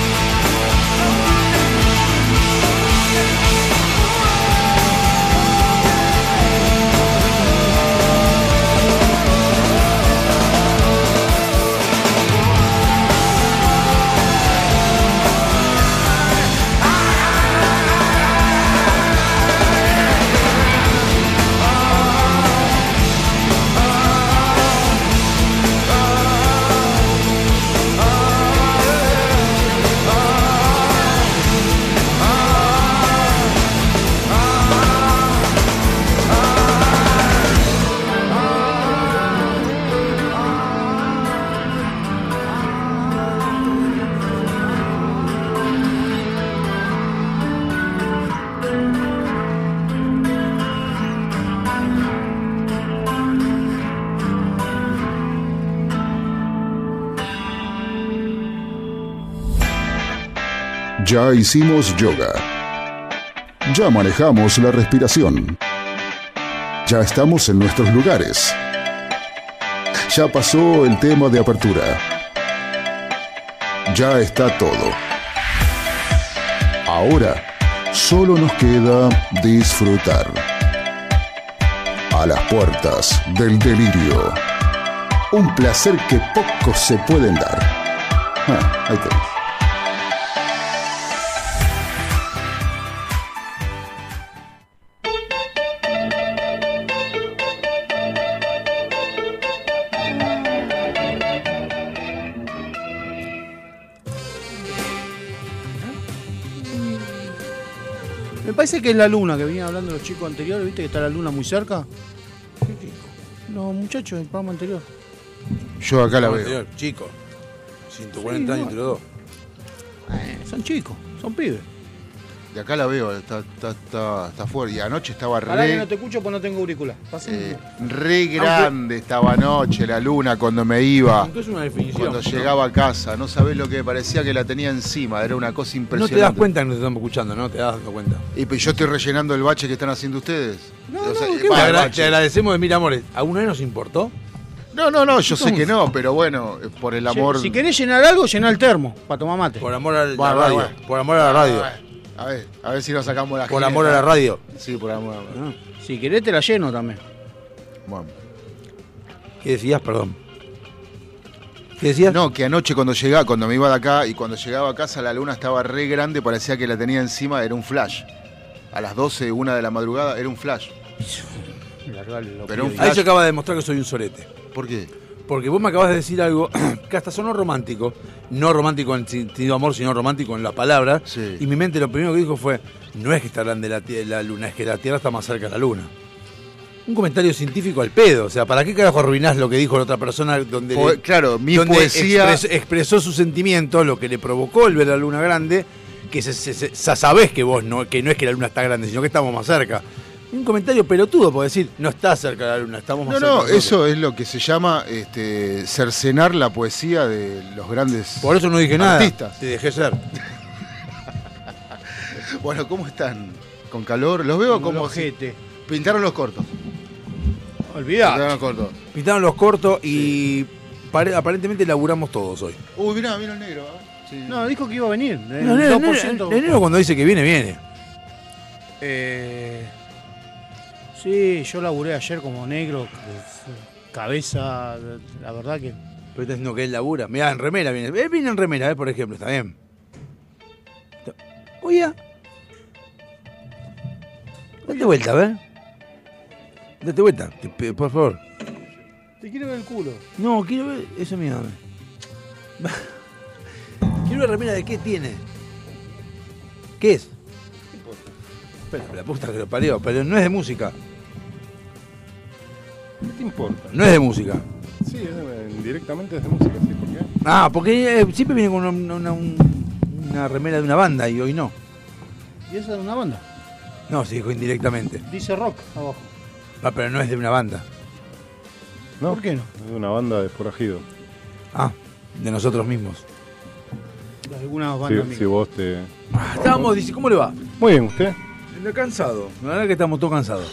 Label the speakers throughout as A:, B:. A: Oh, Oh, Mm, Oh,
B: Ya hicimos yoga. Ya manejamos la respiración. Ya estamos en nuestros lugares. Ya pasó el tema de apertura. Ya está todo. Ahora solo nos queda disfrutar. A las puertas del delirio. Un placer que pocos se pueden dar. Ah, ahí tenés.
C: Me parece que es la luna que venían hablando los chicos anteriores, ¿viste que está la luna muy cerca? Los muchachos del programa anterior.
B: Yo acá la
D: Bueno,
B: veo.
D: señor, Chico, 140
C: Sí,
D: años entre los dos.
C: Eh, son chicos, son pibes.
B: De acá la veo, está, está, está, está fuerte. Y anoche estaba
C: Pará que
B: re,
C: no te escucho porque no tengo auricular. Pasa
B: eh, re grande, estaba anoche la luna cuando me iba,
D: Entonces es una definición.
B: cuando llegaba a casa. No sabés lo que parecía que la tenía encima, era una cosa
D: No
B: impresionante.
D: te das cuenta que nos estamos escuchando, ¿no? Te das dando cuenta.
B: Y pues yo estoy rellenando el bache que están haciendo ustedes.
C: No,
B: O sea,
C: no,
B: eh,
C: ¿qué
D: Te,
B: va,
D: agra-
B: bache.
D: te agradecemos de mil amores. ¿Alguna vez nos importó?
B: no, no, no, yo sé que no, pero bueno, eh, por el amor.
C: Si, si querés llenar algo, llená el termo para tomar mate.
D: Por amor a la
B: Bueno,
D: radio.
B: bueno.
D: Por amor a la
B: A
D: radio.
B: ver, a ver, a ver si nos sacamos la
D: Por amor a la
B: radio.
D: radio.
B: Sí, por amor a la radio.
C: Ah, si querés, te la lleno también.
B: Bueno.
D: ¿Qué decías? Perdón. ¿Qué decías?
B: No, que anoche cuando llegaba, cuando me iba de acá y cuando llegaba a casa la luna estaba re grande, parecía que la tenía encima, era un flash. A las 12, una de la madrugada, era un flash. Pero un
D: Ahí
B: flash.
D: yo acaba de demostrar que soy un sorete.
B: ¿Por qué?
D: Porque vos me acabas de decir algo que hasta sonó romántico, no romántico en sentido amor, sino romántico en la palabra.
B: Sí.
D: Y mi mente lo primero que dijo fue, no es que está grande la, tie- la luna, es que la Tierra está más cerca de la luna. Un comentario científico al pedo, o sea, ¿para qué carajo arruinás lo que dijo la otra persona donde,
B: Po-
D: le-
B: Pues, claro, mi
D: donde
B: poesía.
D: expres- expresó su sentimiento, lo que le provocó el ver la luna grande, que se, se- se- sa- sabés que vos no, que no es que la luna está grande, sino que estamos más cerca. Un comentario pelotudo por decir, no está cerca de la luna, estamos más
B: No,
D: cerca.
B: no,
D: nosotros".
B: eso es lo que se llama este, cercenar la poesía de los grandes.
D: Por eso no dije nada.
B: Artistas.
D: Te dejé ser.
B: Bueno, ¿cómo están? ¿Con calor? Los veo como.
C: ojete.
B: Pintaron los cortos. Pintaron
C: Olvidá.
B: los cortos.
D: Pintaron los cortos y pare- aparentemente laburamos todos hoy.
B: Uy, mirá, mirá el negro. ¿eh? Sí.
C: No, dijo que iba a venir. eh,
D: No, no, no,
C: 2%.
D: el negro cuando dice que viene, viene.
C: Eh, sí, yo laburé ayer como negro, eh, cabeza, la verdad que...
D: Pero está diciendo que él labura. Mirá, en remera viene. Él viene en remera, eh, por ejemplo, está bien. Está- Oye. Date vuelta, a ver. Date vuelta, te pido, por favor.
C: Te quiero ver el culo.
D: No, quiero ver. Eso mío, dame. quiero ver remera de qué tiene. ¿Qué es? Pero la puta que lo parió, pero no es de música.
E: ¿Qué te importa?
D: No es de música.
E: Sí, es de- directamente desde música, sí, ¿por qué?
D: Ah, porque eh, siempre viene con una, una- un- una remera de una banda y hoy no.
C: Y esa es una banda.
D: No, se dijo indirectamente.
C: Dice rock abajo.
D: Ah, pero no es de una banda.
E: No.
C: ¿Por qué no?
E: Es de una banda de forajido.
D: Ah, de nosotros mismos.
C: De algunas
E: Si,
C: bandas amigas.
E: si vos te...
D: Ah, estábamos, dice, ¿cómo le va?
E: Muy bien, ¿usted?
D: Cansado. La verdad que estamos todos cansados.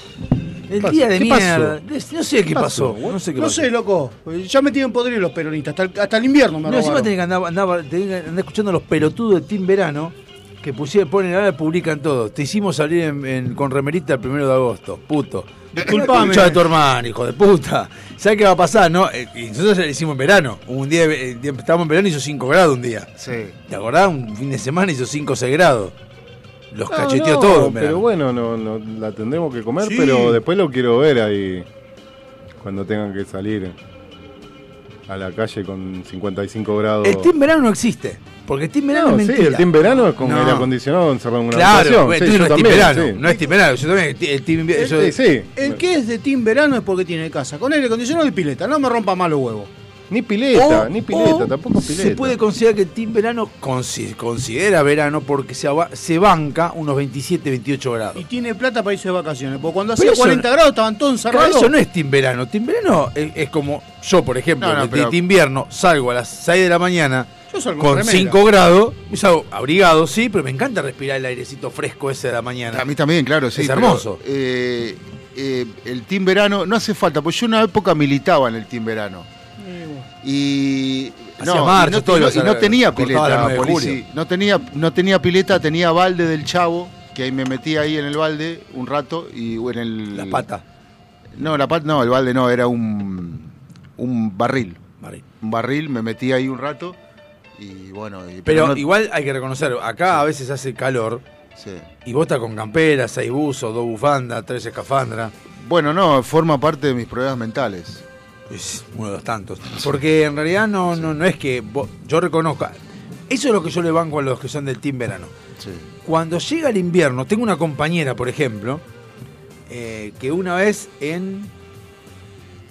D: El
C: pasó?
D: día de
C: ¿Qué
D: mierda. No sé qué pasó. No sé qué
C: No
D: pasó.
C: sé, loco. Eh, Ya me tienen podridos los peronistas. Hasta el, hasta el invierno me
D: No, encima
C: robaron.
D: tenés que andar, andar- tenés que andar escuchando a los pelotudos de Team Verano que pusieron, ponen ahora y publican todo. Te hicimos salir en- en- con remerita el primero de agosto, puto.
C: Disculpame.
D: Escuchá de tu hermano, hijo de puta. ¿Sabes qué va a pasar, no? Eh, Y nosotros lo hicimos en verano. Un día, eh, estábamos en verano y hizo 5 grados un día.
B: Sí.
D: ¿Te acordás? Un fin de semana hizo 5 o 6 grados. Los
E: No,
D: cacheteó
E: no,
D: todo en
E: Pero
D: verano.
E: bueno, no, no, la tendremos que comer,
D: Sí.
E: pero después lo quiero ver ahí cuando tengan que salir a la calle con 55 grados.
D: El Team Verano no existe. Porque el Team Verano
E: No,
D: es
E: sí,
D: mentira.
E: el team verano es con
D: No.
E: aire acondicionado encerrado en una
D: Claro,
E: habitación.
D: el
E: Sí,
D: tuyo
E: yo
D: no es Team
E: también,
D: Verano.
E: sí.
D: No es Team Verano. Yo también. El Team
E: Sí,
D: yo-
E: sí, sí.
C: El que es de team verano es porque tiene casa. Con aire acondicionado y pileta. No me rompa más los huevos.
E: Ni pileta,
D: O-
E: ni pileta,
D: o
E: tampoco pileta.
D: Se puede considerar que el Team Verano consi- considera verano porque se, aba- se banca unos 27, 28 grados.
C: Y tiene plata para irse de vacaciones. Porque cuando
D: Pero
C: hacía
D: eso
C: 40
D: no-
C: grados estaban todos
D: Pero
C: encerrados.
D: eso no es Team Verano. Team Verano es, es como yo, por ejemplo,
B: No, no,
D: de,
B: pero-
D: de invierno salgo a las 6 de la mañana,
C: Eso es
D: con
C: remera.
D: 5 grados, es algo abrigado, sí, pero me encanta respirar el airecito fresco ese de la mañana.
B: A mí también, claro, sí.
D: Es
B: pero,
D: hermoso.
B: eh, eh, el team verano no hace falta, porque yo una época militaba en el team verano.
C: Eh, bueno.
B: Y
D: Hacía
B: y
D: marcha,
B: no,
D: todo,
B: y no-
D: ibas a
B: y
D: la-
B: no tenía
D: cortaba la
B: pileta,
D: nueve de
B: Polisi.
D: julio.
B: No tenía, no tenía pileta, tenía balde del chavo, que ahí me metía ahí en el balde un rato y en el.
D: Las patas.
B: No, la pata, no, el balde no, era un, un barril.
D: Marín.
B: Un barril, me metí ahí un rato y bueno. y-
D: Pero
B: no-
D: igual hay que reconocer, acá a veces hace calor
B: sí.
D: y vos estás con camperas, seis buzos, dos bufandas, tres escafandras.
B: Bueno, no, forma parte de mis problemas mentales.
D: Es uno de los tantos. Porque en realidad no, no, no es que vos- yo reconozca. Eso es lo que yo le banco a los que son del team verano.
B: Sí.
D: Cuando llega el invierno, tengo una compañera, por ejemplo, eh, que una vez en.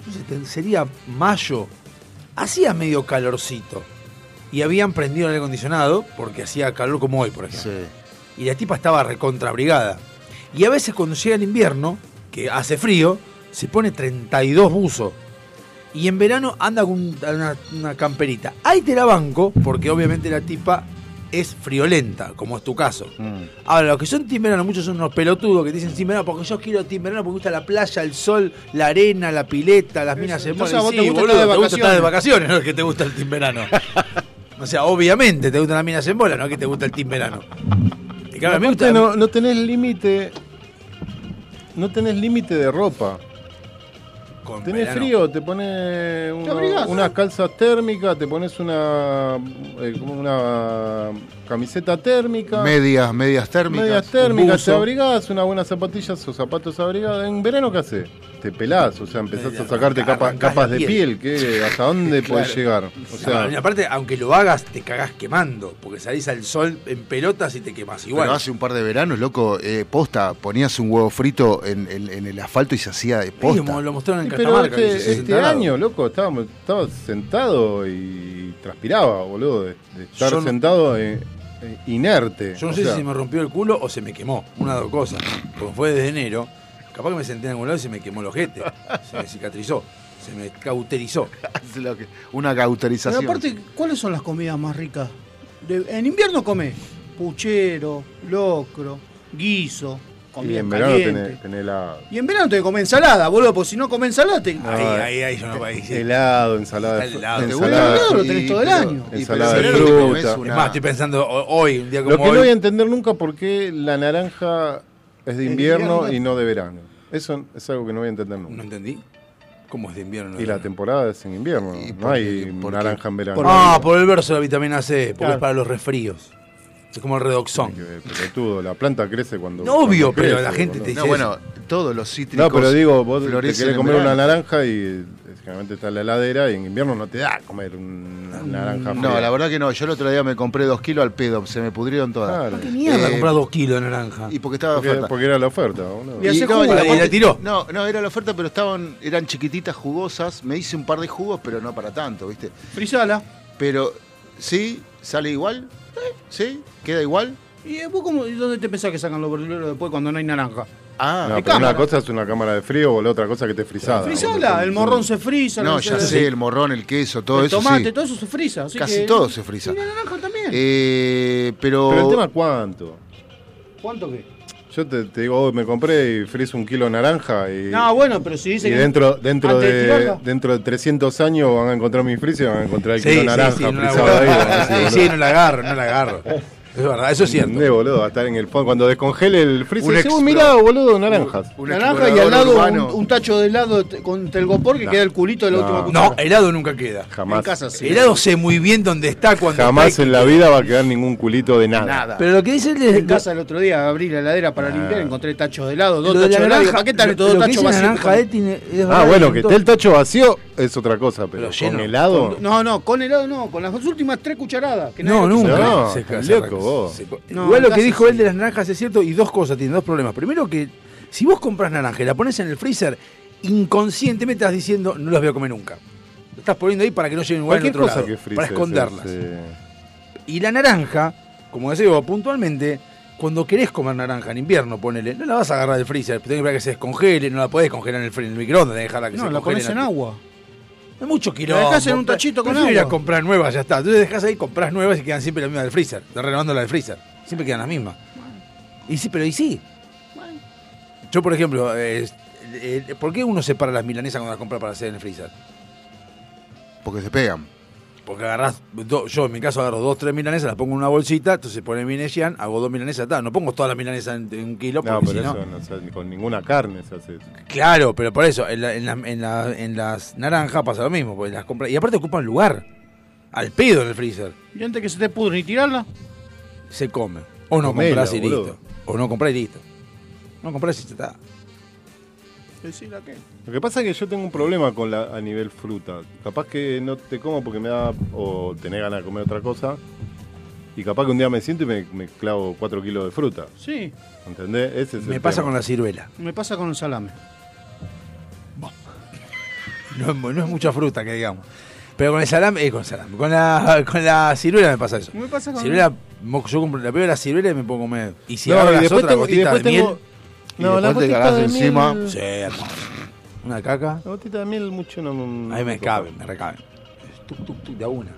D: no sé, ten- sería mayo, hacía medio calorcito. Y habían prendido el aire acondicionado porque hacía calor como hoy, por ejemplo
B: sí.
D: y la tipa estaba recontrabrigada. Y a veces cuando llega el invierno, que hace frío, se pone 32 buzos. Y en verano anda con un- una, una camperita. Ahí te la banco, porque obviamente la tipa es friolenta, como es tu caso.
A: Hmm.
B: Mm.
D: Ahora, los que son timberano, muchos son unos pelotudos que dicen timberano porque yo quiero timberano porque me gusta la playa, el sol, la arena, la pileta, las minas
C: Entonces,
D: hermosas.
C: ¿a vos
D: Sí,
C: te gusta
D: boludo,
C: estar de
D: te gusta estar de vacaciones, no es que te gusta el timberano. o sea, obviamente te gustan las minas en bola, no es que te gusta el timberano. Y claro, a mí me gusta-
E: Aparte, no, no tenés límite. No tenés límite de ropa.
D: con
E: Tenés
D: verano.
E: frío, te pones una-
C: abrigás,
E: unas calzas térmicas, te pones una, eh, como una camiseta térmica,
B: Medias, medias térmicas.
E: medias térmicas,
B: buzo.
E: te abrigás, unas buenas zapatillas o zapatos abrigados. ¿En verano qué haces? Te pelás, o sea, empezás
D: Media,
E: a sacarte
D: arrancás-
E: capa-
D: arrancás
E: capas
D: la
E: de
D: piel.
E: piel. ¿qué? ¿Hasta dónde podés llegar? O sea,
D: No, y aparte, aunque lo hagas, te cagás quemando, porque salís al sol en pelotas y te quemás igual.
B: Pero hace un par de veranos, loco, eh, posta, ponías un huevo frito en, en- en el asfalto y se hacía de
D: Sí,
B: posta.
D: como lo mostraron en
E: Sí, pero
D: Catamarca.
E: este, este año, loco, estábamos- estaba, sentado y transpiraba, boludo, de, de estar
D: Yo no-
E: sentado eh, eh, inerte.
D: Yo no
E: o
D: sé
E: sea,
D: si se me rompió el culo o se me quemó. Una de dos cosas. Porque fue desde enero. Capaz que me senté en algún lado y se me quemó el ojete. Se me cicatrizó. Se me cauterizó.
B: Es lo que- Una
C: Pero
B: cauterización.
C: aparte, ¿cuáles son las comidas más ricas? De- en invierno comés puchero, locro, guiso,
E: y
C: comida
E: en verano
C: caliente.
E: tenés, tenés helado.
C: Y en verano te comés ensalada, boludo, porque si no comés ensalada te...
E: Ah,
B: eh.
D: Ahí, ahí, ahí yo no voy a decir.
E: Helado, ensalada, de
D: Está
E: fru-
D: helado.
B: ¿Te
C: gusta
E: ensalada.
C: el helado?
B: Sí,
C: lo tenés todo el
B: pero-
C: año.
B: y pero
E: Ensalada
B: en
D: de
B: verano te
E: fruta.
B: comés
D: Es
B: una-
D: más, estoy pensando ho- hoy, un día como
E: Lo que
D: hoy.
E: no voy a entender nunca por qué la naranja es de
C: Es de
E: invierno
C: invierno.
E: y no de verano. Eso es algo que no voy a entender
D: No
E: nunca.
D: entendí. ¿Cómo es de invierno?
E: Y la temporada es en invierno,
B: Y
E: no
B: porque-
E: hay
B: porque-
E: naranja en verano.
D: Ah, por el verso de la vitamina C. Porque
E: Claro.
D: es para los resfríos. Es como el
E: Que,
D: redoxón.
E: eh, pelotudo, la planta crece cuando.
D: No, obvio,
E: cuando crece,
D: pero la gente te-
E: boludo.
B: No, bueno, todos los
E: No,
B: cítricos.
E: pero digo, vos te
B: florecen
E: querés
B: en
E: comer una
B: verano.
E: naranja y eh, generalmente está en la heladera y en invierno no te da comer una
D: Mm,
E: naranja.
B: No, la verdad que no. Yo el otro día me compré dos kilos al pedo, se me pudrieron todas.
E: Claro.
D: ¿Qué mierda
B: Eh,
D: comprar dos kilos de naranja?
B: Y porque estaba de
E: Porque,
B: oferta.
E: porque era la oferta. boludo.
C: Y
B: Y
C: hace
B: no,
C: jugo.
B: y
D: la- y la
B: aparte-
D: tiró.
B: No, no, era la oferta, pero estaban, eran chiquititas, jugosas. Me hice un par de jugos, pero no para tanto, ¿viste?
C: Frisala.
B: Pero, ¿sí? ¿Sale igual? ¿Sí? ¿Queda igual?
C: ¿Y vos cómo, y dónde te pensás que sacan los verduleros después cuando no hay naranja?
B: Ah,
E: No,
C: de
E: pero una
C: cámara.
E: cosa es una cámara de frío o la otra cosa que te frisada.
C: Frisala, el morrón se frisa.
B: No,
C: la-
B: ya sé, el morrón, el queso, todo
C: el
B: eso
C: tomate,
B: sí.
C: todo eso se frisa. así
B: Casi
C: que-
B: todo se frisa.
C: Y la naranja también.
B: Eh, pero...
E: Pero el tema es cuánto.
C: ¿Cuánto qué?
E: Yo te, te digo, hoy me compré y friso un kilo de naranja y,
C: No, bueno, pero si
E: y
C: dice que...
E: dentro dentro
C: antes
E: de,
C: de tirarla.
E: dentro de 300 años van a encontrar mi freezer y van a encontrar el kilo de naranja
D: no la,
E: frisado ahí.
D: sí,
E: boludo.
D: sí, no la agarro, no la agarro. Es verdad, eso es cierto.
E: ¿Entendés, boludo? Va a estar en el fondo. Cuando descongele el freezer,
B: Un
E: dice, "Uy,
B: explo-
E: mirá, boludo, naranjas.
B: Un
C: naranja y
B: explorador
C: al lado un,
B: urbano.
C: un tacho de helado te- con telgopor que queda el culito de la
E: No.
C: última cuchara.
D: No, helado nunca queda.
E: Jamás.
C: En casa sí.
D: helado sé muy bien dónde está cuando
E: Jamás
D: está-
E: en la vida va a quedar ningún culito de nada.
B: Nada.
D: Pero lo que dice
C: En
D: el
C: casa el otro día abrí la heladera
E: Ah.
C: para limpiar, encontré tachos de helado, dos
D: lo de
C: tachos de
D: la
C: helado. Digo,
D: naranja,
C: ¿Para qué están
D: lo-
C: estos dos
D: lo que
C: tachos
D: dice la
C: vacíos?
D: naranja de tiene- es
E: ah,
D: verdad,
E: bueno,
D: un
E: que
D: montón.
E: esté el tacho vacío es otra cosa, pero,
D: Pero lleno.
E: con helado.
C: No, no, con helado no, con las dos últimas tres cucharadas. que nadie
D: No,
C: lo
D: nunca.
E: No, loco,
D: arranca-
E: vos.
D: se-
C: No,
D: Igual
C: en
D: lo que
C: casa
D: dijo
C: sí.
D: él de las naranjas es cierto y dos cosas, tiene dos problemas. Primero que si vos compras naranja y la pones en el freezer, inconscientemente estás diciendo no las voy a comer nunca. Lo estás poniendo ahí para que no lleguen igual en
E: Cualquier
D: otro
E: cosa
D: lado,
E: que frises.
D: para esconderlas.
E: eh,
D: Y la naranja, como decía vos, puntualmente, cuando querés comer naranja en invierno, ponele, no la vas a agarrar del freezer, tenés que esperar que se descongele, no la podés congelar en el, fri- en el microondas, tenés que dejarla que
C: No,
D: se
C: la
D: congele
C: pones en
D: la-
C: agua.
D: Es mucho
C: Lo
D: quilombo.
C: dejás en un tachito con
D: Prefiero ir a
C: agua.
D: comprar nuevas, ya está. Entonces dejas ahí, compras nuevas y quedan siempre las mismas del freezer. Estás renovando la del freezer. Siempre quedan las mismas. Y sí, pero y sí. Yo, por ejemplo, eh, eh, ¿por qué uno separa las milanesas cuando las compra para hacer en el freezer?
F: Porque se pegan.
D: Porque agarrás, do- yo en mi caso agarro dos, tres milanesas, las pongo en una bolsita, entonces pone Minesian, hago dos milanesas, ta, no pongo todas las milanesas en, en un kilo,
E: No,
D: porque
E: pero
D: si no-
E: eso no se hace- con ninguna carne se hace eso.
D: Claro, pero por eso, en, la- en la- en la- en las naranjas pasa lo mismo, porque las compras, y aparte ocupan lugar, al pedo en el freezer,
C: Y antes que se te pudre y tirarla,
D: se come. O no
E: Comela,
D: compras y
E: boludo.
D: listo. O no compras y listo. No compras y ya está.
C: decirle a qué.
E: Lo que pasa es que yo tengo un problema con la, a nivel fruta. Capaz que no te como porque me da o tenés ganas de comer otra cosa. Y capaz que un día me siento y me, me clavo 4 kilos de fruta.
C: Sí,
E: ¿Entendés? Ese es el
D: Me pasa
E: tema.
D: con la ciruela.
C: me pasa con el salame.
D: No, es mu- no es mucha fruta que digamos. Pero con el salame, eh, con el salame, con la, con la ciruela me pasa eso.
C: Me pasa con-
D: Ciruela, mo- yo compro la primera la ciruela y me puedo comer. Y si
E: No,
D: ahora
E: y
D: las
E: después
D: otras
E: tengo- y
D: gotitas de
E: después tengo-
D: miel.
F: No,
E: No,
F: y
E: la
F: después te cagás encima.
D: Sí, hermano. Una caca.
E: La gotita de miel mucho no... no
D: Ahí me
E: toca.
D: caben, me recaben. Tuc, tuc, tuc, de a una.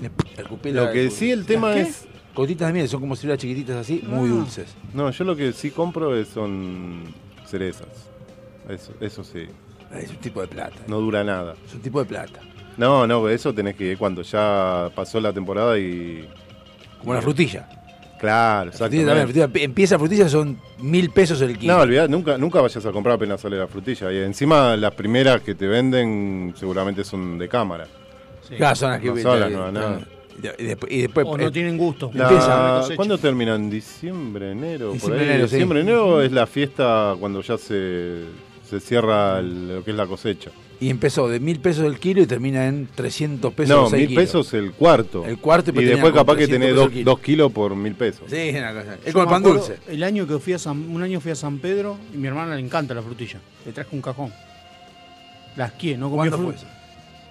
D: Me p- escupí la-
E: Lo que sí el tema es...
D: Gotitas de miel, son como ciruelas chiquititas así, muy
C: Ah.
D: dulces.
E: No, yo lo que sí compro es- son cerezas. Eso, eso sí.
D: Ah, Es un tipo de plata. eh.
E: No dura nada.
D: Es un tipo de plata.
E: No, no, eso tenés que ir cuando ya pasó la temporada y...
D: Como la frutilla.
E: Claro,
D: La frutilla también, la
E: exactamente.
D: frutilla- empieza la frutilla, son mil pesos el kilo.
E: No, olvidá, nunca, nunca vayas a comprar apenas sale la frutilla. Y encima las primeras que te venden seguramente son de cámara.
D: Claro, son las que eh,
E: No son las nuevas, no.
D: Y después, y después- eh,
C: O no tienen gusto.
E: La-
D: Empieza
C: la cosecha.
E: ¿Cuándo termina? ¿En diciembre, enero?
D: Diciembre,
E: por ahí.
D: enero, sí.
E: diciembre, enero es la fiesta cuando ya se, se cierra el- lo que es la cosecha.
D: y empezó de mil pesos el kilo y termina en 300 pesos.
E: no,
D: seis
E: mil
D: kilos.
E: pesos el cuarto.
D: El cuarto, pero
E: y
D: tenían
E: después
D: como
E: capaz que
D: 300
E: tenés
D: pesos
E: dos,
D: el kilo.
E: dos kilos por mil pesos.
D: Sí, es una cosa. Es
C: Yo
D: como el
C: me
D: pan
C: acuerdo
D: dulce.
C: El año que fui a San, un año fui a San Pedro y mi hermana le encanta la frutilla. Le traje un cajón. Las quiere, no comió
D: ¿Cuándo fue
C: fru-
D: eso?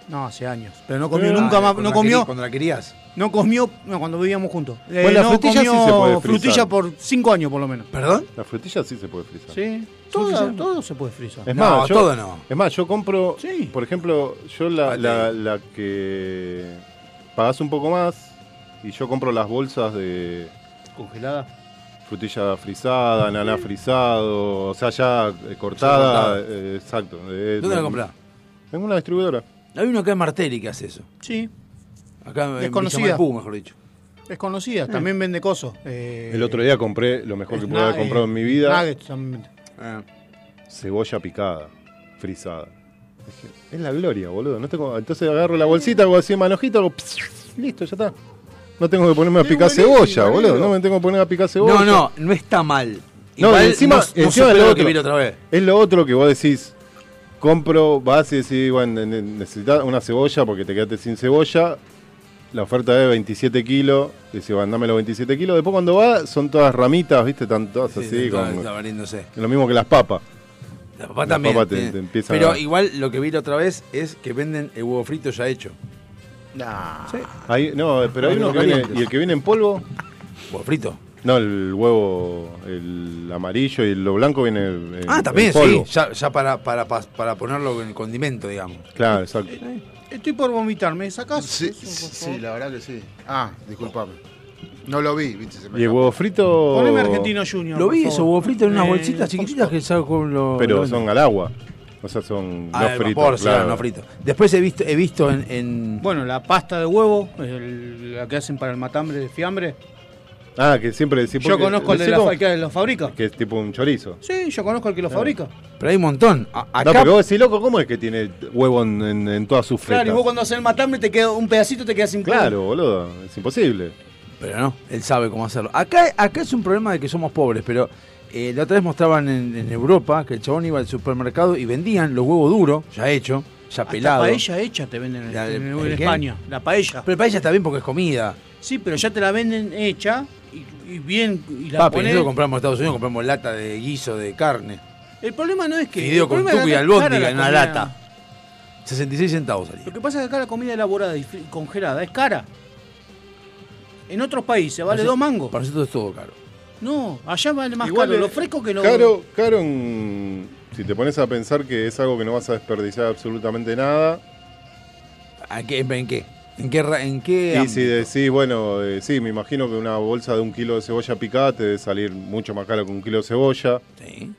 C: No, hace años. Pero no comió
E: Ah,
C: nunca
D: Ah,
C: más.
D: cuando
C: No
D: la querí-
C: comió,
D: Cuando la querías.
C: no comió no, cuando vivíamos juntos. Eh,
E: Bueno, la
C: no
E: frutilla sí
C: comió
E: se puede frizar.
C: frutilla por cinco años por lo menos.
D: ¿Perdón?
E: La frutilla sí se puede frizar.
C: Sí.
D: Toda-
C: Todo, todo se puede frizar.
E: Es
D: No,
E: más, yo,
D: todo no.
E: Es más, yo compro,
C: Sí.
E: por ejemplo, yo la,
D: Vale.
E: la, la que pagás un poco más y yo compro las bolsas de
C: Congelada.
E: frutilla frisada, naná frisado, o sea, ya eh,
D: Ya
E: cortada.
D: cortada.
E: eh, exacto. eh,
D: ¿Dónde la
E: me-
D: comprás?
E: En una distribuidora.
D: Hay uno acá en Martelli que hace eso.
C: Sí.
D: Acá en
C: Desconocida.
D: Villamalpú, mejor dicho.
C: Es conocida. También vende cosos. eh,
E: El otro día compré lo mejor que pude haber
C: sna-
E: comprado
C: eh,
E: en mi vida, Ah.
C: nuggets también vende.
E: cebolla picada, frisada. Dije, Es la gloria, boludo. No tengo... Entonces agarro la bolsita, hago así en manojita, hago... pss, listo, ya está. No tengo que ponerme a
C: Es
E: picar
C: buenísimo,
E: cebolla, boludo.
C: negro.
E: No me tengo que poner a picar cebolla.
D: No, no, no está mal.
E: No,
D: Igual
E: y encima-
D: no- no
E: encima
D: supera
E: del
D: lo
E: otro.
D: que vi la otra vez.
E: Es lo otro que vos decís. Compro, vas y decís, bueno, ne- necesitas una cebolla porque te quedaste sin cebolla. La oferta es 27 kilos. Decís, bueno, dame los 27 kilos. Después cuando va, son todas ramitas, ¿viste? Están todas
D: Sí,
E: así.
D: estaba-
E: con-
D: estaba riéndose.
E: lo mismo que las papas.
D: La papá
E: La
D: también.
E: papa te-
D: tiene-
E: te empieza
D: Pero
E: a-
D: igual lo que vi la otra vez es que venden el huevo frito ya hecho.
E: Hay- no, pero hay
D: Los
E: uno que viene,
D: calientes.
E: y el que viene en polvo.
D: Huevo frito.
E: No, el huevo, el amarillo y lo blanco viene en,
D: ah,
E: en
D: también, sí.
E: polvo.
D: Ya, ya para, para, pa- para ponerlo en el condimento, digamos.
E: Claro, exacto.
C: Estoy por vomitar. ¿Me sacás?
F: Sí,
C: eso, por
F: sí,
C: favor?
F: la verdad que sí. Ah, disculpame. No lo vi, viste. Se me
E: Y el huevo frito.
C: Poneme Argentino Junior.
D: Lo
C: por
D: vi,
C: favor.
D: eso, huevo frito en unas
C: Eh,
D: bolsitas
C: Fox
D: chiquititas que saco los.
E: Pero son al agua. O sea, son
D: Ah,
E: no
D: al
E: fritos.
D: vapor, sí,
E: claro.
D: no frito. Después he visto, he visto en. en-
C: Bueno, la pasta de huevo, el- la que hacen para el matambre de fiambre.
E: Ah, que siempre decís.
C: Yo
E: porque-
C: conozco el, de
E: decí
C: la,
E: como
C: fa- que lo fabrica.
E: Que es tipo un chorizo.
C: Sí, yo conozco el que lo fabrica.
D: pero hay un montón. A-
E: No,
D: acá,
E: porque vos decís, loco, ¿cómo es que tiene huevo en, en- en todas sus
C: Claro,
E: fetas?
C: y vos cuando haces el matambre te queda un pedacito te queda sin
E: Claro, boludo, es imposible.
D: Pero no, él sabe cómo hacerlo. Acá, acá es un problema de que somos pobres, pero eh, la otra vez mostraban en, en Europa que el chabón iba al supermercado y vendían los huevos duros, ya hecho, ya
C: Hasta
D: pelado.
C: paella hecha te venden en,
D: La de-
C: en- en
D: ¿el qué?
C: España. La paella.
D: Pero paella está bien porque es comida.
C: Sí, pero ya te la venden hecha y, y bien. Y la
D: Papi,
C: ponés-
D: nosotros compramos en Estados Unidos, compramos lata de guiso de carne.
C: El problema no es que.
D: Fideo
C: el
D: con
C: problema es
D: tuco y
C: que acá es cara
D: albóndiga
C: la
D: en una
C: comida.
D: lata. 66 centavos salía.
C: Lo que pasa es que acá la comida elaborada y fri- congelada es cara. En otros países Ah, vale
D: Para
C: dos
D: nosotros-
C: mangos.
D: Para nosotros es todo caro.
C: No, allá vale más
E: Igual
C: caro. Ah, Lo
E: es
C: fresco que lo.
E: Caro, caro en- si te pones a pensar que es algo que no vas a desperdiciar absolutamente nada,
D: ¿A qué- ¿En qué? ¿En qué? ra- ¿En qué?
E: Y si decís, bueno, eh, sí, me imagino que una bolsa de un kilo de cebolla picada te debe salir mucho más caro que un kilo de cebolla.
D: Sí.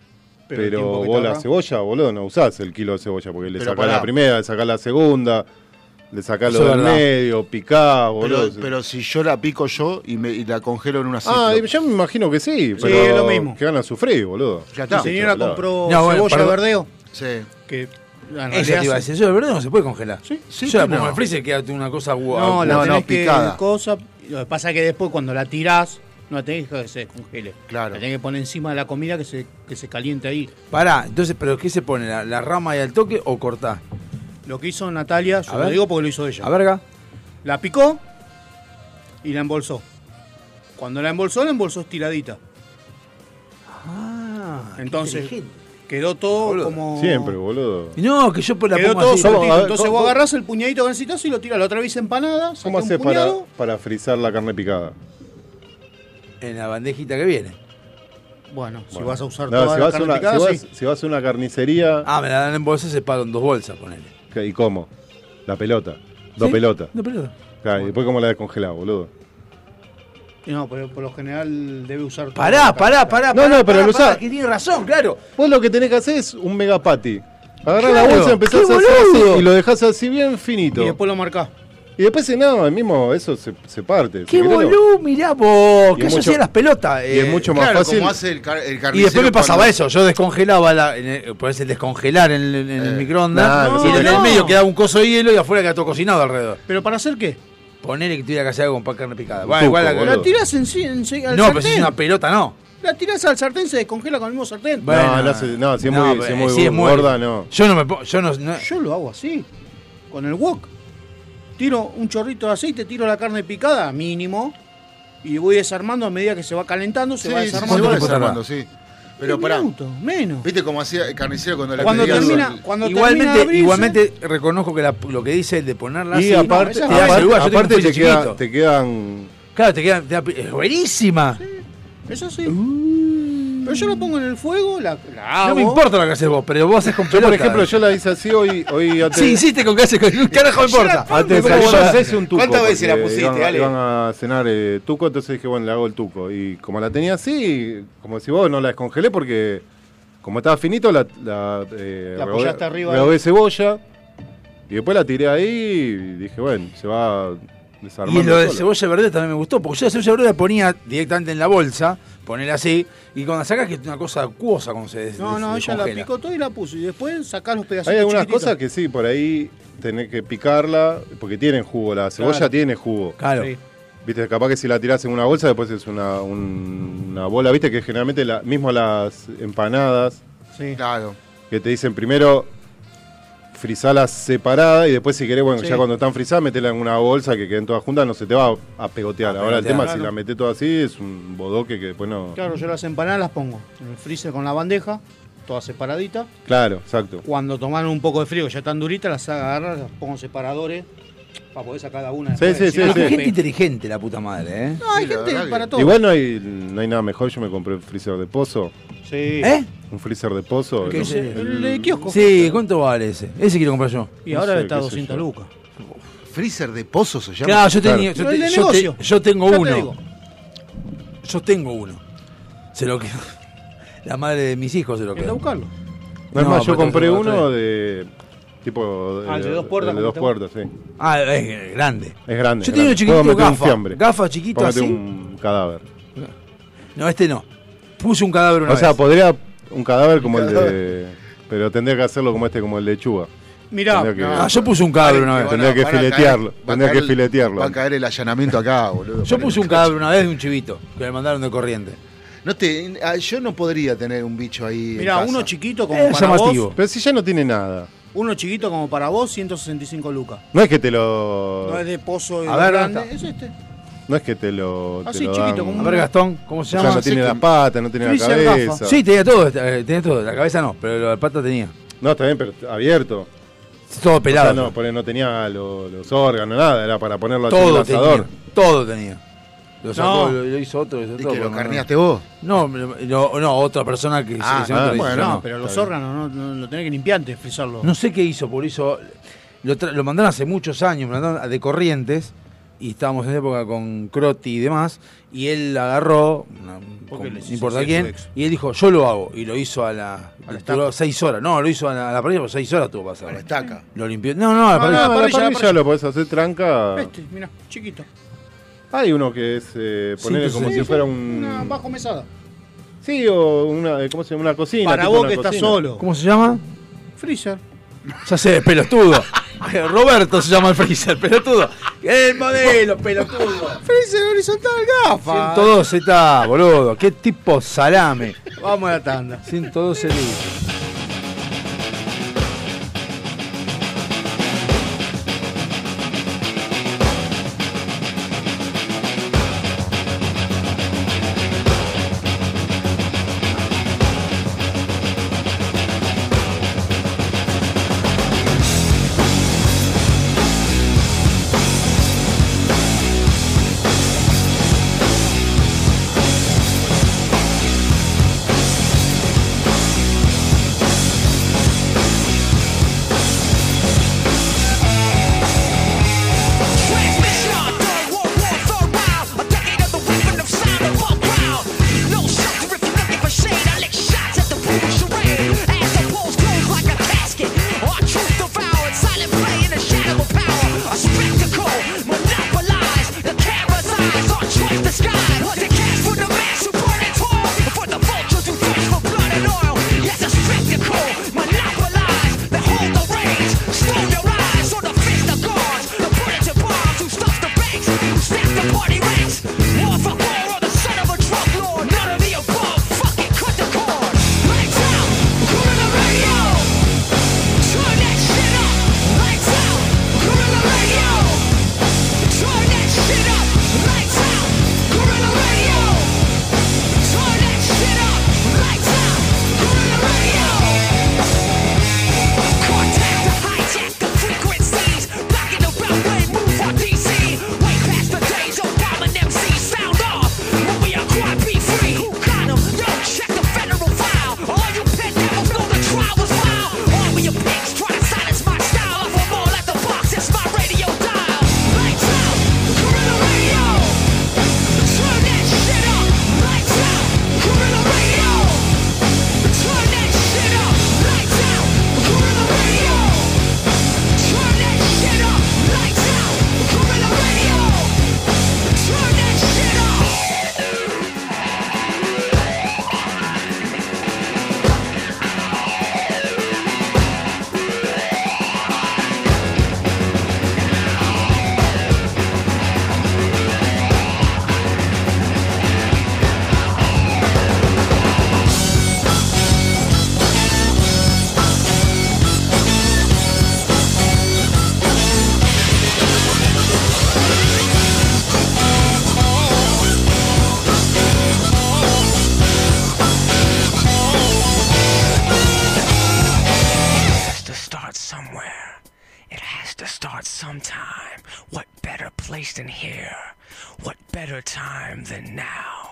E: Pero,
F: el tiempo que
E: vos la
F: tarda.
E: cebolla, boludo, no usás el kilo de cebolla, porque le
F: Pero
E: sacás la
F: pará.
E: primera, le sacás la segunda, le sacás
D: Eso
E: lo del
D: es verdad.
E: medio, picás,
F: Pero,
E: boludo.
F: pero si yo la pico yo y, me, y la congelo en una
E: ah,
F: Ziploc.
E: y yo me imagino que sí,
C: Sí,
E: pero
C: es lo mismo.
E: que van a sufrir, boludo.
F: Ya está.
C: La
F: Sí,
C: señora
E: boludo.
C: compró
D: No, bueno,
C: cebolla
D: perdón.
C: verdeo.
F: Sí.
C: Que en
D: Eso
C: realidad
D: te iba a
C: se-
D: decir. Eso de verdad no se puede congelar.
C: Sí,
F: sí,
D: Yo la
F: que
D: pongo
F: no.
D: en el freezer y queda una cosa guau.
C: No,
F: No,
C: la
F: no,
C: tenés que
F: picada.
C: cosa. Lo que pasa es que después cuando la tirás, no la tenés que dejar que se descongele.
F: Claro.
C: La tenés que poner encima de la comida que se, que se caliente ahí.
D: Pará, entonces, ¿pero qué se pone? ¿La, la rama y al toque o cortá?
C: Lo que hizo Natalia, yo
D: A
C: lo
D: ver.
C: digo porque lo hizo ella.
D: A verga.
C: La picó y la embolsó. Cuando la embolsó, la embolsó estiradita.
D: Ah,
C: Entonces, quedó todo
D: Boludo.
C: como.
E: Siempre, boludo.
D: No, que yo pues la
C: Quedó
D: pongo
C: todo
D: así.
E: ¿Cómo?
C: soltito.
E: A ver,
C: Entonces
E: ¿cómo-
C: vos agarrás el puñadito que necesitas y lo tirás. La otra vez empanada,
E: ¿Cómo
C: haces
E: haces para, para frizar la carne picada?
D: En la bandejita que viene.
C: Bueno, si
E: Bueno.
C: vas a usar
E: No,
C: toda
E: si
C: la
E: vas a
C: carne
E: una-
C: picada,
E: si vas-
C: sí.
E: si vas a una carnicería,
D: Ah, me la dan en bolsa, se pagan dos bolsas, ponele.
E: ¿qué- ¿y cómo? La pelota, dos
D: ¿Sí?
E: pelotas.
D: Dos pelotas.
E: Ah, Y después, ¿cómo la descongelás, boludo?
C: No, pero por lo general debe usar toda la
D: Pará,
C: carne.
D: pará, pará.
E: No,
D: pará,
E: no, pero
D: pará,
E: lo
D: pará,
E: usá.
D: Que tiene razón, claro.
E: Vos lo que tenés que hacer es un mega patty. Agarrás
D: Claro,
E: la bolsa, empezás
D: qué
E: a hacer
D: boludo.
E: así y lo dejás así bien finito.
C: Y después lo marcás.
E: Y después, si nada, mismo eso se, se parte. Si
D: ¡Qué
E: querés, lo-
D: boludo! Mirá vos,
E: Y
D: que
E: es
D: eso
E: mucho-
D: hacía las pelotas.
E: Y es
D: eh,
E: mucho más
F: Claro,
E: fácil.
F: como hace el, car el
D: Y
F: carnicero
D: después me pasaba
F: cuando-
D: eso, yo descongelaba, la, en el- por ese descongelar en, el- en el
F: Eh,
D: microondas,
E: claro,
D: y en
C: no.
D: el medio quedaba un coso de hielo y afuera quedaba todo cocinado alrededor.
C: ¿Pero para hacer qué?
D: Ponele que tuviera que hacer algo con carne picada.
E: Un
D: Bueno, igual la-
E: tuco,
D: la-
E: boludo.
C: La tirás en, sí- en sí- al
D: no, pero
C: sartén.
D: si es una pelota, no.
C: La tirás al sartén, se descongela con el mismo sartén.
D: Bueno.
E: no, no, se- no, si es muy,
D: pero-
E: si es muy
D: sí, es muy-
E: gorda, no.
D: Yo no me pongo, yo no, no-
C: Yo lo hago así, con el wok. Tiro un chorrito de aceite, tiro la carne picada, mínimo, y voy desarmando a medida que se va calentando, se
F: Sí,
C: va
F: sí,
C: desarmando.
F: se
D: ¿Cuánto
F: va
D: te puede tardar?
F: desarmando, sí. Pero
C: Un
F: pará,
C: minuto, menos.
F: ¿viste cómo hacía el carnicero cuando le
C: Cuando
F: pedías
C: termina,
F: el-
C: cuando
D: igualmente,
C: termina de abrirse,
D: igualmente reconozco que la- lo que dice el de ponerla
E: Y
D: así,
E: aparte,
C: esa es
D: te da
E: aparte-
D: peluga, yo tengo
E: aparte
D: un
E: te,
D: pelo
E: queda-
D: chiquito.
E: te quedan.
D: claro, te queda, te da- es buenísima.
C: Eso sí.
D: Uh.
C: Pero yo lo pongo en el fuego, la, la hago.
D: No me importa lo que haces vos, pero vos haces con
E: Yo,
D: pelota.
E: por ejemplo, yo la hice así hoy. hoy antes,
D: Sí, hiciste con que haces con un carajo me importa.
E: Antes de
D: Como
E: salir,
D: vos
E: yo
D: haces.
E: hice un tuco.
A: ¿Cuántas veces
E: porque
A: la pusiste,
E: Iban,
A: Ale?
E: iban a cenar eh, tuco, entonces dije, bueno, le hago el tuco. Y como la tenía así, como si vos no la descongelé porque. Como estaba finito, la. La, eh,
C: La
E: rehogué-
C: apoyaste arriba.
E: rehogué cebolla. Y después la tiré ahí y dije, bueno, se va desarmando.
D: Y lo de
E: sola.
D: cebolla verde también me gustó, porque yo la cebolla verde la ponía directamente en la bolsa, ponerla así, y cuando la sacas que es una cosa acuosa cuando se des-
C: No,
D: des-
C: no, ella la
D: descongela.
C: picó toda y la puso. Y después sacás los pedacitos
E: Hay algunas
C: chiquititos.
E: cosas que sí, por ahí tenés que picarla, porque tienen jugo, la cebolla
C: Claro.
E: tiene jugo.
D: Claro.
C: Sí.
E: Viste, capaz que si la tirás en una bolsa, después es una, un- una bola, viste que generalmente la, mismo las empanadas
C: Sí.
F: Claro.
E: que te dicen primero frizalas separada y después si querés, bueno,
C: Sí.
E: ya cuando están frizadas, metela en una bolsa que queden todas juntas, no se te va a pegotear.
D: A
E: Ahora el
D: pegotear,
E: tema,
C: claro.
E: si la metés toda así, es un bodoque que después no... Claro,
C: Claro, yo las empanadas las pongo en el freezer con la bandeja, todas separaditas.
E: exacto.
C: Cuando toman un poco de frío, que ya están duritas, las agarro, las pongo en separadores para poder sacar cada una.
E: Sí,
C: después.
E: sí,
C: Si
D: Ah,
C: no,
E: sí,
D: qué
C: no,
E: sí.
D: gente inteligente la puta madre, ¿eh?
C: No, hay
F: Sí, la
C: gente
F: verdad que-
C: para todo.
E: Igual no hay, no hay nada mejor, yo me compré un freezer de pozo,
C: Sí.
D: ¿Eh?
E: un freezer de pozo.
D: ¿Qué
E: ¿no?
D: es
C: El, de kiosco.
D: Sí, ¿cuánto vale ese? Ese quiero comprar yo.
C: Y
E: No
C: ahora
E: sé, qué
C: está a
E: sé
C: 200
E: yo.
C: lucas.
F: Freezer de pozo se llama.
D: Claro, yo,
E: Claro.
D: tenía, yo,
C: Pero
D: te-
C: el de
D: yo te-
C: negocio.
D: yo tengo
C: Ya te
D: uno.
C: digo.
D: yo tengo uno. Se lo quedó. La madre de mis hijos se lo
C: Anda a
D: quedó.
C: buscarlo.
E: No, es
D: No,
E: más, yo
D: pero
E: compré
D: entonces lo
E: uno de. Tipo. eh,
C: Ah, el de dos puertas,
E: el de dos
C: como
E: puertas, sí.
D: Ah, es grande.
E: Es grande.
D: Yo tenía
E: grande. Puedo
D: uno chiquitito
E: meter un
D: gafa.
E: fiambre.
D: Gafa chiquito
E: Puedo meter
D: así.
E: un cadáver.
D: No, este no. Puse un cadáver una
E: o sea,
D: vez.
E: podría. Un cadáver como el de. Pero tendría que hacerlo como este, como el lechuga.
C: Mirá,
E: Tendría que-
D: Ah, yo puse un cadáver
F: Vale,
D: una vez.
F: van a-
E: Tendría que
F: van a caer-
E: filetearlo,
F: va a
E: tendría
F: caer
E: que
F: el-
E: filetearlo.
F: Va a caer el allanamiento acá, boludo.
D: Yo
F: Para
D: puse
F: el-
D: un cadáver una vez de un chivito que me mandaron de corriente.
F: No te, ah, yo no podría tener un bicho ahí. en
C: mirá,
F: casa.
C: uno chiquito como
D: Es
C: para
D: llamativo.
C: vos.
E: Pero si ya no tiene nada.
C: Uno chiquito como para vos, 165 lucas.
E: No es que te lo.
C: No es de pozo y
D: A ver,
C: grande.
D: ¿dónde
C: Es este.
E: que te lo.
D: Ah,
E: te
C: Así,
E: lo
C: chiquito,
E: dan.
C: como
D: A
C: un-
D: ver, Gastón, ¿cómo
E: O
D: se
E: sea,
D: llama?
E: no tiene
F: sí,
E: las
F: que-
E: patas, no tiene la
C: Freezer gafa.
E: cabeza.
D: Sí, tenía todo, eh, tenía todo. La cabeza no, pero la pata tenía.
E: No, está bien, pero abierto.
D: Todo
E: O sea,
D: pelado.
E: no, porque no tenía lo- los órganos, nada. Era para ponerlo así en el
D: todo
E: asador.
D: tenía. Todo tenía. Lo sacó,
C: No.
D: lo, lo hizo otro. Hizo
F: Y
D: todo,
F: que lo
D: pero no-
F: carneaste vos.
D: No, lo- lo- no, otra persona que
F: Ah,
D: hizo otro
E: ah, bueno,
D: hizo,
C: Bueno,
D: no.
C: no, pero los órganos no, no- lo tenés que limpiar antes de frizarlo.
D: No sé qué hizo, por hizo. Lo, tra- lo mandaron hace muchos años, me lo mandaron de Corrientes, y estábamos en época con Crotti y demás, y él agarró, una-
C: Porque
D: con-
C: les
D: no
C: hizo
D: importa
C: hacer tu
D: quién,
C: ex.
D: y él dijo, yo lo hago, y lo hizo a la...
F: A la
D: duró
F: estaca.
D: seis horas, no, lo hizo a la, a la parrilla, porque seis horas tuvo
F: A la
D: pasar.
F: estaca.
D: Lo limpió, no, no, a la
E: No, no,
D: Eh. parrilla-
E: la
C: parrilla,
E: parrilla,
C: la parrilla.
E: lo podés hacer tranca.
C: Este, mira, chiquito.
E: Hay uno que es eh,
D: Sí,
E: ponerle
D: sí,
E: como
D: sí,
E: si
D: sí.
E: fuera un.
C: Una bajo mesada.
E: Sí, o una, eh, ¿cómo se llama? Una cocina.
C: Para
E: tipo
C: vos
E: una
C: que estás
E: cocina.
C: solo.
D: ¿cómo se llama?
C: Freezer.
D: Ya sé, pelotudo. Roberto se llama el freezer, pelotudo. El modelo, pelotudo.
C: Freezer horizontal gafa.
D: 112 está, boludo. Qué tipo salame.
C: Vamos a la tanda.
D: 112 litros.
A: Monopolize the hold the reins, stone your eyes on the fist of gods, the predator bombs who stuffs the banks, who snaps the party ranks. War for war or the son of a drug lord, none of the above. Fucking cut the cord. Lights out, gorilla radio. Turn that shit up. Lights out, gorilla radio. Turn that shit up. Lights out, gorilla radio. Turn that shit up. Lights out, gorilla radio. Contact the hijack the frequencies. Back in the railway, move on DC. Way past the days of bombing MC. Sound off. When we are quite be free. Who got 'em? Yo, check the federal file. All you pit devils know the trial was wild. All we your pigs try to silence my style. Off 'em all at the box. It's my radio dial. Lights out. Guerrilla radio. Turn that shit up. Lights out. Guerrilla radio. Turn that shit up, lights out, Gorilla Radio. Turn that shit up, lights out, Gorilla Radio. Turn that shit up.
G: has to start somewhere. It has to start sometime. What better place than here? What better time than now?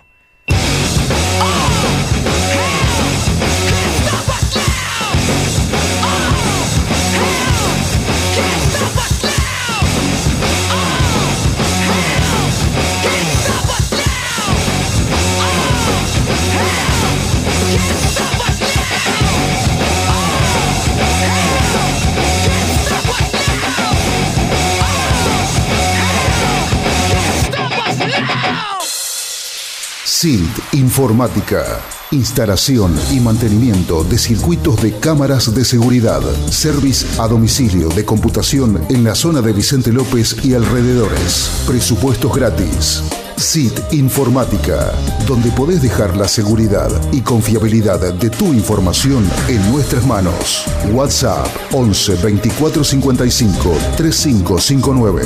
B: SILT Informática. Instalación y mantenimiento de circuitos de cámaras de seguridad. Service a domicilio de computación en la zona de Vicente López y alrededores. Presupuestos gratis. SIT Informática, donde podés dejar la seguridad y confiabilidad de tu información en nuestras manos. WhatsApp 11 24 55 3559.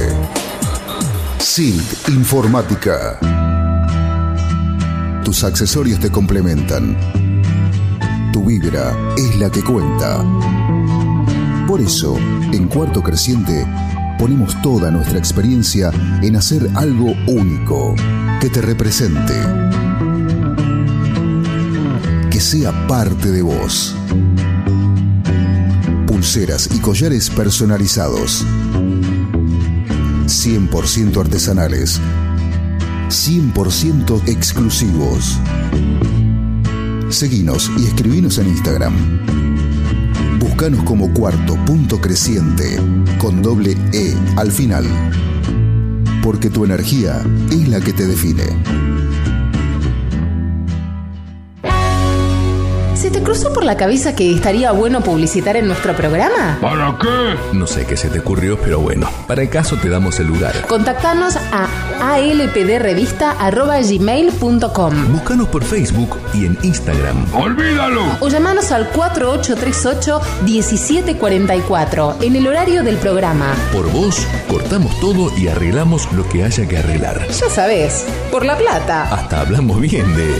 B: SIT Informática. Tus accesorios te complementan. Tu vibra es la que cuenta. Por eso, en Cuarto Creciente, ponemos toda nuestra experiencia en hacer algo único que te represente. Que sea parte de vos. pulseras y collares personalizados. 100% artesanales. 100% exclusivos. Seguinos y escribinos en Instagram. Buscanos como cuarto punto creciente con doble E al final. Porque tu energía es la que te define.
H: ¿Se te cruzó por la cabeza que estaría bueno publicitar en nuestro programa?
I: No sé qué se te ocurrió, pero bueno, para el caso te damos el lugar.
H: Contactanos a alpdrevista.gmail.com
I: Búscanos por Facebook y en Instagram.
H: o llamanos al 4838-1744 en el horario del programa.
I: Por vos, cortamos todo y arreglamos lo que haya que arreglar.
H: Ya sabes, por la plata.
I: Hasta hablamos bien de...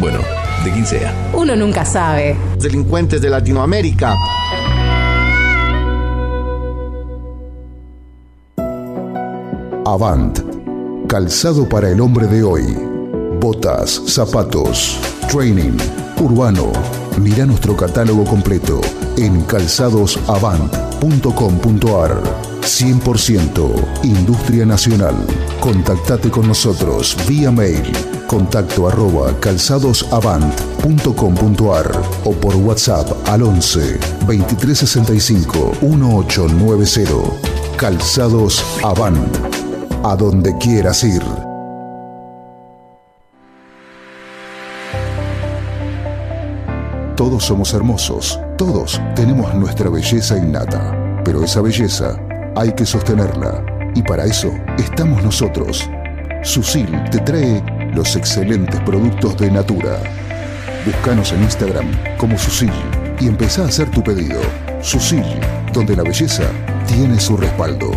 I: bueno, de quien sea.
H: Uno nunca sabe.
J: Delincuentes de Latinoamérica.
B: Avant. Calzado para el hombre de hoy. Botas, zapatos, training, urbano. Mira nuestro catálogo completo en calzadosavant.com.ar. 100% Industria Nacional. Contactate con nosotros vía mail. Contacto arroba calzadosavant.com.ar o por WhatsApp al 11 2365 1890. Calzados Avant. A donde quieras ir. Todos somos hermosos, todos tenemos nuestra belleza innata, pero esa belleza hay que sostenerla y para eso estamos nosotros. Susil te trae los excelentes productos de Natura. Búscanos en Instagram como Susil y empezá a hacer tu pedido. Susil, donde la belleza tiene su respaldo.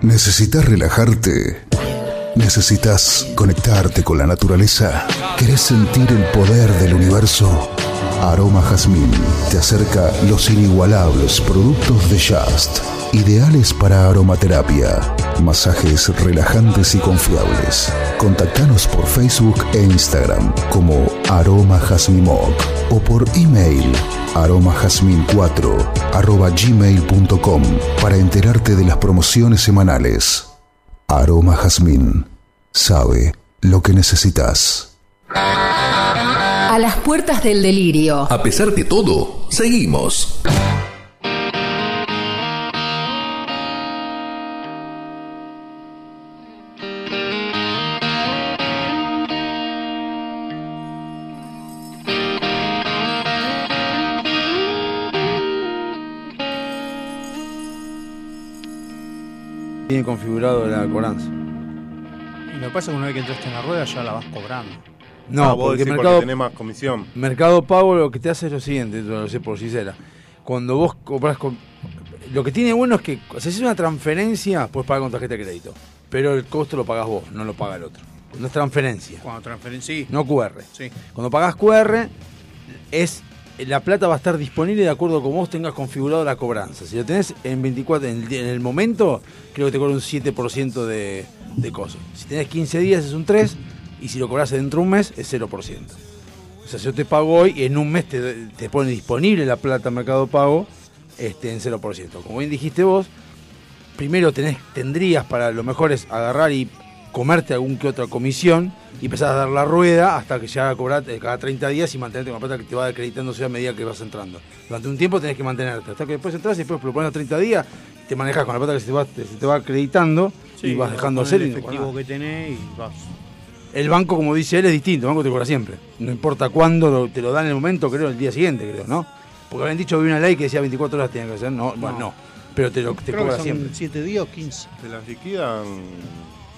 B: ¿Necesitas relajarte? ¿Necesitas conectarte con la naturaleza? ¿Querés sentir el poder del universo? Aroma Jazmín te acerca los inigualables productos de Just, ideales para aromaterapia, masajes relajantes y confiables. Contactanos por Facebook e Instagram como Aroma Jazmimoc o por email aromajazmin4 arroba gmail.com para enterarte de las promociones semanales. Aroma Jazmín sabe lo que necesitas.
H: A las puertas del delirio.
I: A pesar de todo, seguimos.
D: Tiene configurado la coranza.
C: Y lo que pasa es que una vez que entraste en la rueda ya la vas cobrando.
D: No,
E: Ah, vos
D: porque
E: decís
D: Mercado,
E: tenés más comisión.
D: Mercado Pago lo que te hace es lo siguiente, lo sé por Gisela. Cuando vos compras con. Lo que tiene bueno es que si haces una transferencia, puedes pagar con tarjeta de crédito. Pero el costo lo pagas vos, no lo paga el otro. No es transferencia,
C: Cuando transferencias.
D: no QR.
C: Sí.
D: Cuando pagás QR, es, la plata va a estar disponible de acuerdo con vos tengas configurado la cobranza. Si lo tenés en 24, en el, di- en el momento, creo que te cobra un 7% de, de costo. Si tenés 15 días es un 3% y si lo cobras dentro de un mes es 0%. O sea, si yo te pago hoy y en un mes te, te pone disponible la plata en Mercado Pago este, en 0%. Como bien dijiste vos, primero tenés, tendrías para lo mejor es agarrar y comerte algún que otra comisión y empezás a dar la rueda hasta que ya cobrar cada 30 días y mantenerte con la plata que te va acreditándose a medida que vas entrando. Durante un tiempo tenés que mantenerte, hasta que después entras y después por lo menos 30 días te manejas con la plata que se te va, se te va acreditando y vas dejando
C: con
D: hacer.
C: El
D: y no cobras
C: efectivo
D: nada.
C: que tenés y vas.
D: El banco, como dice él, es distinto, el banco te cobra siempre. No importa cuándo, lo- te lo dan en el momento, creo, el día siguiente, creo, ¿no? Porque habían dicho que había una ley que decía 24 horas tenían que hacer, no, bueno, no. Pero te, lo, te
C: Creo que
D: cobra
C: son
D: siempre.
C: 7 días o 15.
E: Te las liquidan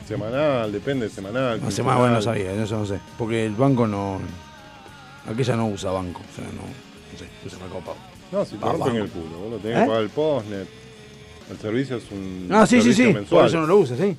E: semanal, depende, semanal.
D: No sé
E: quincenal.
D: más, bueno, no sabía, eso no sé. Porque el banco no. Aquella no usa banco, o sea, no. No sé, usa Mercado Pago.
E: No, si te
D: Ah,
E: rompen
D: vamos.
E: el culo, vos lo tenés
D: ¿Eh?
E: que pagar el postnet. El servicio es un
D: Ah, sí, sí,
E: servicio
D: sí. Por
E: mensual.
D: eso no lo usa, sí.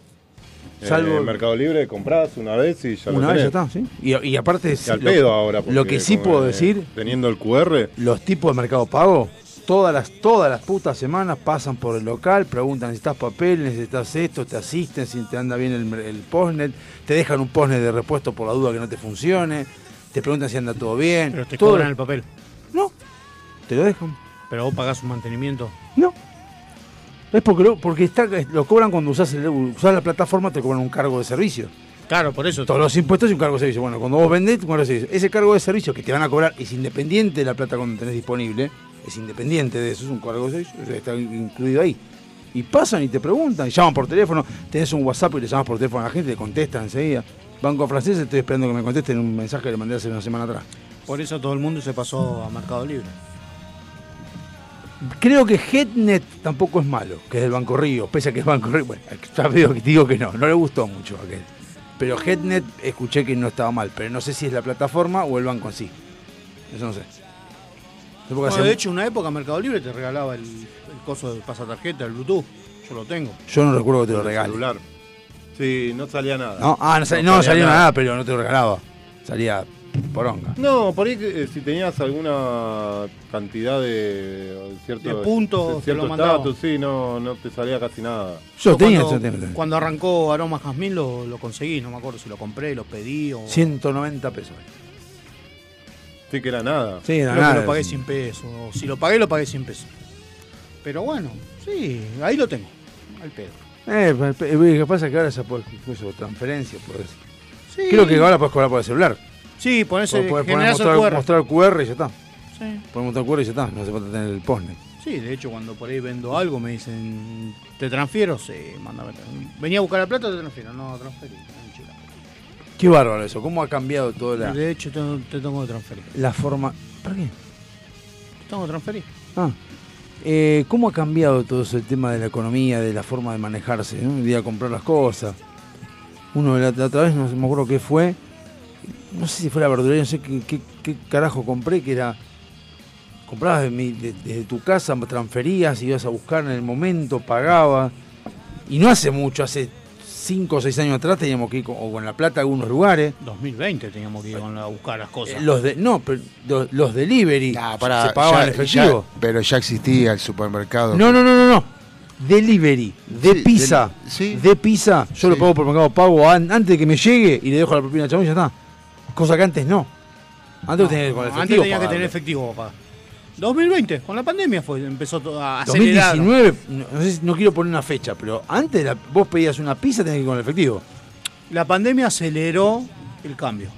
E: Eh,
D: Salvo.
E: en Mercado Libre compras una vez y ya lo
D: una vez
E: tenés.
D: ya está, sí. Y, y aparte.
E: Y al
D: lo-
E: pedo ahora.
D: Lo
E: porque
D: que sí
E: como,
D: puedo
E: eh,
D: decir,
E: Teniendo el QR,
D: los tipos de Mercado Pago, todas las, todas las putas semanas pasan por el local, preguntan si estás papel, necesitas esto, te asisten, si te anda bien el, el postnet, te dejan un postnet de repuesto por la duda que no te funcione, te preguntan si anda todo bien.
C: Pero te
D: todo-
C: cobran el papel.
D: No. te lo dejan.
C: Pero vos pagás un mantenimiento.
D: Es porque lo, porque está, lo cobran cuando usás, el- usás la plataforma, te cobran un cargo de servicio.
C: Claro, por eso.
D: Todos los impuestos y un cargo de servicio. Bueno, cuando vos vendés, un cargo de servicio. Ese cargo de servicio que te van a cobrar es independiente de la plata cuando tenés disponible. Es independiente de eso, es un cargo de servicio, o sea, está incluido ahí. Y pasan y te preguntan, y llaman por teléfono, tenés un WhatsApp y le llamas por teléfono a la gente, te contestan enseguida. Banco francés, estoy esperando que me contesten un mensaje que le mandé hace una semana atrás.
C: Por eso todo el mundo se pasó a Mercado Libre.
D: Creo que Headnet tampoco es malo, que es del Banco Río, pese a que es Banco Río. Bueno, ya veo que digo que no, no le gustó mucho a aquel. Pero Headnet escuché que no estaba mal, pero no sé si es la plataforma o el banco en sí. Eso no sé. Supongo que
C: Bueno,
D: hace-
C: de hecho, una época Mercado Libre te regalaba el, el coso de pasatarjeta, el Bluetooth. Yo lo tengo.
D: Yo no recuerdo que te lo regale.
E: Celular. Sí, no salía nada.
D: No, ah, no, sal- no salía nada, pero no te lo regalaba. Salía poronga.
E: No, por ahí que, eh, si tenías alguna cantidad de eh, cierto,
C: De puntos,
E: de
C: te
E: cierto
C: lo mandaba.
E: estatus, sí, no, no te salía casi nada.
D: Yo tenía,
C: cuando,
D: yo tenía, yo tenía.
C: cuando arrancó Aroma Jazmín lo, lo conseguí, no me acuerdo si lo compré, lo pedí o.
D: 190 pesos.
E: Sí, que era nada.
D: Sí, era
C: Creo que
D: nada.
C: lo pagué 100 pesos. o Si lo pagué, lo pagué 100 pesos. Pero bueno, sí, ahí lo tengo. Al pedo.
D: Eh, pa- pa- eh, lo que pasa es que ahora se puede, eso, transferencia, podés. Creo que ahora puedes cobrar por el celular.
C: Sí, ponés el-
D: Podés poner,
C: generás el
D: mostrar,
C: QR.
D: mostrar QR y ya está.
C: Sí.
D: Podés mostrar QR y ya está. No hace falta tener el postnet.
C: Sí, de hecho, cuando por ahí vendo algo me dicen, ¿te transfiero? Sí, mándame. Venía a buscar la plata, te transfiero. No, transferí. tranquila.
D: Qué bárbaro eso. ¿Cómo ha cambiado toda la,
C: De hecho, te, te tengo que transferir.
D: la forma. ¿Para qué?
C: Te tengo que transferir.
D: Ah. Eh, ¿Cómo ha cambiado todo eso, el tema de la economía, de la forma de manejarse? ¿no? El día de comprar las cosas. Uno la, la otra vez, no me acuerdo qué fue. No sé si fue la verdulería, no sé qué, qué- qué carajo compré, que era. Comprabas de mi- de- desde tu casa, transferías, ibas a buscar en el momento, pagabas. Y no hace mucho, hace 5 o 6 años atrás teníamos que ir con, o con la plata a algunos lugares.
C: 2020 teníamos que ir con la- a buscar las cosas.
D: Eh, Los de, no, pero los, los delivery
F: Ah, Pará,
D: se pagaban en
F: ya-
D: efectivo.
F: ya- pero ya existía el supermercado.
D: No, no, no, no, no. Delivery, de
F: Sí,
D: pizza.
F: del- sí.
D: De pizza. Yo lo
F: Sí.
D: pago por mercado pago an- antes de que me llegue y le dejo la propina al chabón y ya está. Cosa que antes no. Antes lo tenías que con el
C: Antes
D: efectivo.
C: tenías que tener
D: pagarlo.
C: efectivo, papá. 2020, con la pandemia fue, empezó to- a acelerar.
D: 2019, no, no sé si- no quiero poner una fecha, pero antes la- vos pedías una pizza tenías que ir con el efectivo.
C: La pandemia aceleró el cambio.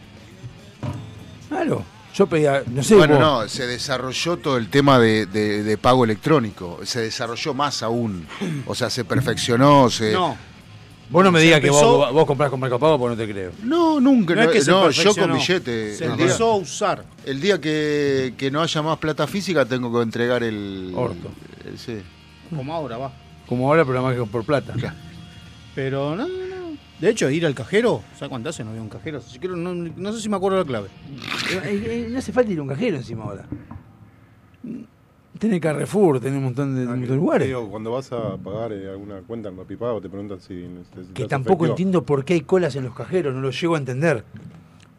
D: Claro. Yo pedía, no sé,
F: bueno,
D: vos-
F: no, se desarrolló todo el tema de, de- de pago electrónico. Se desarrolló más aún. O sea, se perfeccionó. Se...
C: No,
D: vos no me
C: se
D: digas que
C: empezó-
D: vos, vos comprás con mercado pago porque no te creo.
F: No, nunca.
C: no es que se
F: no, yo con
C: perfeccionó,
F: billete.
C: Se
F: el día-
C: empezó a usar.
F: El día que, que no haya más plata física tengo que entregar el...
D: Orto.
F: el- sí.
C: Como ahora va.
D: Como ahora, pero más que por plata.
C: Pero no, no. De hecho, ir al cajero, ¿sabes cuánto hace? No había un cajero. Si quiero, no, no sé si me acuerdo la clave.
D: Eh, eh, no hace falta ir a un cajero encima ahora. Tiene Carrefour, tiene un montón de, un montón de lugares.
E: Digo, cuando vas a pagar eh, alguna cuenta en Rappi Pago te preguntan si necesitas
D: Que tampoco
E: efectivo.
D: entiendo por qué hay colas en los cajeros, no lo llego a entender.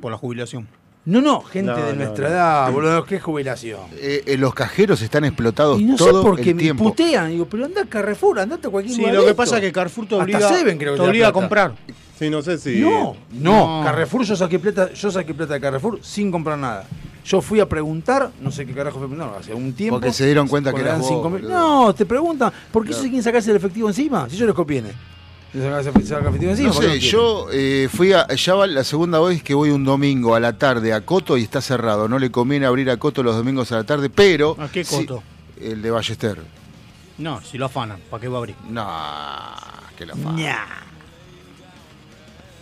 C: Por la jubilación.
D: No, no, gente
E: No,
D: de
E: no,
D: nuestra
E: no.
D: edad, boludo, qué jubilación.
F: Eh, eh, los cajeros están explotados
D: Y no sé
F: todo
D: por qué
F: el
D: me
F: tiempo.
D: putean. Digo, pero anda a Carrefour, andate a cualquier
C: Sí,
D: lugar
C: lo
D: de
C: que
D: esto.
C: pasa es que Carrefour te
D: Hasta
C: obliga,
D: Seven creo
C: te
D: que te da
C: obliga a
D: plata.
C: comprar.
E: Sí, no sé si.
D: No, no,
C: No.
D: Carrefour yo saqué plata, yo saqué plata de Carrefour sin comprar nada. Yo fui a preguntar, no sé qué carajo fue, no, hace un tiempo.
F: Porque se dieron cuenta
D: cuando
F: que
D: eran
F: eras vos,
D: cinco mil-
F: boludo.
D: No, te preguntan, ¿por qué ellos se quieren sacarse el efectivo encima? Si yo les conviene. Se saca- se saca efectivo encima.
F: No
D: ¿por qué
F: sé,
D: quieren?
F: yo eh, fui a... Ya va la segunda vez que voy un domingo a la tarde a Coto y está cerrado. No le conviene abrir a Coto los domingos a la tarde, pero...
C: ¿A qué
F: sí-
C: Coto?
F: el de Ballester.
C: No, si lo afanan, ¿para qué va a abrir?
F: No, que Ah, la fa.
D: Ña.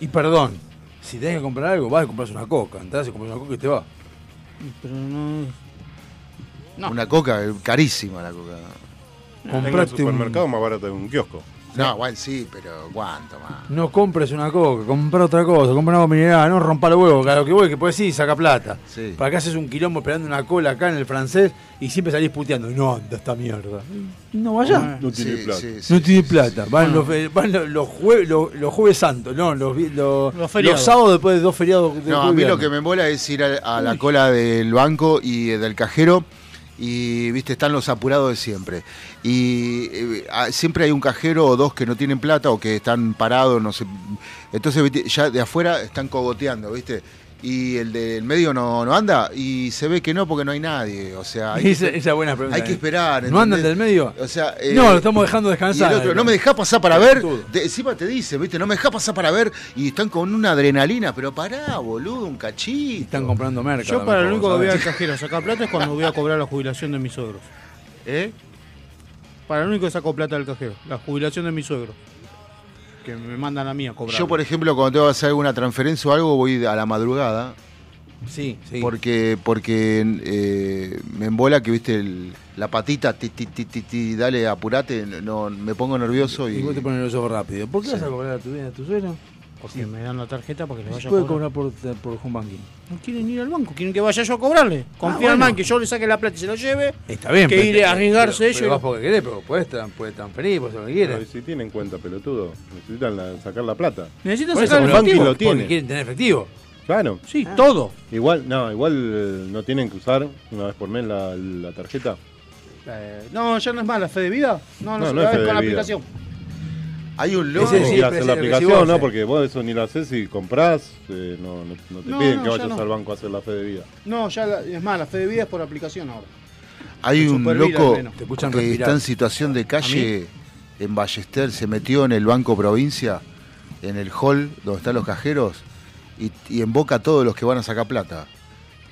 D: Y perdón, si tenés que comprar algo, vas y compras una coca. Entrás y compras una coca y te va.
C: Pero no. No.
F: Una coca, eh, carísima la coca.
E: Tengo un
D: Compraste
E: supermercado
D: un...
E: más barato que un kiosco.
F: No, bueno, sí, pero ¿cuánto más?
D: No compres una coca, compra otra cosa, compra una agua mineral, no rompa el huevo, que a lo que voy, que puedes ir y saca plata.
F: Sí.
D: Para acá haces un quilombo esperando una cola acá en el francés y siempre salís puteando. No anda esta mierda. No vayas.
E: No tiene
F: Sí,
E: plata.
F: sí, sí,
D: No tiene
F: sí,
D: plata. Van, los, eh, van los, los jue- los- los jueves santos, no, los, vi- los,
C: Los feriados.
D: los sábados después de dos feriados. de
F: No, a
D: jueves
F: mí lo
D: viernes.
F: que me embola es ir a, a la cola del banco y eh, del cajero y, viste, están los apurados de siempre. Y eh, ah, siempre hay un cajero o dos que no tienen plata o que están parados, no sé. Entonces, viste, ya de afuera están cogoteando, viste. y el del medio no, no anda y se ve que no porque no hay nadie. O sea, hay,
D: Esa, esa buena pregunta.
F: hay que
D: ¿eh?
F: esperar.
D: ¿No andan
F: ¿entendés?
D: del medio?
F: O sea, eh,
D: no, lo estamos dejando
F: y
D: descansar. eh.
F: el otro, no me deja pasar para ver. De- encima te dice, ¿viste? No me deja pasar para ver. Y están con una adrenalina, pero pará, boludo, un cachito.
D: Están comprando merca. a
C: Yo
D: lo
C: para lo
D: mejor,
C: único que voy
D: ¿sabes?
C: al cajero a sacar plata es cuando voy a cobrar la jubilación de mis suegros.
F: ¿Eh?
C: Para lo único que saco plata del cajero, la jubilación de mis suegros. Que me mandan a mí a cobrar.
F: Yo, por ejemplo, cuando tengo que hacer alguna transferencia o algo, voy a la madrugada.
D: Sí, sí.
F: Porque, porque eh, me embola que, viste, el- la patita, ti, ti, ti, ti, ti, dale, apurate, no, me pongo nervioso
D: Y
F: y...
D: vos te pones los ojos rápido. ¿Por qué
F: Sí.
D: vas a cobrar a tu bien a tu suegro?
C: Porque me dan la tarjeta porque les
D: Si
C: vaya a
D: puede
C: cobrar.
D: cobrar por, eh, por home banking.
C: No quieren ir al banco, quieren que vaya yo a cobrarle. Confían
D: bueno.
C: más en que yo le saque la plata y se la lleve.
D: Está bien.
C: Que
D: pero-
C: ir a arriesgarse
D: pero-
C: ellos
D: pero
C: y-
D: vas porque querés, pero puedes, tran- puedes transferir, puedes hacer lo que
E: Pero, ¿y
D: quieras.
E: si tienen cuenta, pelotudo. Necesitan la- sacar la plata.
C: Necesitan
D: Por eso,
C: sacar el
E: pero el
C: efectivo.
E: banco lo tiene.
D: Porque quieren tener efectivo. Ah.
E: Claro.
C: Sí, todo.
E: Igual, no, igual eh, no tienen que usar una vez por mes la, la tarjeta.
C: Eh, no, ya no es mala fe de vida. No, no,
E: No,
C: se
E: no
C: la
E: es
C: ves
E: fe
C: con
E: de
C: la
E: vida.
C: aplicación.
F: Hay un loco...
D: Ese
E: Tenés que
D: sí,
E: ir a hacer
D: pero es
E: la
D: el que si
E: aplicación,
D: vos-
E: ¿no? Porque vos eso ni lo haces si comprás, eh, no, no- no te
C: No,
E: piden
C: no,
E: que
C: ya
E: vayas
C: no.
E: al banco a hacer la fe de vida.
C: No, ya la- es mala fe de vida es por aplicación ahora.
F: Hay un
C: Supervila,
F: loco
C: al menos.
D: Te escuchan
F: que
D: respirar.
F: está en situación de calle en Ballester, se metió en el Banco Provincia, en el hall donde están los cajeros, y, y emboca a todos los que van a sacar plata.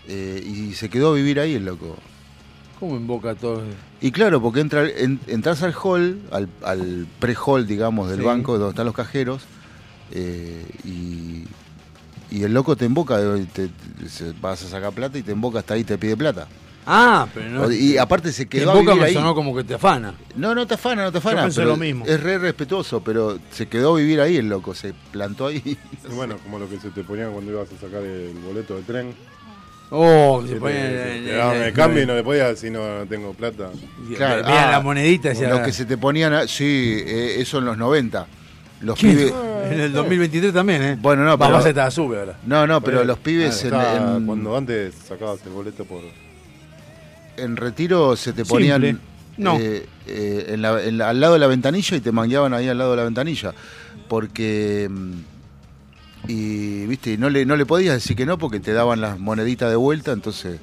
F: Eh, y se quedó a vivir ahí el loco.
D: ¿Cómo invoca a todos?
F: Y claro, porque entra, en- entras al hall, al, al pre-hall, digamos, del
D: Sí.
F: banco, donde están los cajeros, eh, y, y el loco te emboca, eh, te- te- se- vas a sacar plata y te emboca hasta ahí, te pide plata.
D: Ah, pero no.
F: y aparte se
D: que
F: quedó a
D: invoca
F: vivir
D: me
F: ahí.
D: sonó como que te afana.
F: No, no te afana, no te afana.
C: pensé
F: pero
C: lo mismo.
F: Es re respetuoso, pero se quedó a vivir ahí el loco, se plantó ahí.
E: Y bueno, como lo que se te ponían cuando ibas a sacar el boleto del tren. Este,
D: Oh,
E: Que
D: se
E: te-
D: ponen.
E: te-
C: eh,
D: en-
E: te
D: en-
E: daban
D: en-
E: el cambio y no le podías decir no, no tengo plata.
D: Mira
F: Claro,
D: mira
F: ah,
D: la monedita. decía-
F: Los que se te ponían, a- sí, eh, eso en los 90. Los
D: ¿Qué?
F: pibes.
D: En el 2023 también, ¿eh?
F: Bueno, no,
D: Papá
F: pero-
D: se te sube ahora.
F: No, no, pero los pibes en,
E: Eh, Estaba-
F: en-
E: Cuando antes sacabas el boleto por...
F: en retiro se te ponían
C: Simple. No.
F: eh, eh, en la- en la- al lado de la ventanilla y te mangueaban ahí al lado de la ventanilla. Porque. mm, Y viste, y no le, no le podías decir que no porque te daban las moneditas de vuelta, entonces.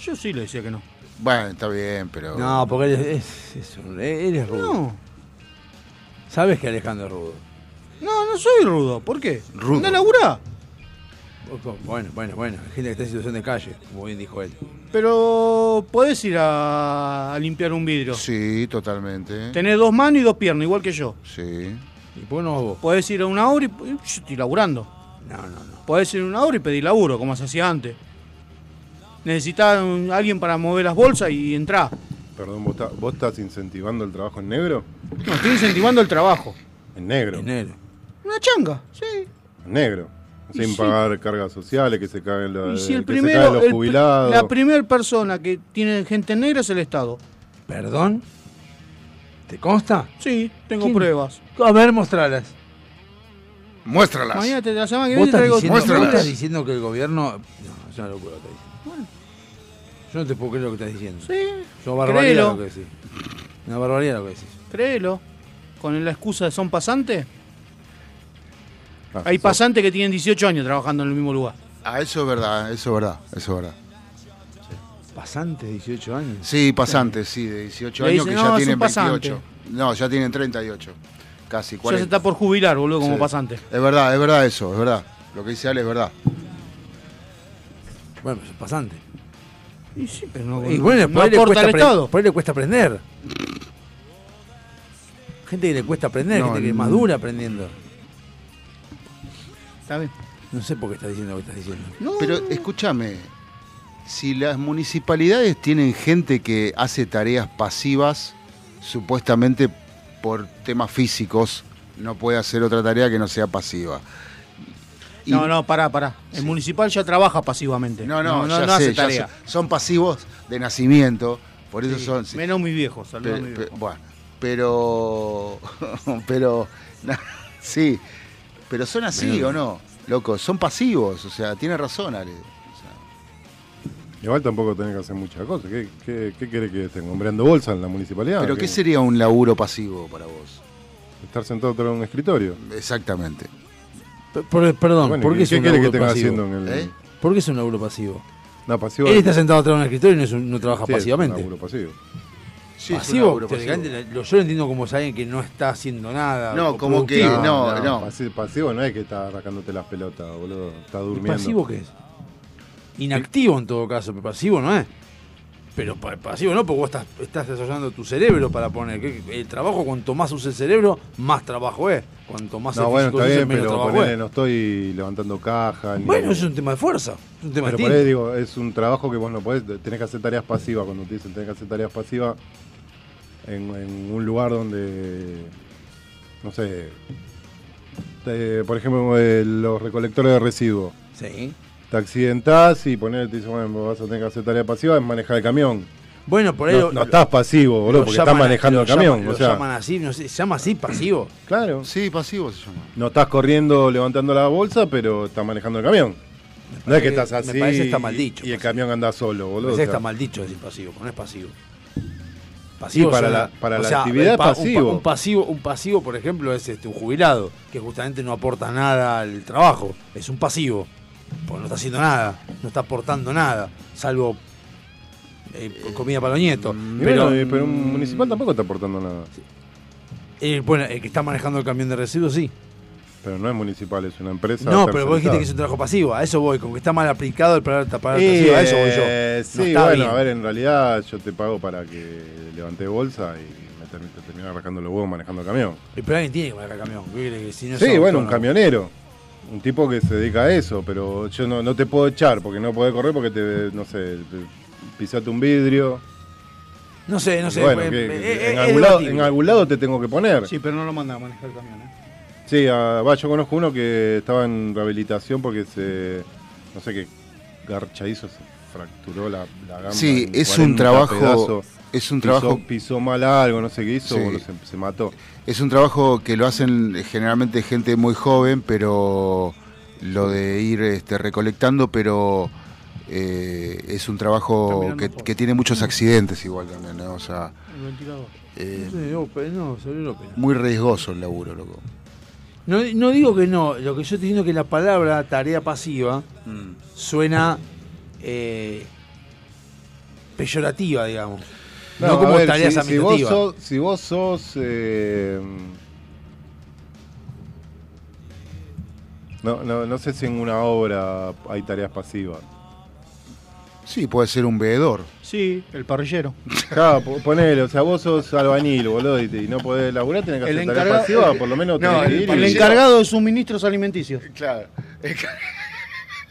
C: Yo sí le decía que no.
F: Bueno, está bien, pero.
D: No, porque él es, es- es un- él es rudo.
C: No,
D: Sabes que Alejandro es rudo.
C: no, no soy rudo. ¿Por qué?
F: Rudo. pues.
C: Anda a laburar.
D: Bueno, bueno, bueno. Hay gente que está en situación de calle, como bien dijo él.
C: Pero podés ir a, a limpiar un vidrio.
F: Sí, totalmente.
C: Tenés dos manos y dos piernas, igual que yo.
F: Sí.
D: ¿Y por qué no vas vos?
C: Podés ir a una obra y. Yo estoy laburando.
D: No, no, no.
C: Podés ir a una obra y pedir laburo, como se hacía antes. Necesitás un- alguien para mover las bolsas y entrar.
E: Perdón, ¿vos, está- vos estás incentivando el trabajo en negro?
C: No, estoy incentivando el trabajo.
E: En negro.
D: En él.
C: Una changa, sí.
E: En negro. Sin
C: si-
E: pagar cargas sociales, que se caguen
C: Y
E: los, eh,
C: si el
E: que se caguen
C: primero,
E: los
C: el pr-
E: jubilados.
C: la primera persona que tiene gente negra es el Estado.
D: ¿Perdón? ¿Te consta?
C: Sí, tengo
D: ¿Quién?
C: pruebas.
D: A ver, mostralas.
F: Muéstralas.
C: Mañana te la semana que
D: ¿Vos
C: viene
D: estás,
C: traigo
D: diciendo, vos
F: Muéstralas.
D: estás diciendo que el gobierno. No, es una locura lo que estás diciendo. Yo no te puedo creer lo que estás diciendo.
C: Sí,
D: Es una barbaridad
C: Créelo.
D: lo que decís. Una barbaridad lo que decís.
C: créelo. Con la excusa de son pasantes.
E: Ah,
C: Hay
E: sos-
C: pasantes que tienen 18 años trabajando en el mismo lugar.
F: Ah, eso es verdad, eso es verdad, eso es verdad.
D: Pasantes, 18 años.
F: Sí, pasantes, sí, de 18
C: Le
F: años
C: dicen,
F: que
C: "No,
F: ya
C: es
F: tienen
C: un pasante".
F: 28. No, ya tienen 38. Casi
C: Ya se
F: 40.
C: está por jubilar, boludo, como
F: Sí.
C: pasante.
F: Es verdad, es verdad eso, es verdad. Lo que dice Ale es verdad.
D: Bueno, pues es pasante.
C: Y sí, pero no,
D: Y bueno,
C: no
D: por ahí, le
C: aporta
D: cuesta
C: al
D: apre-
C: Estado.
D: por ahí le cuesta aprender. Gente que le cuesta aprender,
F: No,
D: gente que es
F: no.
D: más dura aprendiendo.
C: Está bien.
D: No sé por qué estás diciendo lo que estás diciendo.
C: No,
F: Pero escúchame, si las municipalidades tienen gente que hace tareas pasivas, supuestamente por temas físicos, no puede hacer otra tarea que no sea pasiva. Y-
C: no, no, pará, pará. El municipal ya trabaja pasivamente.
F: No, no, ya sé,
C: hace
F: ya
C: tarea.
F: son, son pasivos de nacimiento, por eso
C: Sí,
F: son. sí.
C: Menos mis viejos,
F: Pe-
C: saludos a mis
F: pe-
C: viejos.
F: bueno, pero. pero. na- sí, pero son así o no, loco, son pasivos, o sea, tiene razón, Ale. O sea,
E: Igual tampoco tenés que hacer muchas cosas. ¿Qué, qué, qué querés que estén? ¿Hombreando bolsa en la municipalidad?
F: pero, ¿qué sería un laburo pasivo para vos?
E: Estar sentado atrás de un escritorio.
F: Exactamente.
D: P- por- perdón,
E: Bueno,
D: ¿por
E: ¿y
D: qué es
E: ¿Qué
D: un
E: querés que
D: laburo
E: estén
D: pasivo?
E: haciendo en el.?
F: ¿Eh?
D: ¿Por qué es un laburo pasivo?
E: No, pasivo.
D: Él está sentado atrás de un escritorio y no, es un- no trabaja
E: Sí, es un
D: pasivamente.
E: laburo pasivo.
F: Sí, es un
D: pasivo,
F: laburo pasivo.
D: teóricamente, lo- yo lo entiendo como es alguien que no está haciendo nada.
F: No,
D: o
F: como que-
D: productivo.
F: no, no.
E: Pasivo, pasivo no es que está arrancándote las pelotas, boludo. Está durmiendo.
D: ¿Pasivo qué es? Inactivo en todo caso, pero pasivo no es. Pero pa- pasivo no, porque vos estás, estás desarrollando tu cerebro para poner. que- que El trabajo, cuanto más usa el cerebro, más trabajo es. Cuanto más
E: No,
D: el
E: bueno,
D: físico
E: está
D: se use,
E: bien,
D: menos
E: pero
D: trabajo
E: ponele,
D: es.
E: no estoy levantando caja. ni-
D: Bueno, es un tema de fuerza. Es un
E: Pero
D: tema de
E: por
D: timbre.
E: ahí digo, es un trabajo que vos no podés, tenés que hacer tareas pasivas. Cuando te dicen tenés que hacer tareas pasivas en, en un lugar donde, no sé, te- por ejemplo, eh, los recolectores de residuos.
D: Sí.
E: Te accidentás y poner, te dicen, bueno, vas a tener que hacer tareas pasivas, es manejar el camión.
D: Bueno, por ahí.
E: No,
D: lo-
E: no estás pasivo, boludo,
D: lo
E: porque
D: llaman-
E: estás manejando
D: lo
E: el camión.
D: llaman-
E: o
D: lo
E: sea,
D: llaman así, no sé, se llama así, pasivo.
E: claro.
F: Sí, pasivo se llama.
E: No estás corriendo levantando la bolsa, pero estás manejando el camión. No es que estás
D: me
E: así
D: parece está mal dicho, pues.
E: y el
D: pasivo.
E: camión anda solo, boludo.
D: Ese
E: o
D: está
E: sea.
D: mal dicho decir pasivo, no es pasivo. Pasivo
E: Sí, para
D: suena-
E: la- para
D: o
E: la
D: sea,
E: actividad
D: el
E: es pasivo.
D: Un, un pasivo. Un pasivo, por ejemplo, es este, un jubilado, que justamente no aporta nada al trabajo. Es un pasivo, porque no está haciendo nada, no está aportando nada, salvo eh, comida para los nietos.
E: Y bueno, eh,
D: Pero,
E: Pero, un municipal tampoco está aportando nada.
D: eh, bueno, el que está manejando el camión de residuos, sí.
E: Pero no es municipal, es una empresa.
D: No, pero vos dijiste que es
E: tercerizada.
D: un trabajo pasivo, a eso voy, con que está mal aplicado el para tapar
E: Eh,
D: a eso voy yo. No
E: sí,
D: está
E: bueno,
D: bien.
E: a ver, en realidad yo te pago para que levante bolsa y me termine, te termine arrancando los huevos manejando el camión.
D: Eh, Pero alguien tiene que manejar el camión. ¿qué quiere que- si no es
E: sí, bueno, un
D: autónomo?
E: camionero. Un tipo que se dedica a eso, pero yo no, no te puedo echar porque no podés correr porque te, no sé, te- pisate un vidrio.
D: No sé, no sé.
E: bueno,
D: eh,
E: que-
D: eh,
E: que-
D: eh,
E: en,
D: es
E: algún lado,
D: debatible.
E: en algún lado te tengo que poner.
C: Sí, pero no lo manda a manejar el camión. ¿eh?
E: Sí, a- va, yo conozco uno que estaba en rehabilitación porque se. No sé qué garcha hizo, se fracturó la, la gamba.
F: Sí,
E: en
F: es un
E: 40
F: trabajo.
E: pedazos.
F: Es un
E: Pisó-
F: trabajo.
E: Pisó, mal algo, no sé qué hizo,
F: Sí.
E: boludo, se, se mató.
F: Es un trabajo que lo hacen generalmente gente muy joven, pero lo de ir este, recolectando, pero eh, es un trabajo que, que tiene muchos accidentes igual también, ¿no? O sea,
C: El ventilador.
F: eh,
D: Sí, Open, no, salió Open.
F: muy riesgoso el laburo, loco.
D: No, no digo que no, lo que yo estoy diciendo es que la palabra tarea pasiva Mm. suena eh, peyorativa, digamos. No,
E: a
D: como
E: ver,
D: tareas
E: si, si vos
D: administrativas.
E: sos. Si vos sos eh, no, no, no sé si en una obra hay tareas pasivas.
F: Sí, puede ser un veedor.
C: Sí, el parrillero.
E: Claro, po- ponele, o sea, vos sos albañil, boludo, y, te- y no podés laburar, tenés que
C: El
E: hacer tareas
C: encarga-
E: pasivas, por lo menos
F: No,
E: tenés que
F: el
E: ir y-
C: El encargado de suministros alimenticios.
F: Claro.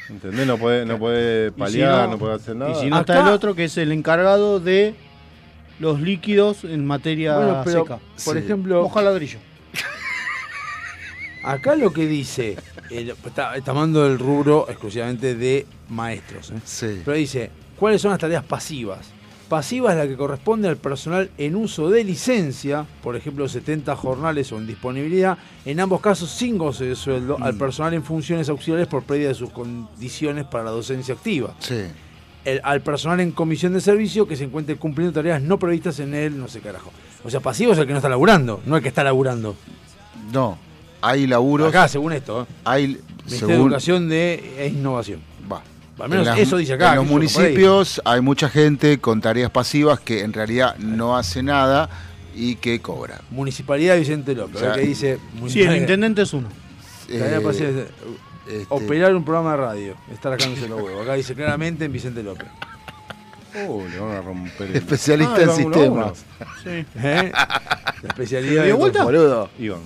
E: ¿Entendés? No podés, no podés
C: si
E: paliar,
C: no-
E: no, podés hacer nada.
C: Y si no
D: Acá-
C: está el otro, que es el encargado de los líquidos en materia
D: Bueno, pero,
C: seca.
D: por
F: Sí.
D: ejemplo,
C: Moja ladrillo.
D: acá lo que dice, el- está, está hablando del rubro exclusivamente de maestros. ¿eh?
F: Sí.
D: Pero dice, ¿cuáles son las tareas pasivas? Pasiva es la que corresponde al personal en uso de licencia, por ejemplo 70 jornales o en disponibilidad, en ambos casos sin goce de sueldo,
F: Mm.
D: al personal en funciones auxiliares por pérdida de sus condiciones para la docencia activa,
F: Sí.
D: El- al personal en comisión de servicio que se encuentre cumpliendo tareas no previstas en él, no sé carajo. O sea, pasivo es el que no está laburando, no el que está laburando.
F: No. Hay laburos.
D: Acá, según esto, ¿eh?
F: Hay.
D: Ministerio de
F: Según.
D: Educación de, e Innovación.
F: Va.
D: Al menos
F: En las-
D: eso dice acá.
F: En los
D: qué sé yo, por ahí.
F: municipios hay mucha gente con tareas pasivas que en realidad no hace nada y que cobra.
D: Municipalidad de Vicente López,
F: O sea,
D: que dice...
C: Sí, el
D: municipalidad-
C: intendente es uno.
D: Tarea
F: Eh,
D: pasiva es, eh,
F: este,
D: Operar un programa de radio. Estar acá en los huevos. Acá dice claramente en Vicente López.
E: Uh, le van a romper
D: Este
E: el- Ah,
F: Especialista en
E: era uno a
F: sistemas.
D: ¿Eh? La especialidad
C: ¿Dio
D: de-
C: vuelta?
F: Boludo.
E: uno. Iván.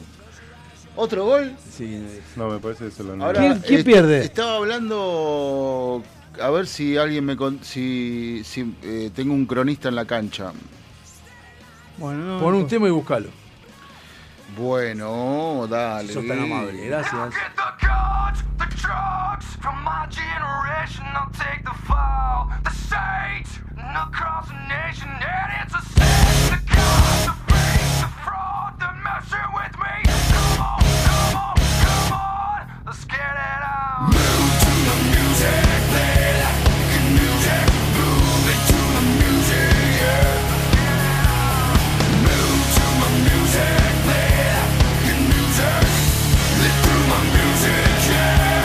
F: Otro gol.
D: Sí, no dice.
E: No, me parece que se lo han
F: Ahora,
D: ¿Quién- quién
F: eh,
D: pierde?
F: Estaba hablando. A ver si alguien me. Con, si si, eh, tengo un cronista en la cancha.
C: Bueno, no,
D: Pon un
C: no.
D: tema y buscalo.
F: Bueno, dale.
D: Sos tan amable. Gracias.
A: Get the guns, the drugs from my generation. I'll take the fall, the sage, and across the nation. And it's a sin. The guns, the fake, the fraud, the messing with me. Come on, come on, come on. Let's get it on. Move to the music, play like the music. Move it to the music, yeah. Move to my music, play like the music. Live through my music.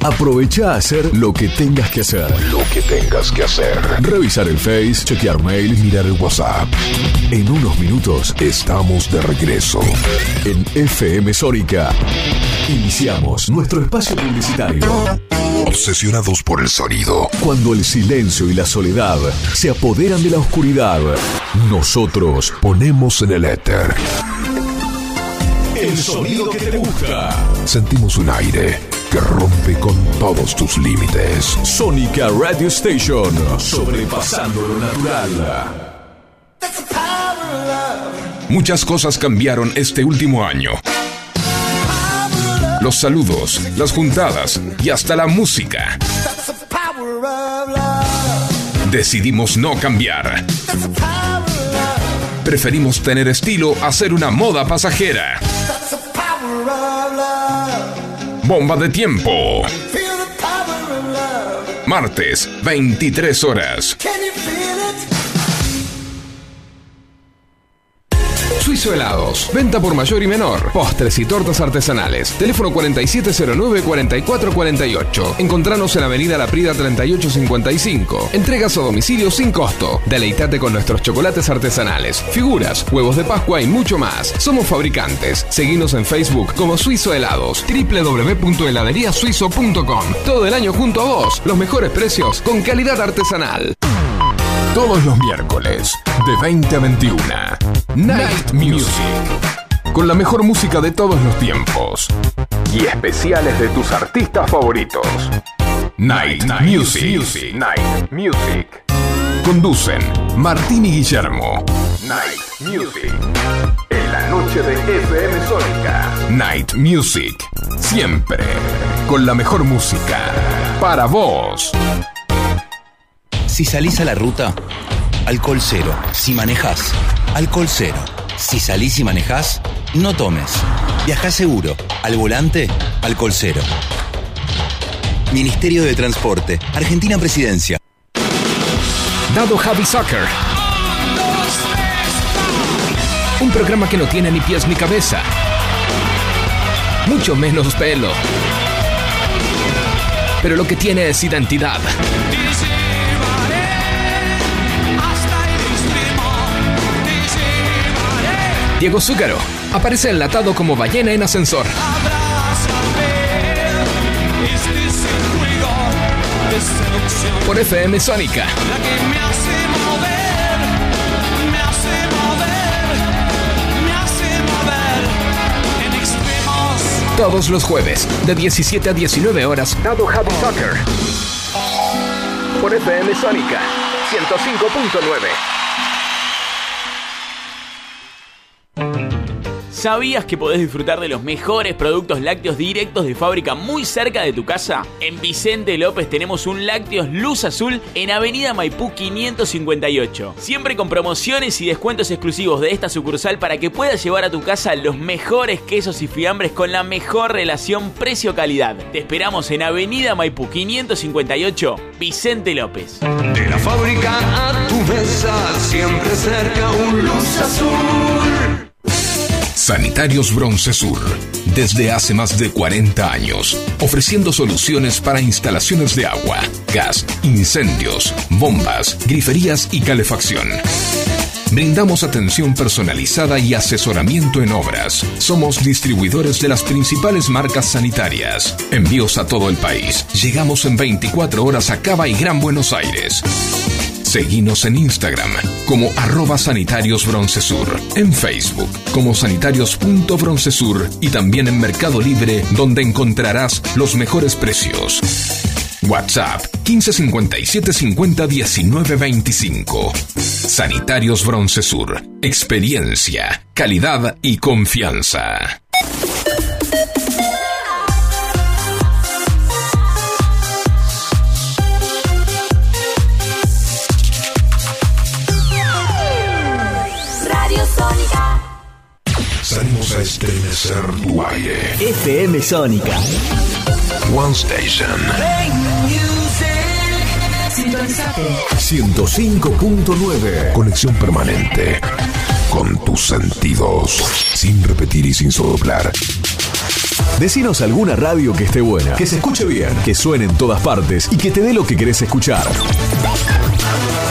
I: Aprovecha a hacer lo que tengas que hacer. Lo que tengas que hacer. Revisar el Face, chequear mail, mirar el WhatsApp. En unos minutos estamos de regreso. En FM Sónica. Iniciamos nuestro espacio publicitario. Obsesionados por el sonido. Cuando el silencio y la soledad se apoderan de la oscuridad, nosotros ponemos en el éter el sonido que te gusta. Sentimos un aire que rompe con todos tus límites. Sónica Radio Station, sobrepasando lo natural.
K: Muchas cosas cambiaron este último año. Los saludos, las juntadas y hasta la música. Decidimos no cambiar. Preferimos tener estilo a ser una moda pasajera. Bomba de tiempo. Martes, 23 horas. Suizo Helados. Venta por mayor y menor. Postres y tortas artesanales. Teléfono 4709-4448. Encontranos en Avenida La Prida 3855. Entregas a domicilio sin costo. Deleitate con nuestros chocolates artesanales, figuras, huevos de Pascua y mucho más. Somos fabricantes. Seguinos en Facebook como Suizo Helados. www.heladeriasuizo.com. Todo el año junto a vos. Los mejores precios con calidad artesanal.
I: Todos los miércoles, de 20 a 21. Night Music.
K: Con la mejor música de todos los tiempos.
I: Y especiales de tus artistas favoritos.
K: Night, Music. Night Music. Conducen Martín y Guillermo.
I: Night Music. En la noche de FM Sónica.
K: Night Music. Siempre. Con la mejor música. Para vos.
L: Si salís a la ruta, alcohol cero. Si manejás, alcohol cero. Si salís y manejás, no tomes. Viajá seguro. Al volante, alcohol cero. Ministerio de Transporte, Argentina Presidencia.
K: Dado Javi Soccer. Un programa que no tiene ni pies ni cabeza. Mucho menos pelo. Pero lo que tiene es identidad. Diego Zúcaro aparece enlatado como ballena en ascensor. Por FM Sónica. Todos los jueves, de 17 a 19 horas. Dado Happy Soccer.
I: Por FM Sónica 105.9.
M: ¿Sabías que podés disfrutar de los mejores productos lácteos directos de fábrica muy cerca de tu casa? En Vicente López tenemos un Lácteos Luz Azul en Avenida Maipú 558. Siempre con promociones y descuentos exclusivos de esta sucursal para que puedas llevar a tu casa los mejores quesos y fiambres con la mejor relación precio-calidad. Te esperamos en Avenida Maipú 558, Vicente López.
A: De la fábrica a tu mesa, siempre cerca un luz azul.
K: Sanitarios Bronce Sur, desde hace más de 40 años, ofreciendo soluciones para instalaciones de agua, gas, incendios, bombas, griferías y calefacción. Brindamos atención personalizada y asesoramiento en obras. Somos distribuidores de las principales marcas sanitarias. Envíos a todo el país. Llegamos en 24 horas a Cava y Gran Buenos Aires. Seguinos en Instagram como arroba sanitarios broncesur, en Facebook como sanitarios.broncesur y también en Mercado Libre donde encontrarás los mejores precios. WhatsApp 1557 50 19 25. Sanitarios Broncesur. Experiencia, calidad y confianza.
A: Radio Sónica.
I: Salimos a estremecer tu aire.
N: FM Sónica.
I: One Station
A: Sintonizate.
I: 105.9. Conexión permanente con tus sentidos. Sin repetir y sin soplar. Decinos alguna radio que esté buena, que se escuche bien, que suene en todas partes y que te dé lo que querés escuchar.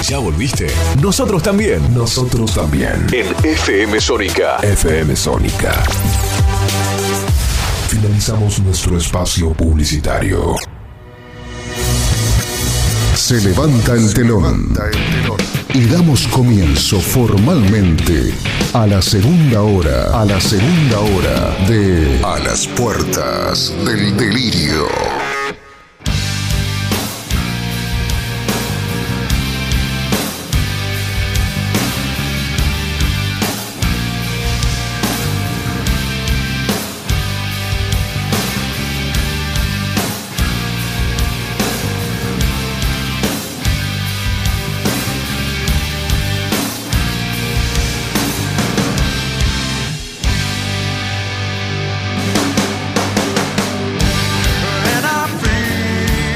I: ¿Ya volviste? Nosotros también. Nosotros también.
K: En FM Sónica.
I: FM Sónica.
B: Finalizamos nuestro espacio publicitario. Se levanta el telón. Y damos comienzo formalmente a la segunda hora, a la segunda hora de A las puertas del delirio.
A: And I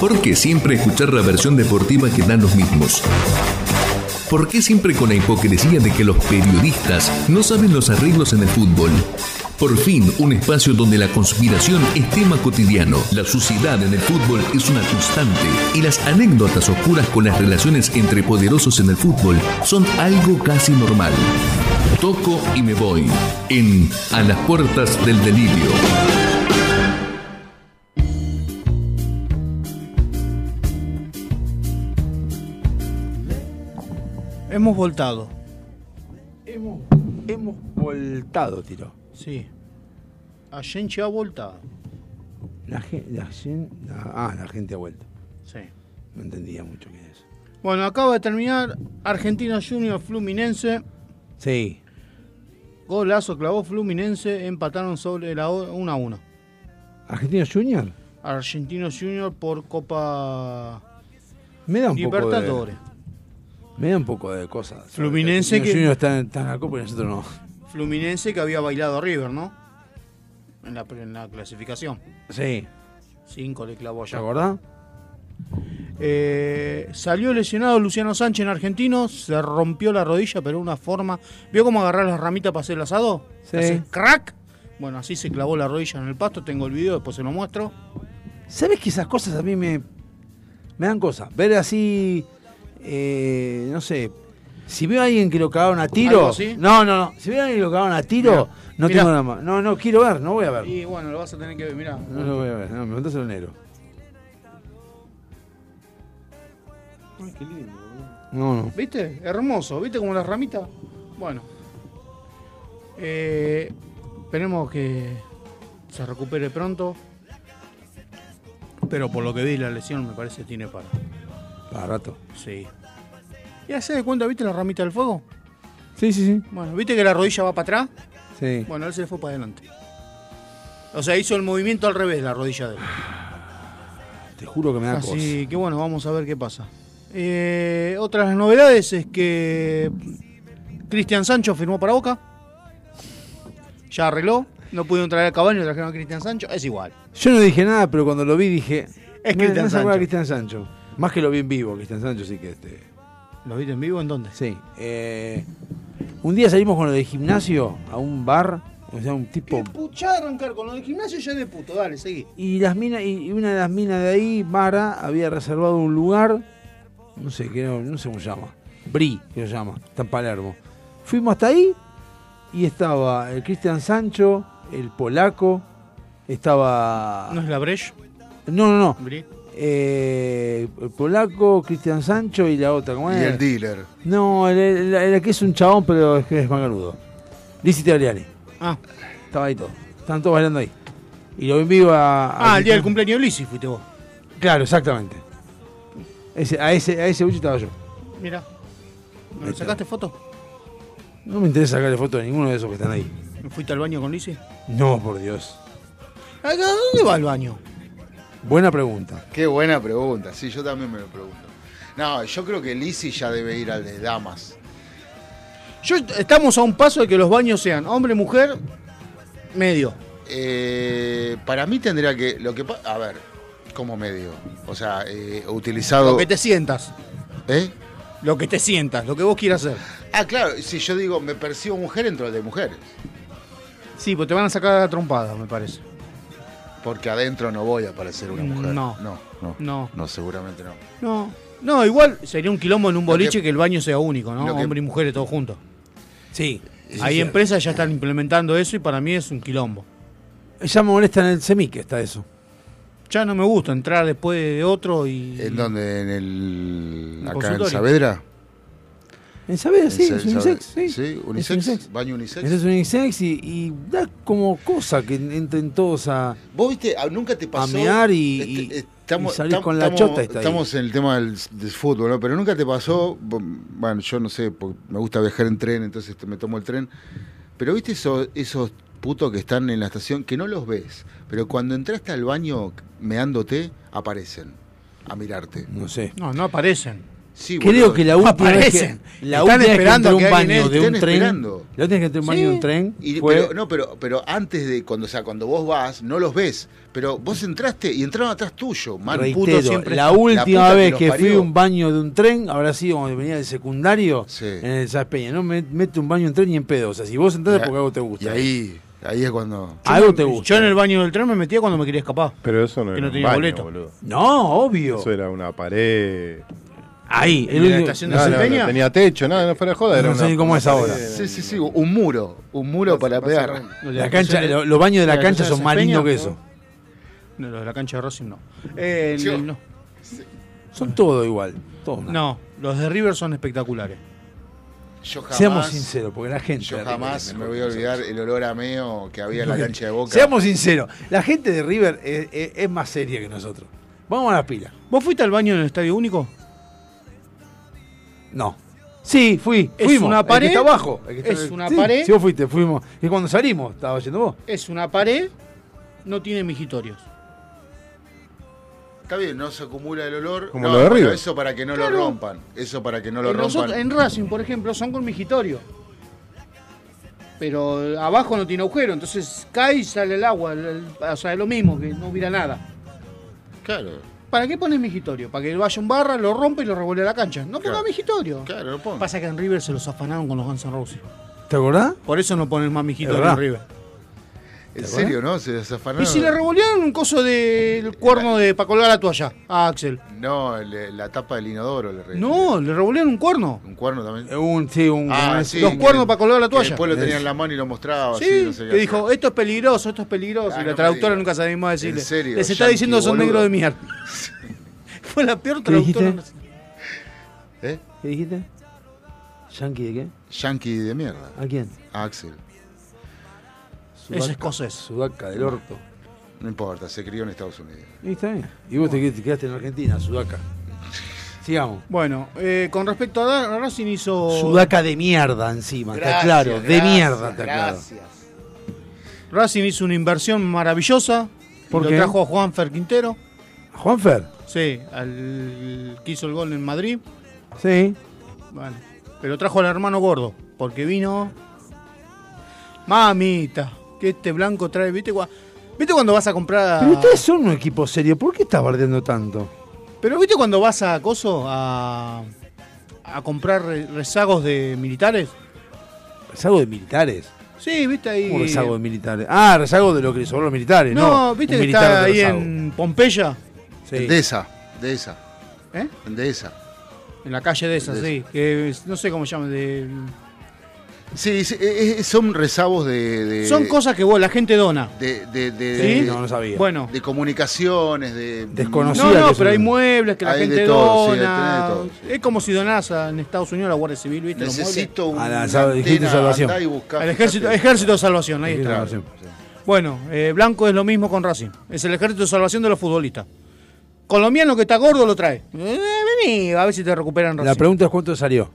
N: ¿Por qué siempre escuchar la versión deportiva que dan los mismos? ¿Por qué siempre con la hipocresía de que los periodistas no saben los arreglos en el fútbol? Por fin, un espacio donde la conspiración es tema cotidiano, la suciedad en el fútbol es una constante y las anécdotas oscuras con las relaciones entre poderosos en el fútbol son algo casi normal. Toco y me voy en A las puertas del delirio.
C: Hemos voltado.
D: Hemos, hemos voltado, tiro.
C: Sí. A gente ha voltado.
D: La, gen- la gen- la- ah, la gente ha vuelto.
C: Sí.
D: No entendía mucho qué es.
C: Bueno, acaba de terminar Argentina Junior Fluminense.
D: Sí.
C: Golazo clavó Fluminense, empataron sobre la 1 a 1.
D: ¿Argentina Junior?
C: Argentinos Junior por Copa
D: Me da un poco
C: Libertadores.
D: de. Me da un poco de cosas.
C: Fluminense que-
D: Argentinos Junior está, está en la Copa y nosotros no.
C: Fluminense que había bailado a River, ¿no? En la, en la clasificación.
D: Sí.
C: 5 le clavó
D: ¿Te
C: allá.
D: acordás?
C: Eh, salió lesionado Luciano Sánchez en Argentino, se rompió la rodilla, pero de una forma. ¿Vio cómo agarrar las ramitas para hacer el asado?
D: Sí.
C: Hace crack. Bueno, así se clavó la rodilla en el pasto. Tengo el video, después se lo muestro.
D: ¿Sabes que esas cosas a mí me, me dan cosas? Ver así, eh, no sé, si veo a alguien que lo cagaron a
C: ¿Algo
D: tiro...
C: así?
D: No, no, no, si veo a alguien que lo cagaron a tiro,
C: Mirá,
D: no
C: mirá.
D: tengo nada más. No, no, quiero ver, no voy a ver.
C: Y bueno, lo vas a tener que ver, mirá.
D: No lo voy a ver, no, me contás el negro. No, no.
C: ¿Viste? Hermoso. ¿Viste como las ramitas? Bueno. Eh, esperemos que se recupere pronto. Pero por lo que vi, la lesión me parece tiene para.
D: Para rato.
C: Sí. ¿Ya se de cuenta, viste la ramita del fuego?
D: Sí, sí, sí.
C: Bueno, ¿viste que la rodilla va para atrás?
D: Sí.
C: Bueno, él se le fue para adelante. O sea, hizo el movimiento al revés la rodilla de él.
D: Te juro que me
C: Ah,
D: da cosas.
C: Así que bueno, vamos a ver qué pasa. Eh, otra de las novedades es que Cristian Sancho firmó para Boca. Ya arregló. No pudieron traer a Cabaño, trajeron a Cristian Sancho. Es igual.
D: Yo no dije nada, pero cuando lo vi dije...
C: Es
D: me-
C: Cristian
D: me sacó a
C: Sancho.
D: Cristian Sancho. Más que lo vi en vivo, Cristian Sancho, sí que este...
C: ¿Lo viste en vivo en dónde?
D: Sí. eh, un día salimos con lo de gimnasio a un bar, o sea, un tipo...
C: Puchá arrancar con lo del gimnasio ya de puto. Dale, seguí.
D: Y las minas, y y una de las minas de ahí, Mara, había reservado un lugar, no sé qué, era, no sé cómo se llama, Bri, que lo llama, está en Palermo. Fuimos hasta ahí y estaba el Cristian Sancho, el polaco, estaba.
C: ¿No es la Bresh?
D: No, no, no.
C: Bri.
D: Eh, el polaco, Cristian Sancho y la otra, ¿cómo
F: Y
D: era?
F: el dealer.
D: No, el, el- el que es un chabón, pero es que es maganudo. Lizzy Tagliani.
C: Ah.
D: Estaba ahí todo. Estaban todos bailando ahí. Y lo envío a. a
C: Ah, el día del
D: Cristian-
C: cumpleaños de Lisi fuiste vos.
D: Claro, exactamente. Ese- a ese, a ese bucho estaba yo.
C: Mira. ¿Me sacaste foto?
D: No me interesa sacarle foto de ninguno de esos que están ahí.
C: ¿Me fuiste al baño con Lisi?
D: No, por Dios.
C: ¿A dónde va el baño?
D: Buena pregunta.
F: Qué buena pregunta. Sí, yo también me lo pregunto. No, yo creo que Lisi ya debe ir al de damas.
C: Yo estamos a un paso de que los baños sean hombre, mujer, medio.
F: Eh, para mí tendría que. Lo que pa- a ver, como medio. O sea, eh,
C: Lo
F: utilizado.
C: que te sientas.
F: ¿Eh?
C: Lo que te sientas, lo que vos quieras hacer.
F: Ah, claro, si yo digo me percibo mujer, entro al de mujeres.
C: Sí, pues te van a sacar la trompada, me parece.
F: Porque adentro no voy a parecer una mujer.
C: No.
F: No, no.
C: No.
F: No, seguramente no.
D: Mm.
C: No. No, igual sería un quilombo en un boliche que, el baño sea único, ¿no?
F: lo que-
C: Hombre y mujeres todos juntos.
D: Sí.
C: Hay empresas ya están implementando eso y para mí es un quilombo.
D: Ya me molesta en el semi que está eso.
C: Ya no me gusta entrar después de otro y.
F: ¿En dónde? ¿En
C: El
F: el. acá en
C: consultorio.
F: Saavedra?
D: En Saavedra, sí,
F: En
D: es
F: Sa-
D: unisex.
F: Saavedra.
D: Sí,
F: Sí,
D: Es
F: unisex. Baño unisex.
D: Ese es unisex y, y da como cosa que entren todos a.
F: ¿Vos viste? ah, ¿Nunca te pasó?
D: A mear y- y- y salir
F: tam-
D: con la
F: estamos-
D: chota está ahí.
F: Estamos en el tema del, del fútbol, ¿no? Pero nunca te pasó, bo- bueno, yo no sé, porque me gusta viajar en tren, entonces te- me tomo el tren. Pero viste esos, esos putos que están en la estación, que no los ves, pero cuando entraste al baño meándote, aparecen a mirarte.
D: No sé.
C: No, no aparecen.
F: Sí,
D: Creo
F: boludo.
D: que la última
F: Aparecen.
D: vez que, la
F: Están
D: última vez que entré
F: esperando que
D: un
F: alguien
D: baño
F: entre.
D: de un
F: Están
D: tren.
F: esperando.
D: La última vez que entré un baño de un tren
F: Y-
D: fue
F: pero, no, pero, pero antes de cuando, o sea, cuando vos vas, no los ves. Pero vos entraste y entraron atrás tuyo. Man,
D: Reitero,
F: puto, siempre-
D: la última
F: puta
D: vez
F: los
D: que, fui a
F: parió.
D: un baño de un tren, habrá sido cuando venía del secundario, en el Sáenz Peña. No me, mete un baño de un tren ni en pedo. O sea, si vos entras
F: Y a-
D: porque algo te gusta.
F: Y ahí, ahí es cuando.
C: Yo
D: Algo
C: me-
D: te gusta.
C: Yo en el baño del tren me metía cuando me quería escapar.
E: Pero eso no
C: Que
E: era
C: no
E: un
C: tenía
E: baño,
C: boleto.
E: boludo.
D: No, obvio.
E: Eso era una pared.
D: Ahí,
C: el ¿En la único- estación de
E: No, no, no,
C: Cerdeña?
E: tenía techo, nada, no fuera de joda.
D: No
E: era
D: sé
E: una-
D: ni cómo es
E: una
D: ahora.
E: pared.
F: Sí, sí, sí, un muro. Un muro para pegar.
D: La cancha, lo- los baños de la cancha son más lindos que eso.
C: No, los de la cancha de Racing no. Eh, el- el- no.
D: Son todo igual. todo mal.
C: No, los de River son espectaculares.
F: Yo
D: Seamos sinceros, porque la gente.
F: Yo
D: de
F: jamás
D: River
F: me
D: es
F: voy a
D: mejor que
F: olvidar el olor a meo que había en la cancha de boca.
D: Seamos sinceros, la gente de River es, es- es más seria que nosotros. Vamos a la pila.
C: ¿Vos fuiste al baño en el Estadio Único?
D: No. Sí, fui.
C: Es
D: fuimos.
C: una
D: El que
C: pared,
D: está abajo. el que está-
C: es una
D: sí,
C: pared.
D: Sí, vos fuiste, fuimos. Y cuando salimos, estaba yendo vos.
C: Es una pared, no tiene mijitorios.
F: Está bien, no se acumula el olor.
E: Como
F: No,
E: lo de
F: pero
E: River.
F: Eso para que no
C: Claro.
F: lo rompan. Eso para que no lo
C: en,
F: rompan.
C: nosotros- en Racing, por ejemplo, son con migitorio. Pero eh, abajo no tiene agujero, entonces cae y sale el agua. el- el- o sea, es lo mismo, que no hubiera nada.
F: Claro.
C: ¿Para qué pones migitorio? Para que vaya un barra, lo rompe y lo revuelve a la cancha. No ponga
F: Claro.
C: migitorio.
F: Claro, lo pongo.
C: Pasa que en River se los afanaron con los Guns N' Roses.
D: ¿Te acordás?
C: Por eso no ponen más
F: Es
C: migitorio
F: verdad.
C: en River.
F: En serio, Ah, ¿no? Se desafanaron.
C: Y si le revolvieron un coso del cuerno de para colgar la toalla a Axel.
F: No, le- la tapa del inodoro le re-
C: No, le revolvieron un cuerno.
F: Un cuerno también.
D: Un, sí, un.
F: Ah,
D: un-
F: sí.
C: Los cuernos para colgar la
F: que
C: toalla.
F: Después lo tenían en la mano y lo mostraba.
C: Sí,
F: así, Ah, no sé qué
C: que dijo, esto es peligroso, esto es peligroso.
F: Ah,
C: y
F: no
C: la
F: me
C: traductora
F: digas.
C: nunca se animó a decirle.
F: En serio,
C: Les está
F: yankee,
C: diciendo son
F: boludo.
C: negros de mierda. Fue la peor
D: ¿Qué
C: traductora.
D: dijiste?
F: ¿Eh?
D: ¿Qué dijiste? ¿Yankee de qué?
F: Yankee de mierda.
D: ¿A quién?
F: A Axel.
C: Es escocés.
D: Sudaca del orto.
F: No importa, se crió en Estados Unidos.
D: Y está bien. Y vos te qued- te quedaste en Argentina, Sudaca. Sigamos.
C: Bueno, eh, con respecto a Dan, Racing hizo.
D: Sudaca de mierda encima, está claro. de mierda, está claro.
C: Racing hizo una inversión maravillosa.
D: ¿Por
C: lo
D: qué?
C: trajo a Juan Fer Quintero.
D: Juanfer.
C: Sí, al que hizo el gol en Madrid.
D: Sí.
C: Bueno, pero trajo al hermano gordo, porque vino. Mamita, que este blanco trae. ¿Viste, cua- ¿Viste cuando vas a comprar.
D: Pero este ustedes son un equipo serio, ¿por qué estás bardeando tanto?
C: Pero viste cuando vas a Coso a, a comprar re- rezagos de militares.
D: ¿Rezago de militares?
C: Sí, viste ahí.
D: ¿Cómo rezago de militares? Ah, rezago de lo que les sobró a los militares, ¿no?
C: No, viste
D: un
C: que
D: militar
C: está
D: de
C: ahí
D: rezago.
C: en Pompeya,
D: Sí.
F: De esa, de esa.
C: ¿Eh?
F: De esa.
C: en la calle de esas,
F: De
C: sí. Que es- no sé cómo se llama. de-
F: Sí, sí, eh, eh, son rezabos de. de-
C: Son cosas que vos, la gente dona.
F: De, de, de-
C: ¿Sí?
F: de-
D: No, no sabía.
C: Bueno.
F: de comunicaciones, de.
D: Desconocida
C: No, no,
D: que
C: pero hay
D: son.
C: muebles que la
F: Hay
C: gente
F: de todo, sí,
C: dona.
F: hay de todo,
C: Es como si donás a- en Estados Unidos a la Guardia Civil, ¿viste? Los muebles.
F: Necesito un.
D: A Ah, la- sabe, dijiste salvación.
C: Al ejército, ejército de salvación, ahí está. Bueno, eh, Blanco es lo mismo con Racing. Es el ejército de salvación de los futbolistas. Colombiano que está gordo lo trae. Eh, vení, a ver si te recuperan
D: La
C: Racing.
D: pregunta es cuánto salió.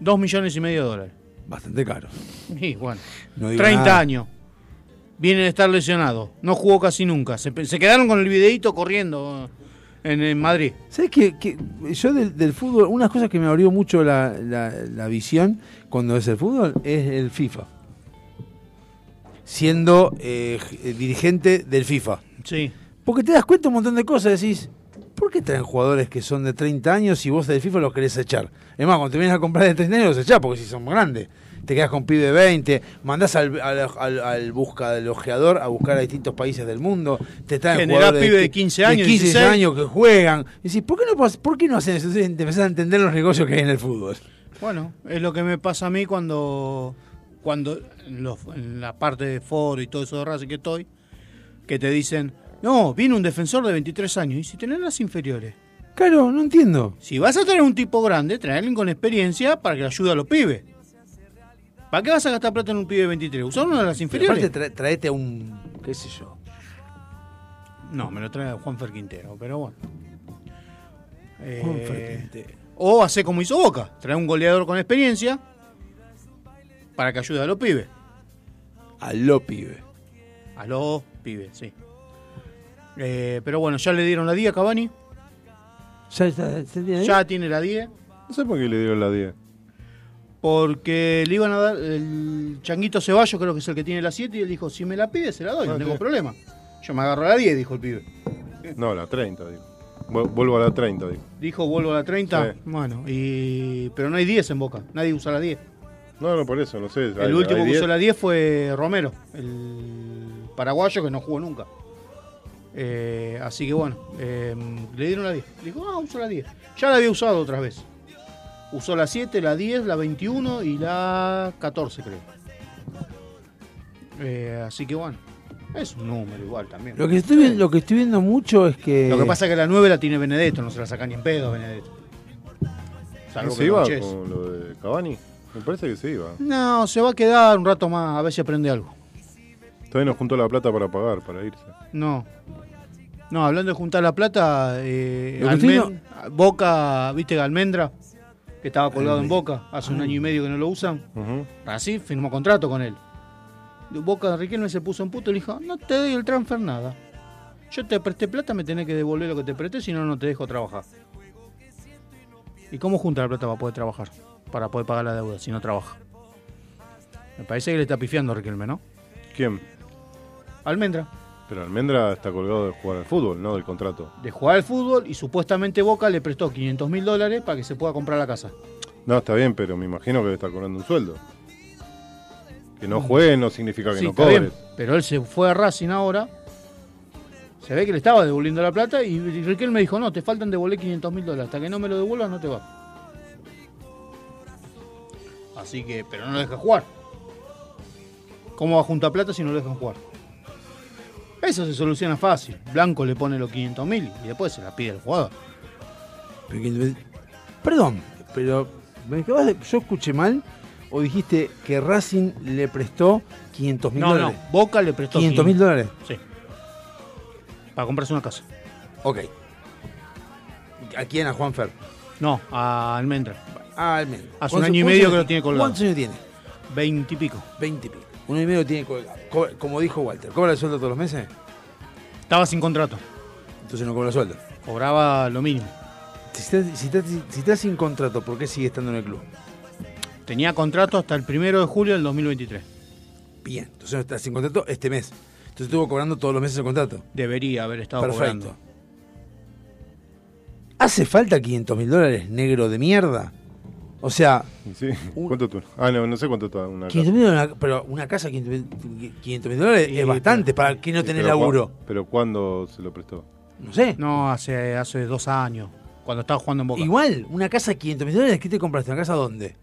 C: Dos millones y medio de dólares.
D: Bastante caro.
C: Y bueno,
D: No digo
C: 30
D: nada.
C: años. Viene de estar lesionado. No jugó casi nunca. Se, pe- se quedaron con el videíto corriendo eh, en, en Madrid.
D: ¿Sabes qué? qué? Yo del, del fútbol, una cosa que me abrió mucho la, la- la visión cuando es el fútbol es el FIFA. Siendo eh, j- eh, dirigente del FIFA.
C: Sí.
D: Porque te das cuenta un montón de cosas, decís, ¿por qué traen jugadores que son de 30 años y vos del FIFA los querés echar? Es más, cuando te vienes a comprar de 30 años los echás porque si son grandes. Te quedas con pibe de 20, mandás al, al, al- al busca del ojeador a buscar a distintos países del mundo, te traen
C: Generás
D: jugadores
C: pibe de 15 años,
D: de 15
C: 16.
D: años que juegan. Y decís, ¿por qué no, pas- por qué no hacen eso? Entonces te empezás a entender los negocios que hay en el fútbol.
C: Bueno, es lo que me pasa a mí cuando, cuando en, los- en la parte de foro y todo eso de Racing que estoy, que te dicen, no, viene un defensor de 23 años. ¿Y si tenés las inferiores?
D: Claro, no entiendo.
C: Si vas a tener un tipo grande, trae a alguien con experiencia para que le ayude a los pibes. ¿Para qué vas a gastar plata en un pibe de 23? Usá uno de las
D: Pero aparte
C: inferiores.
D: tra- traete a un, qué sé yo,
C: No, me lo trae Juan Fer Quintero, pero bueno. Eh,
D: Juan Ferquente.
C: o hace como hizo Boca, trae un goleador con experiencia para que ayude a los pibes.
D: a lo pibe.
C: A los pibes, sí. Eh, pero bueno, ya le dieron la 10 a Cavani.
D: Ya está, está bien ahí.
C: Ya tiene la 10.
E: No sé por qué le dieron la 10.
C: Porque le iban a dar el changuito Ceballos, creo que es el que tiene la 7, y él dijo, si me la pide, se la doy, no,
E: Ah,
C: tengo
E: sí.
C: problema. Yo me agarro la 10, dijo el pibe.
E: No, la 30, digo. Vu- Vuelvo a la 30, digo.
C: Dijo, vuelvo a la 30.
E: Sí.
C: Bueno, y... pero no hay 10 en Boca, nadie usa la 10.
E: No, no, por eso, no sé.
C: El último que usó la 10 fue Romero, el paraguayo que no jugó nunca. Eh, así que bueno, eh, le dieron la 10. Le dijo, ah, uso la 10. Ya la había usado otras veces. Usó la 7, la 10, la 21 y la 14, creo. Eh, así que bueno, es un número igual también.
D: Lo que, estoy, vi- lo que estoy viendo mucho es que.
C: Lo que pasa es que la 9 la tiene Benedetto, no se la saca ni en pedo Benedetto. Salvo
E: ¿Se
C: que
E: iba
C: Noches.
E: con lo de Cavani? Me parece que se iba.
C: No, se va a quedar un rato más, a ver si aprende algo.
E: Todavía no juntó la plata para pagar, para irse.
C: No. No, hablando de juntar la plata, eh,
E: Lo que estoy
C: Almen- Boca, viste que Almendra, que estaba colgado en
E: Ay.
C: Boca, hace un
E: Ay.
C: año y medio que no lo usan,
E: Ujú.
C: así firmó contrato con él. Boca Riquelme se puso en puto y le dijo, no te doy el transfer nada. Yo te presté plata, me tenés que devolver lo que te presté, si no, no te dejo trabajar. ¿Y cómo junta la plata para poder trabajar? Para poder pagar la deuda, si no trabaja. Me parece que le está pifiando a Riquelme, ¿no?
E: ¿Quién?
C: Almendra.
E: Pero Almendra está colgado de jugar al fútbol, no del contrato.
C: de jugar al fútbol y supuestamente Boca le prestó 500 mil dólares para que se pueda comprar la casa.
E: No, está bien, pero me imagino que debe estar cobrando un sueldo. Que no juegue no significa que
C: Sí,
E: no
C: está
E: cobre.
C: bien, pero él se fue a Racing ahora. Se ve que le estaba devolviendo la plata y Riquel me dijo, no, te faltan devolver 500 mil dólares. Hasta que no me lo devuelvas no te va. Así que, pero no lo deja jugar. ¿Cómo va a juntar plata si no lo dejan jugar? Eso se soluciona fácil. Blanco le pone los 500 mil y después se la pide el jugador.
D: Perdón, pero ¿me acabas de- yo escuché mal o dijiste que Racing le prestó 500 mil
C: No, no,
D: dólares.
C: Boca le prestó
D: 500 mil dólares.
C: Sí. Para comprarse una casa.
D: Ok. ¿A quién? ¿A Juanfer?
C: No, a Almendra.
D: Ah, al menos.
C: Hace un año y medio que lo tiene colgado.
D: ¿Cuántos años tiene?
C: Veintipico.
D: Veintipico. Un año y medio lo tiene colgado. Co- Como dijo Walter, ¿cobra el sueldo todos los meses?
C: Estaba sin contrato.
D: Entonces no cobra sueldo.
C: Cobraba lo mínimo.
D: Si estás, si estás- si estás sin contrato, ¿por qué sigue estando en el club?
C: Tenía contrato hasta el primero de julio del 2023.
D: Bien, entonces estás sin contrato este mes. Entonces estuvo cobrando todos los meses el contrato.
C: Debería haber estado
D: Perfecto.
C: cobrando.
D: ¿Hace falta 500 mil dólares, negro de mierda? O sea,
E: Y sí, ¿Cuánto tú? Ah, no, no sé cuánto está una casa.
D: 500 mil dólares, pero una casa, 500 mil dólares es bastante para que no
E: Sí,
D: tener
E: pero cua-
D: laburo.
E: Pero ¿cuándo se lo prestó?
D: No sé.
C: No, hace, hace dos años. Cuando estaba jugando en Boca.
D: Igual, una casa, 500 mil dólares, ¿qué te compraste? ¿Una casa dónde?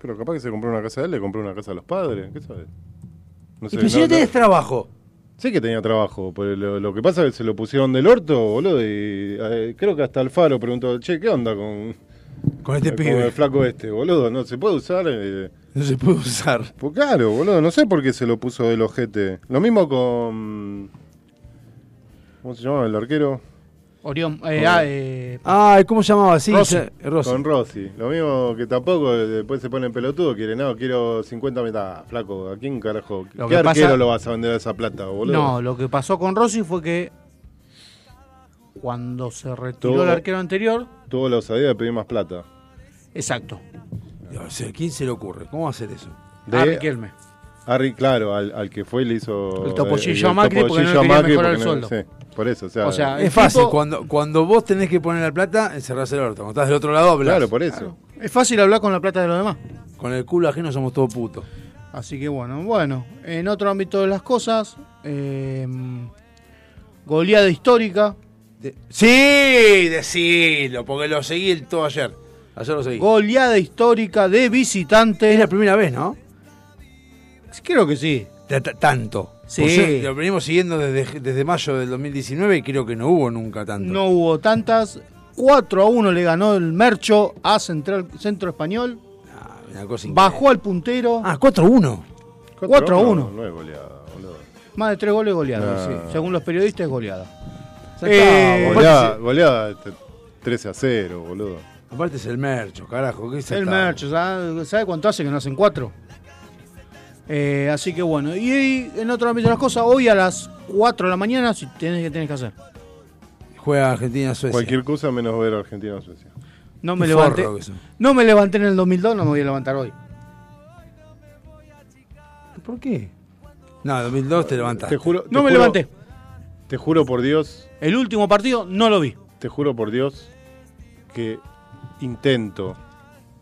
E: Pero capaz que se compró una casa de él, le compró una casa a los padres, ¿qué sabes? No
D: pero si no tenés trabajo.
E: Sé que tenía trabajo, pero lo, lo que pasa es que se lo pusieron del orto, boludo, y eh, creo que hasta Alfaro preguntó, che, ¿qué onda con,
D: con este
E: Con
D: pibe?"
E: el flaco este, boludo, no se puede usar. eh?
D: No se puede usar.
E: Pues claro, boludo, no sé por qué se lo puso del ojete. Lo mismo con... ¿Cómo se llama el arquero?
C: Orión.
E: Con-
C: Eh, ah, eh,
D: Ay, ¿cómo llamaba? Sí,
E: Rossi.
D: ya- Rossi.
E: Con Rossi. Lo mismo que tampoco eh, después se ponen pelotudo, quiere, no, quiero 50 metas. Ah, flaco, ¿a quién carajo?
C: Lo
E: ¿Qué
C: que
E: arquero
C: pasa-
E: lo vas a vender a esa plata, boludo?
C: no, lo que pasó con Rossi fue que cuando se retiró
E: Todo-
C: el arquero anterior,
E: Tuvo la osadía de pedir más plata.
C: exacto.
D: O sea, ¿Quién se le ocurre? ¿Cómo va a hacer eso?
E: De-
C: a Riquelme.
E: Harry, claro, al, al que fue y le hizo.
C: El topollillo
E: eh,
C: a Macri porque no le
E: topollillo a Macri
C: quería mejorar
E: porque
C: el
E: no-
C: sueldo.
E: sí, por eso, o sea.
C: O sea,
D: es fácil, cuando, cuando vos tenés que poner la plata, encerrás el orto. Cuando estás del otro lado, hablas.
E: Claro, por eso.
C: Es fácil hablar con la plata de los demás.
D: Con el culo ajeno somos todos putos.
C: Así que bueno, bueno, en otro ámbito de las cosas, eh, goleada histórica,
D: Sí, decilo, porque lo seguí el- todo ayer. Ayer lo seguí.
C: goleada histórica de visitantes. Es
D: la primera vez, ¿no?
C: Creo que sí.
D: Ta- ta- tanto.
C: Sí.
D: Pues yo- lo venimos siguiendo desde, desde mayo del 2019 y creo que no hubo nunca tanto.
C: No hubo tantas. 4 a 1 le ganó el Mercho a Central, Centro Español.
D: Una cosa increíble.
C: Bajó al puntero.
D: Ah, 4 a 1.
C: 4 a 1.
E: No es goleada, boludo.
C: Más de 3 goles
D: Ah.
C: goleados.
E: No.
C: Según los periodistas, es goleada.
D: Ya está,
C: Eh,
E: goleada, goleada este, 13 a 0, boludo.
D: Aparte es el mercho, carajo. ¿qué es
C: El
D: esta?
C: Mercho, ¿sabe, sabe cuánto hace que no hacen cuatro? Eh, así que bueno, y, y en otro ámbito de las cosas, hoy a las 4 de la mañana, si tenés que tenés que hacer.
D: Juega Argentina-Suecia.
E: Cualquier cosa menos ver a Argentina o Suecia.
C: No me
D: Un
C: levanté.
D: forro que sos.
C: No me levanté en el 2002, no me voy a levantar hoy.
D: ¿Por qué? No, 2002 te levantaste.
E: Te juro. te
C: No me
E: juro-
C: levanté.
E: Te juro por Dios.
C: El último partido no lo vi.
E: Te juro por Dios que intento,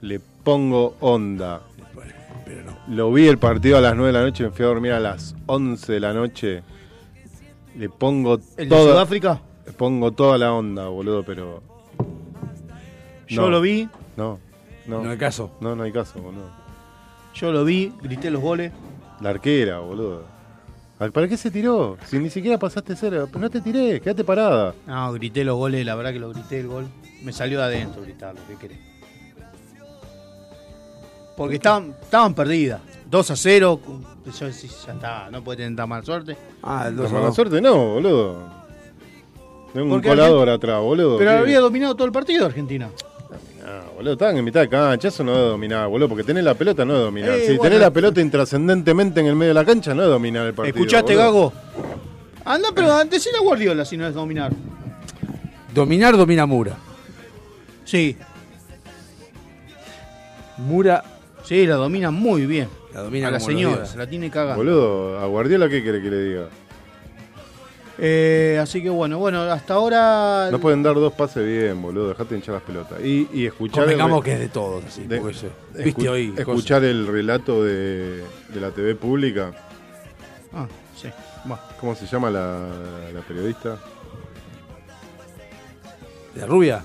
E: le pongo onda. Lo vi el partido a las 9 de la noche, me fui a dormir a las 11 de la noche. Le pongo
C: ¿El de
E: toda,
C: Sudáfrica?
E: Le pongo toda la onda, boludo, pero.
C: Yo lo vi.
E: No, no.
C: No hay caso.
E: No, no hay caso, boludo.
C: Yo lo vi, grité los goles.
E: La arquera, boludo. Al- ¿Para qué se tiró? Si ni siquiera pasaste cero. No te tiré, quédate parada.
C: No, grité los goles, la verdad que lo grité el gol. Me salió de adentro gritarlo, ¿qué querés? Porque estaban, estaban perdidas. 2 a 0. Yo decía, ya está, no puede tener tan mala suerte.
D: Ah,
E: La mala suerte no, boludo. Tengo un
C: Porque
E: colador
C: Argent-
E: atrás, boludo.
C: Pero
E: ¿Qué?
C: había dominado todo el partido Argentina.
E: Ah, boludo, estaban en mitad de cancha, eso no es dominar, boludo, porque tenés la pelota no es dominar.
C: Eh,
E: si
C: bueno.
E: tenés la pelota intrascendentemente en el medio de la cancha, no es dominar el partido.
C: ¿Escuchaste,
E: boludo.
C: Gago? Anda, pero antes sí la Guardiola si no es dominar.
D: Dominar, domina Mura.
C: Sí.
D: Mura.
C: Sí, la domina muy bien.
D: La domina
C: A la
D: como los
C: señora,
D: dioses.
C: se la tiene cagada.
E: Boludo, ¿a Guardiola qué quiere que le diga?
C: Eh, así que bueno, bueno, hasta ahora.
E: No pueden dar dos pases bien, boludo, dejate hinchar las pelotas. Y, y escuchar. el
D: Convengamos
E: re-
D: que es de todos, así, porque yo-
E: escu-
D: viste hoy cosas.
E: Escuchar el relato de, de la TV pública.
C: Ah, sí. Bueno.
E: ¿Cómo se llama la, la periodista?
D: ¿La rubia?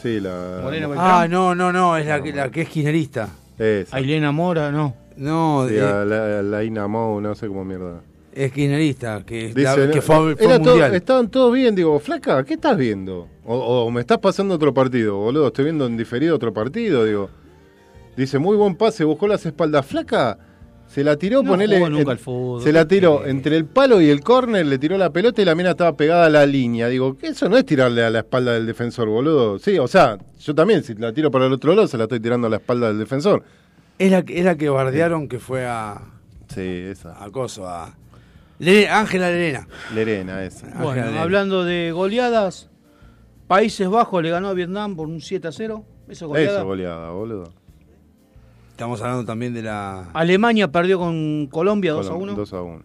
E: Sí, la.
D: Ah, no, no, no, es la, que- la que es kirchnerista.
E: Esa.
C: Ailena Mora, no.
D: No,
E: Sí,
D: eh,
E: a la, la Ina Mou, no sé cómo mierda.
D: es kirchnerista, que, es la-
E: Dice,
D: que
E: no,
D: fue, al- fue
E: era
D: al
E: todo-
D: mundial.
E: estaban todos bien, digo, flaca, ¿qué estás viendo? O, o me estás pasando otro partido, boludo, estoy viendo en diferido otro partido, digo. Dice, muy buen pase, buscó las espaldas, flaca. Se la tiró,
C: No
E: ponele.
C: jugó nunca
E: en-
C: al fútbol.
E: se la tiró entre el palo y el córner, le tiró la pelota y la mina estaba pegada a la línea. Digo, que eso no es tirarle a la espalda del defensor, boludo. Sí, o sea, yo también, si la tiro para el otro lado, se la estoy tirando a la espalda del defensor.
D: Es la, que- es la que bardearon que fue a.
E: Sí, esa.
D: A Coso, a. Le- Ángela Lerena.
E: Lerena, esa.
C: Bueno,
D: Ángela
C: hablando de goleadas, Países Bajos le ganó a Vietnam por un 7 a 0. Eso es goleada.
E: Esa goleada, boludo.
D: Estamos hablando también de la.
C: Alemania perdió con Colombia 2
E: Colom-
C: a 1.
E: 2 a 1.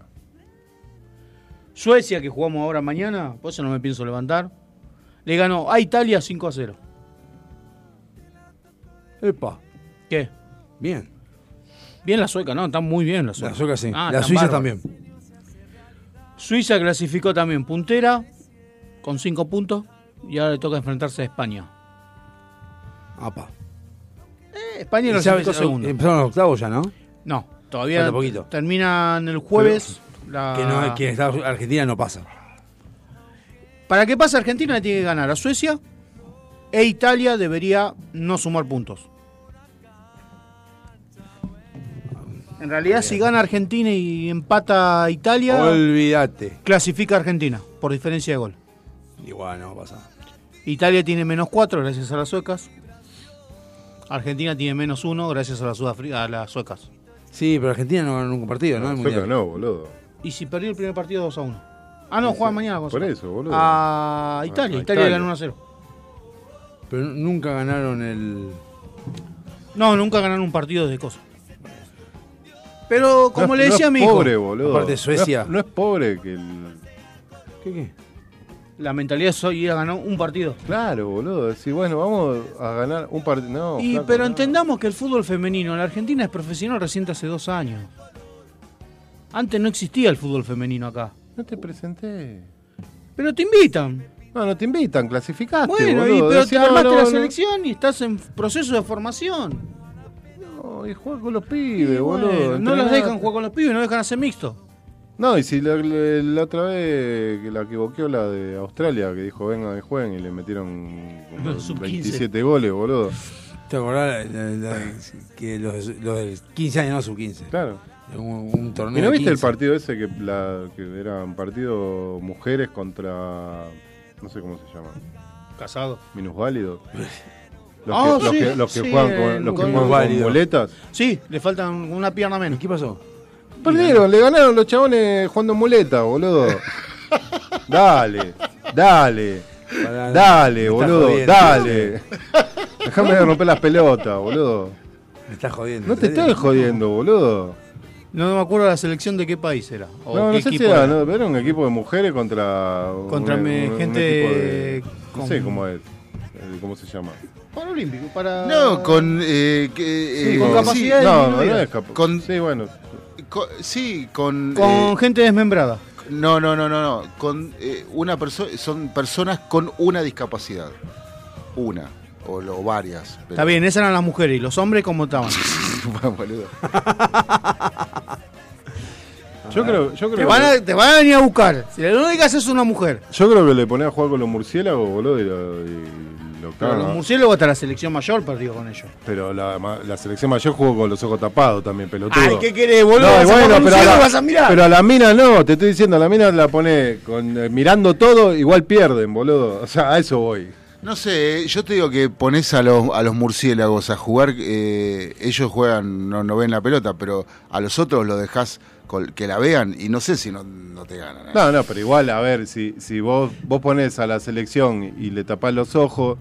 C: Suecia, que jugamos ahora mañana, por eso no me pienso levantar, le ganó a Italia 5 a 0.
D: Epa.
C: ¿Qué?
D: Bien.
C: Bien la sueca, no, están muy bien la sueca.
D: La sueca sí.
C: Ah,
D: la
C: están
D: Suiza
C: bárbaros.
D: también.
C: Suiza clasificó también puntera con 5 puntos y ahora le toca enfrentarse a España.
D: Apa.
C: Eh, España
D: Y
C: clasificó
D: sabes,
C: segundo.
D: Empezaron los octavos ya, ¿no?
C: No, todavía Ah.
D: Falta poquito.
C: terminan el jueves. la-
D: Que no que Estados- Argentina no pasa.
C: Para que pase Argentina le tiene que ganar a Suecia e Italia debería no sumar puntos. En realidad si gana Argentina y empata Italia,
D: Olvídate.
C: clasifica Argentina por diferencia de gol.
D: Igual no pasa.
C: Italia tiene menos 4 gracias a las suecas. Argentina tiene menos 1 gracias a las, Sudafri- a las suecas.
D: Sí, pero Argentina no ganó ningún partido, ¿no? El
E: Sueca
D: mundial.
E: no, boludo.
C: Y si perdió el primer partido 2 a 1. Ah, no, juega mañana con
E: Por
C: Sueca.
E: eso, boludo.
C: A Italia,
E: A
C: Italia
E: Italia.
C: ganó 1 a 0.
D: Pero nunca ganaron el.
C: No, nunca ganaron un partido de cosa. Pero como
E: No es-
C: le decía
E: no
C: a mi
E: es
C: hijo,
E: pobre, boludo.
D: Aparte de Suecia.
E: No es, no es pobre que el.
D: ¿Qué qué?
C: la mentalidad es hoy ir a ganar un partido.
E: Claro, boludo. Decir, bueno, vamos a ganar un partido. No, Oh,
C: Y,
E: flaco,
C: pero
E: no.
C: entendamos que el fútbol femenino en la Argentina es profesional reciente hace dos años. Antes no existía el fútbol femenino acá.
E: No te presenté.
C: Pero te invitan.
E: No, no te invitan, clasificaste.
C: Bueno, y-
E: boludo.
C: pero
E: Decí,
C: te
E: no,
C: armaste
E: no,
C: la
E: no.
C: selección y estás en proceso de formación.
E: No, y juega con los pibes, boludo.
C: Bueno, no los
E: Entrená.
C: dejan jugar con los pibes, no dejan hacer mixto.
E: No, y si la, la- la otra vez que la equivoqueó la de Australia, que dijo vengan y jueguen y le metieron como
C: Sub
E: 27 goles, boludo.
D: ¿Te acordás la- la- la- que los, los de 15 años, no sub 15?
E: Claro.
D: Un, un torneo.
E: ¿Y no
D: de
E: viste el
D: 15.
E: partido ese que, la, que era un partido mujeres contra. no sé cómo se llama?
C: Casado.
E: Minusválidos. Los,
C: Ah,
E: que, los
C: sí,
E: que- los que
C: sí,
E: juegan con,
C: en-
E: los que juegan
C: con-
E: con
D: Minusválidos.
E: muletas.
C: Sí, le faltan una pierna menos.
D: ¿Qué pasó?
E: Perdieron, le ganaron los chabones jugando muletas, boludo. dale, dale,
D: Pará,
E: dale,
D: me estás
E: boludo,
D: jodiendo.
E: dale. Déjame de romper las pelotas, boludo.
D: Me estás jodiendo.
E: No te
D: ¿en serio?
E: estoy jodiendo, boludo.
C: No me acuerdo la selección de qué país era. o
E: No,
C: qué
E: no sé si
C: equipo
E: era,
C: era.
E: no, era un equipo de mujeres contra.
C: Contra
E: un-
C: mi-
E: un- un
C: gente
E: equipo de- No
C: con-
E: sé cómo es. eh, ¿Cómo se llama?
C: Paralímpico, para.
F: No, con. eh, que,
C: Sí,
F: eh,
C: con
F: sí,
C: capacidades
F: no,
C: disminuidas.
F: no, no es
E: capa-
F: Con-
E: sí, bueno.
F: co- sí, con.
C: Con
F: eh,
C: gente desmembrada.
F: no, no, no, no, no. Con eh, una persona. Son personas con una discapacidad. Una. O, lo- o varias. pero-
C: Está bien, esas eran las mujeres. ¿Y los hombres cómo estaban?
F: boludo.
E: Yo creo, yo
C: Te
E: creo
C: van,
E: que-
C: a, te van a venir a buscar. Si la única es una mujer.
E: Yo creo que le ponés a jugar con los murciélagos, boludo, y lo, y lo
C: Pero
E: caga.
C: los murciélagos hasta la selección mayor perdió con ellos.
E: Pero la, ma- la selección mayor jugó con los ojos tapados también, pelotudo.
C: Ay, ¿qué querés, boludo? Vas a
E: y
C: poner un
E: pero, a
C: ciego,
E: la,
C: vas a mirar.
E: pero a la mina no, te estoy diciendo, a la mina la pone con, eh, mirando todo, igual pierden, boludo. O sea, a eso voy.
F: No sé, yo te digo que pones a los, a los murciélagos a jugar, eh, ellos juegan, no, no ven la pelota, pero a los otros los dejas que la vean y no sé si no, no te ganan. ¿eh?
E: No, no, pero igual, a ver, si, si vos, vos pones a la selección y le tapás los ojos,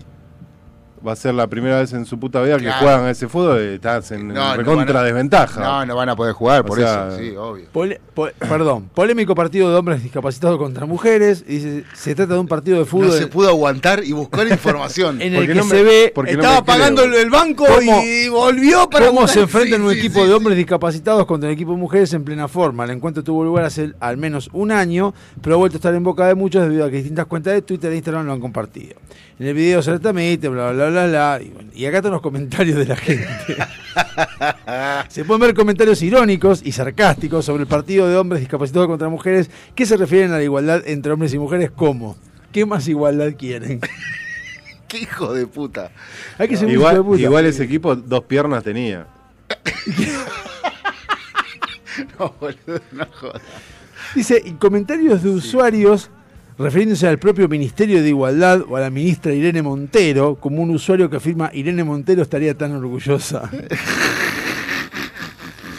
E: va a ser la primera vez en su puta vida que
F: Claro.
E: juegan a ese fútbol y estás en
F: No, no
E: recontra
F: van a-
E: desventaja.
F: No, no van a poder jugar,
E: O
F: por
E: sea,
F: eso, sí, obvio.
D: Pole- po- perdón, polémico partido de hombres discapacitados contra mujeres. Y se, se trata de un partido de fútbol.
F: No se pudo aguantar y buscar información.
D: En el que se ve, estaba pagando el- el banco y volvió para ¿Cómo se enfrentan un equipo de hombres discapacitados contra un equipo de mujeres en plena forma? El encuentro tuvo lugar hace al menos un año, pero ha vuelto a estar en boca de muchos debido a que distintas cuentas de Twitter e Instagram lo han compartido. En el video se mete, bla, bla, bla, bla. Y, bueno, y acá están los comentarios de la gente. se pueden ver comentarios irónicos y sarcásticos sobre el partido de hombres discapacitados contra mujeres que se refieren a la igualdad entre hombres y mujeres como ¿qué más igualdad quieren?
F: ¡Qué hijo de puta!
D: Hay que ser un hijo
E: Igual,
D: de puta.
E: igual ese equipo dos piernas tenía.
F: No, boludo, no jodas.
D: Dice, y comentarios de usuarios refiriéndose al propio Ministerio de Igualdad o a la ministra Irene Montero, como un usuario que afirma Irene Montero estaría tan orgullosa.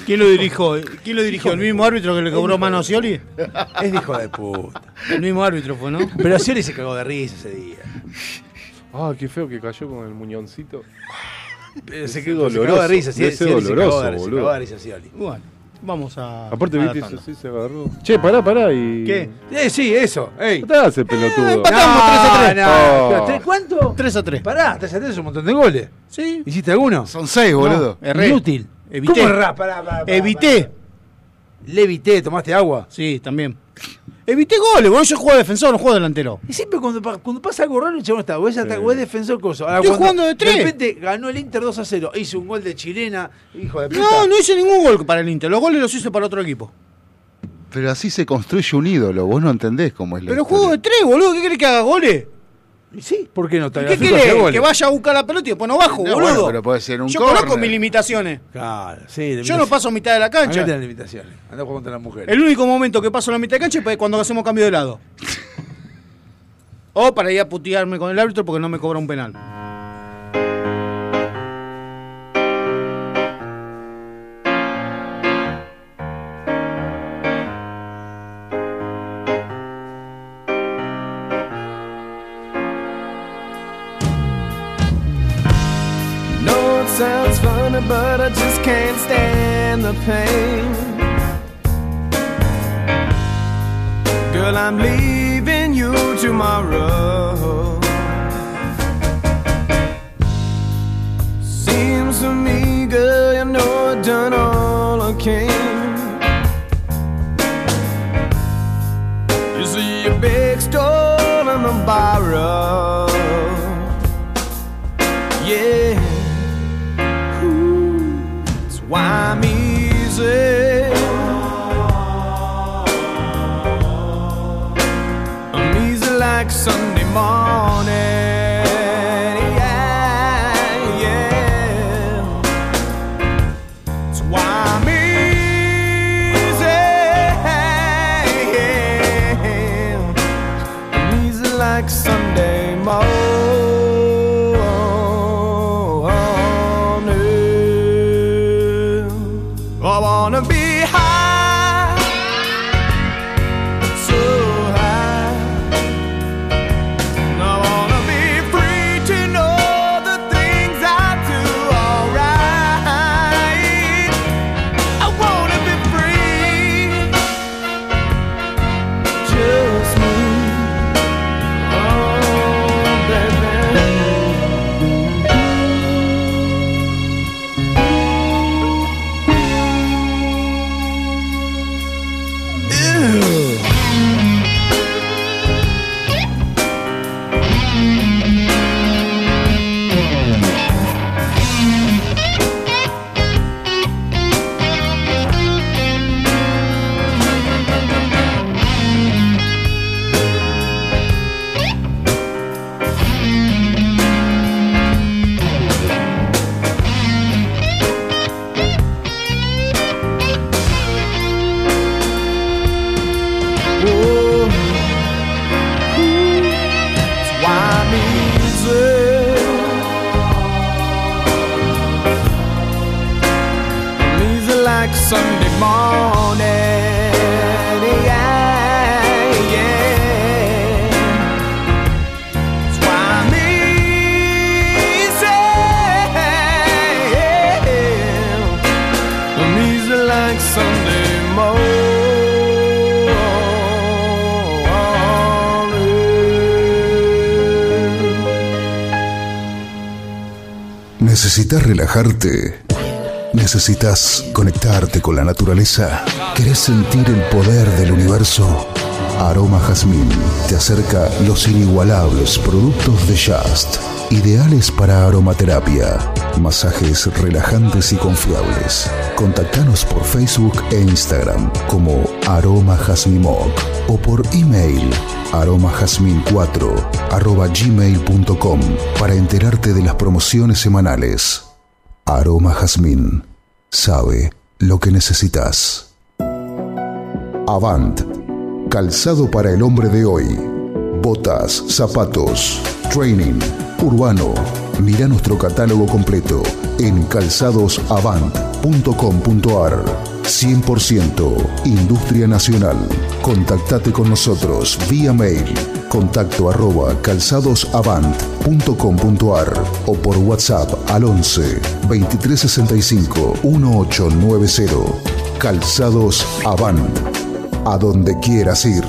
C: ¿Quién lo dirigió? ¿Quién lo dirigió? ¿El mismo árbitro que le cobró mano a Scioli?
D: Es de hijo de puta.
C: El mismo árbitro fue, ¿no?
D: Pero Scioli se cagó de risa ese día.
E: Ah, qué feo que cayó con el muñoncito.
D: Pero
E: Ese
D: Eh, se, cagó
E: doloroso,
D: de risa,
E: ese
D: Scioli- Scioli se cagó de
E: doloroso,
D: risa, se
E: boludo.
D: cagó de risa Scioli.
C: Bueno, vamos a.
E: Aparte, viste,
C: adaptarlo.
E: eso sí se agarró. Che, pará, pará y.
C: ¿Qué?
D: Eh, sí, eso. Ey. Eh,
E: ¿Qué te hace, pelotudo?
C: empatamos 3 a 3.
E: Oh.
D: Pero, ¿tres- ¿Cuánto?
C: 3 a 3.
D: Pará, 3 a 3 es un montón de goles.
C: Sí.
D: ¿Hiciste alguno?
F: Son seis, boludo.
C: No, erré.
D: Inútil.
C: Evité.
D: ¿Cómo errás? Pará, pará, pará,
C: Evité.
D: Levité, tomaste agua.
C: Sí, también. Evité goles, boludo. Yo juego defensor, no juego delantero.
D: Y siempre cuando, pa- cuando pasa algo raro, el chabón está, o es, ata- o es defensor coso. Ahora,
C: Estoy
D: cuando
C: jugando de tres.
D: repente ganó el Inter 2 a 0, hizo un gol de chilena, hijo de puta.
C: No, no hice ningún gol para el Inter. Los goles los hice para otro equipo.
F: Pero así se construye un ídolo, vos no entendés cómo es la
C: Pero
F: historia.
C: juego de tres, boludo. ¿Qué querés que haga goles?
D: Y Sí, ¿por qué no? Te
C: ¿Qué
D: hagas cinco,
C: querés?
D: hace goles.
C: Que vaya a buscar la pelota y después no bajo,
F: No, bueno,
C: boludo.
F: pero puede ser un
C: Yo
F: córner.
C: conozco mis limitaciones.
D: Claro, sí.
C: Yo no paso mitad de la cancha.
D: Acá limitaciones. Andá jugando contra las mujeres.
C: El único momento que paso la mitad de cancha es pues, cuando hacemos cambio de lado. O para ir a putearme con el árbitro porque no me cobra un penal.
A: No, it sounds funny, but I just can't stand the pain. Girl, I'm leaving you tomorrow. Seems to me, girl, you know I've done all I can. You see a big stone on the borrow. Yeah. Ooh, That's why I'm easy. I'm easy like Sunday morning. Yeah, yeah. That's why I'm easy. Yeah. I'm easy like Sunday morning. I wanna be high, so high. I wanna be free to know the things I Oh, Sunday morning. Yeah, yeah. That's why I'm easy. I'm easy like Sunday morning.
B: ¿Necesitas relajarte? ¿Necesitas conectarte con la naturaleza? ¿Querés sentir el poder del universo? Aroma Jazmín te acerca los inigualables productos de Just, ideales para aromaterapia, masajes relajantes y confiables. Contactanos por Facebook e Instagram como Aroma Jazmimoc o por email aromajazmin4 arroba gmail.com para enterarte de las promociones semanales. Aroma Jazmín. Sabe lo que necesitas. Avant. Calzado para el hombre de hoy. Botas, zapatos, training, urbano. Mira nuestro catálogo completo en calzadosavant.com.ar. 100% Industria Nacional. Contactate con nosotros vía mail contacto arroba calzadosavant.com.ar o por WhatsApp al 11 2365 1890. Calzados Avant. A donde quieras ir.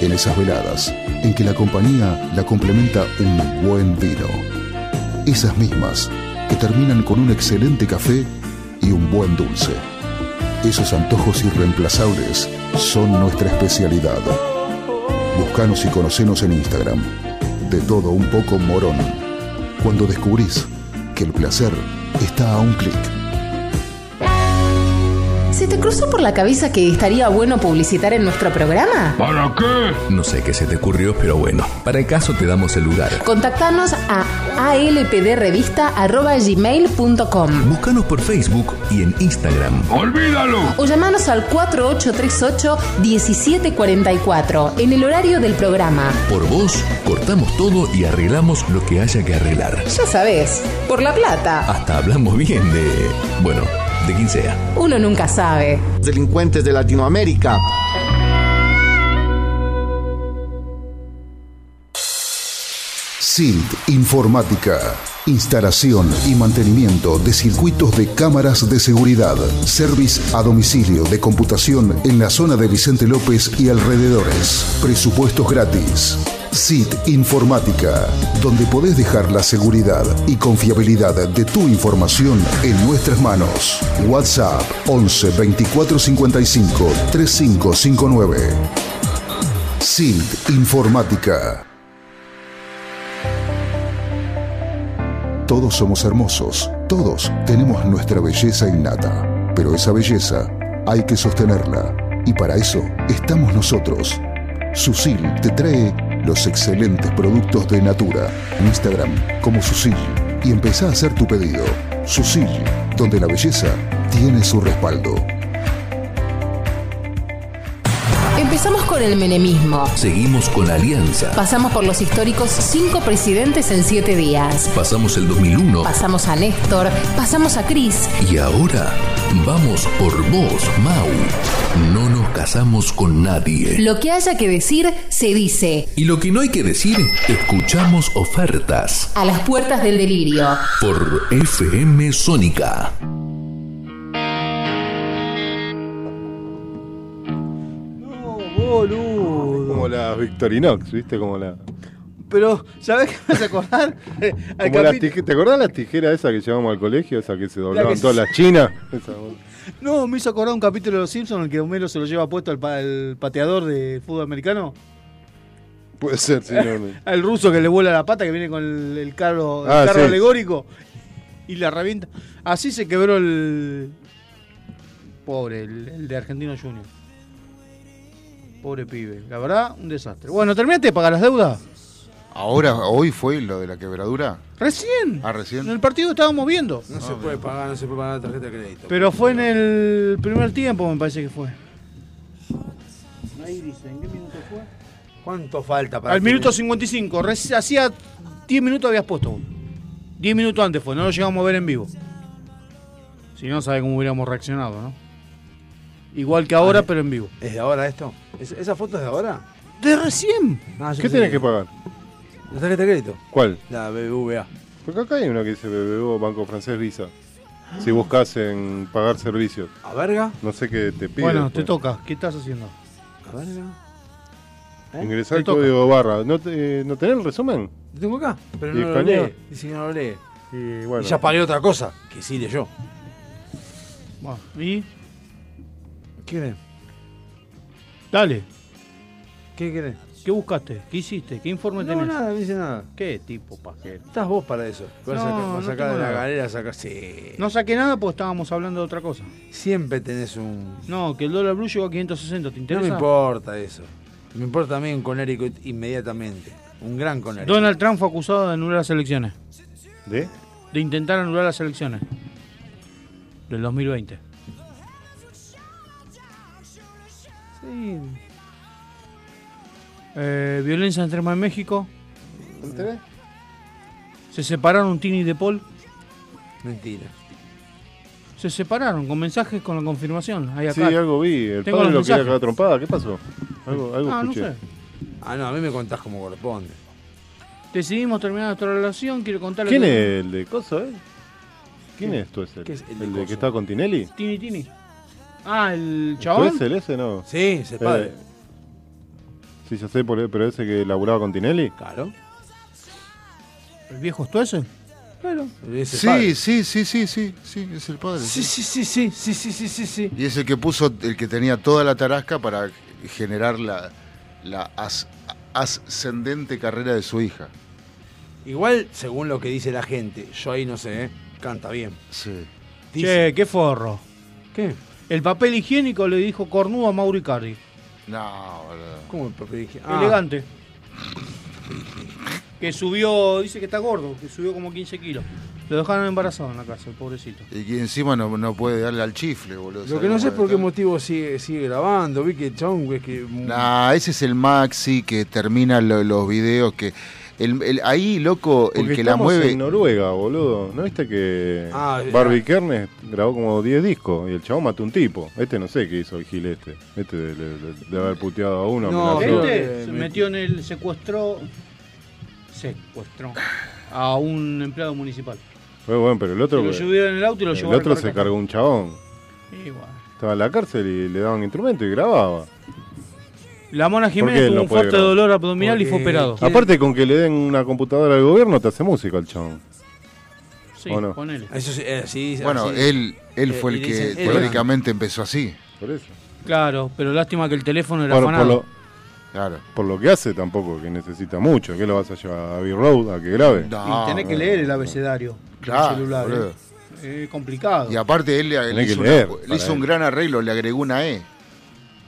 B: En esas veladas en que la compañía la complementa un buen vino. Esas mismas que terminan con un excelente café y un buen dulce. Esos antojos irreemplazables son nuestra especialidad. Buscanos y conocenos en Instagram. De todo un poco morón. Cuando descubrís que el placer está a un clic.
H: ¿Se te cruzó por la cabeza que estaría bueno publicitar en nuestro programa?
N: ¿Para qué? No sé qué se te ocurrió, pero bueno, para el caso te damos el lugar.
H: Contactanos a alpdrevista.gmail.com
N: Búscanos por Facebook y en Instagram. ¡Olvídalo!
H: o llamanos al 4838-1744 en el horario del programa.
N: Por vos, cortamos todo y arreglamos lo que haya que arreglar.
H: Ya sabes, por la plata,
N: Hasta hablamos bien de... bueno, de quien sea.
H: uno nunca sabe.
J: Delincuentes de Latinoamérica.
B: SILT Informática. Instalación y mantenimiento de circuitos de cámaras de seguridad. Service a domicilio de computación en la zona de Vicente López y alrededores. Presupuestos gratis. SIT Informática, donde podés dejar la seguridad y confiabilidad de tu información en nuestras manos. WhatsApp 11 24 55 3559. SIT Informática. Todos somos hermosos, todos tenemos nuestra belleza innata, pero esa belleza hay que sostenerla y para eso estamos nosotros. Susil te trae los excelentes productos de Natura en Instagram como Susil y empezá a hacer tu pedido. Susil, donde la belleza tiene su respaldo.
H: Empezamos con el menemismo.
N: Seguimos con la alianza.
H: Pasamos por los históricos cinco presidentes en siete días.
N: Pasamos el 2001
H: Pasamos a Néstor, pasamos a Cris.
N: y ahora vamos por vos, Mau. No nos casamos con nadie.
H: Lo que haya que decir se dice.
N: Y lo que no hay que decir, escuchamos ofertas
H: A las puertas del delirio.
N: por FM Sónica.
D: Oh,
C: Boludo.
E: Como la Victorinox, ¿viste? Como la.
C: Pero, ¿sabés qué me hace acordar? Al
E: como las
C: capi-
E: tije- ¿Te acordás las tijeras esas que llevamos al colegio? Esa que se doblaban
C: que
E: todas
C: se-
E: las chinas. Esa,
C: No, me hizo acordar un capítulo de Los Simpsons en el que Homero se lo lleva puesto al, pa- al pateador de fútbol americano.
E: puede ser, sí, no, no.
C: Al ruso que le vuela la pata, que viene con el, el carro, el
E: Ah,
C: carro
E: sí.
C: alegórico y la revienta. Así se quebró el. Pobre, el, el de Argentino Junior. Pobre pibe. La verdad, un desastre. Bueno, ¿terminaste de pagar las deudas?
F: Ahora, hoy fue lo de la quebradura.
C: Recién.
F: Ah,
C: En
F: recién.
C: el partido estábamos viendo.
D: No se puede pagar, no se puede pagar la tarjeta de crédito.
C: Pero fue en el primer tiempo, me parece que fue.
D: Ahí dicen, ¿qué minuto fue? ¿Cuánto falta para
C: Al
D: que-
C: minuto 55. Reci- Hacía 10 minutos habías puesto. 10 minutos antes fue, no lo llegamos a ver en vivo. Si no, sabe cómo hubiéramos reaccionado, ¿no? Igual que ahora, pero en vivo.
D: Ah, ¿Es de ahora esto? ¿Es- ¿Esa foto es de ahora? Ah,
C: ¡De recién!
E: ¿Qué tenés que pagar?
D: ¿La tarjeta de crédito?
E: ¿Cuál?
D: La BBVA.
E: Porque acá hay una que dice BBVA, Banco Francés Visa. Si buscas en pagar servicios.
D: ¿A verga?
E: No sé qué te pide.
C: bueno, te
E: después.
C: toca. ¿Qué estás haciendo?
D: A verga.
E: Ingresar
C: ¿eh? Te
E: el
C: toca.
E: código barra. ¿No, te- eh, ¿no tenés el resumen?
D: Lo tengo acá, pero
E: ¿Y
D: no lo
E: escaneo?
D: lee. Dice que no lo lee.
E: Y bueno.
D: ya pagué otra cosa, que sí leyó.
C: Bueno, ¿y?
D: ¿Quién es?
C: Dale.
D: ¿Qué querés?
C: ¿Qué buscaste? ¿Qué hiciste? ¿Qué informe
D: No,
C: tenés?
D: nada, no hice nada.
C: ¿Qué tipo pajero?
D: Estás vos para eso. Vas
C: No,
D: a sacar, vas a
C: no
D: sacar
C: tengo
D: de la
C: nada.
D: galera, sacar. Sí.
C: No saqué nada porque estábamos hablando de otra cosa.
D: Siempre tenés un.
C: No, que el dólar blue llegó a 560, ¿te
D: No
C: interesa?
D: me importa eso. Me importa también un Connecticut inmediatamente. Un gran Connecticut.
C: Donald Trump fue acusado de anular las elecciones.
E: ¿De?
C: De intentar anular las elecciones. Del 2020.
D: Sí.
C: Eh, violencia en Trema en México.
E: ¿No tenés?
C: Se separaron Tini de Paul.
D: Mentira.
C: Se separaron con mensajes con la confirmación. Ahí acá.
E: Sí, algo vi. El
C: Tengo
E: padre lo
C: los
E: quería
C: mensajes.
E: cagar trompada. ¿Qué pasó? Algo, algo
C: Ah, no
E: escuché.
C: sé.
D: Ah, no, a mí me contás como corresponde.
C: Decidimos terminar nuestra relación. Quiero contarle.
E: ¿Quién
C: que-
E: es el de Coso, eh? ¿Quién es tú ese?
C: ¿Qué es el
E: el,
C: de
E: de
C: Coso?
E: que está con Tinelli?
C: Tini Tini. Ah, el
E: ¿Tú
C: chabón.
E: es el ese, no?
D: Sí, es el padre.
E: Eh, sí, ya sé, por- e, pero ese que laburaba con Tinelli.
D: Claro.
C: ¿El viejo eh. es tú ese?
D: Claro. Es el
F: Sí,
D: padre.
F: sí, sí, sí, sí, sí, es el padre.
D: Sí, sí, sí, sí, sí, sí, sí, sí, sí.
F: Y es el que puso, el que tenía toda la tarasca para generar la, la as- ascendente carrera de su hija.
D: Igual, según lo que dice la gente, yo ahí no sé, ¿eh? canta bien.
F: Sí.
C: Che, qué forro.
D: ¿Qué?
C: El papel higiénico le dijo cornudo a Mauro Icardi.
F: No, boludo.
D: ¿Cómo el papel dije?
C: Ah.
D: ah.
C: Elegante. Que subió, dice que está gordo, que subió como 15 kilos. Lo dejaron embarazado en la casa, el pobrecito.
F: Y que encima no, no puede darle al chifle, boludo.
D: Lo que no sé por qué motivo sigue, sigue grabando, vi que el chabón, es que...
F: Nah, ese es el Maxi que termina lo- los videos que. El, el- ahí, loco, el
E: Porque
F: que la
E: estamos
F: mueve.
E: en Noruega, boludo. ¿No viste que
D: Ah, eh,
E: Barbie Kernes grabó como 10 discos y el chabón mató un tipo? Este no sé qué hizo el gil este. Este de, de- de- de haber puteado a uno.
D: No,
E: amenazó.
C: Este
D: eh,
C: se
D: me-
C: metió en el secuestró. Secuestró a un empleado municipal.
E: Fue bueno, pero el otro,
C: lo subieron en el auto y lo
E: el
C: llevaron a
E: otro
C: recargar.
E: se cargó un chabón.
C: Y bueno.
E: Estaba en la cárcel y le daban instrumento y grababa.
C: La Mona
E: ¿Por
C: Jiménez
E: qué
C: tuvo
E: no
C: un
E: puede
C: fuerte
E: grabar?
C: dolor abdominal y fue
D: Porque-
C: operado.
D: ¿Quién?
E: Eh, Aparte, con que le den una computadora al gobierno, te hace música el chabón.
C: Sí,
E: ¿o no?
C: ponele.
D: Eso sí, eh, sí,
F: Bueno,
D: así-
F: él, él
D: eh,
F: fue
D: y
F: el
D: le
F: que
D: dicen, él,
F: teóricamente empezó así.
E: Por eso.
C: Claro, pero lástima que el teléfono era
E: Por, por
C: afanado.
E: lo,
F: Claro.
E: por lo que hace, tampoco, que necesita mucho. ¿Qué lo vas a llevar a B-Road a que grabe?
F: No,
C: y tenés que
F: no,
C: leer el abecedario
F: Claro,
C: del celular.
F: boludo.
C: ¿eh? Eh, complicado.
F: Y aparte, él le, le
E: Tenés que
F: hizo,
E: leer
F: una- le
E: para
F: hizo
E: él.
F: un gran arreglo, le agregó una E.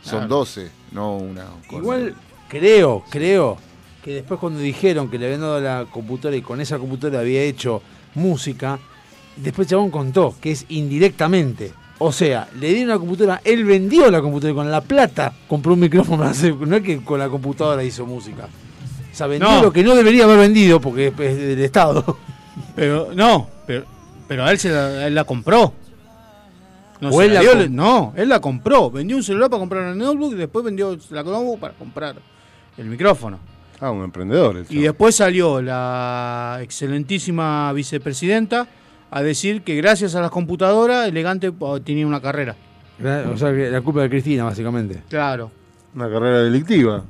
F: Son
C: Claro.
F: 12, no una. con- E.
D: Igual creo, creo que después cuando dijeron que le habían dado la computadora y con esa computadora había hecho música, después Chabón contó que es indirectamente. O sea, le dieron la computadora, él vendió la computadora y con la plata compró un micrófono. para hacer- No es que con la computadora hizo música. O sea, vendió
C: No.
D: lo que no debería haber vendido porque es del Estado.
C: Pero no, pero, pero a él se la, él la compró. No,
D: O
C: se
D: él la
C: dio-
D: com-
C: no, él la compró. Vendió un celular para comprar el notebook y después vendió la notebook para comprar el micrófono.
E: Ah, un emprendedor. El
C: Y
E: chabón.
C: después salió la excelentísima vicepresidenta a decir que gracias a las computadoras Elegante oh, tenía una carrera.
D: O sea, que la culpa de Cristina, básicamente.
C: Claro.
E: Una carrera delictiva.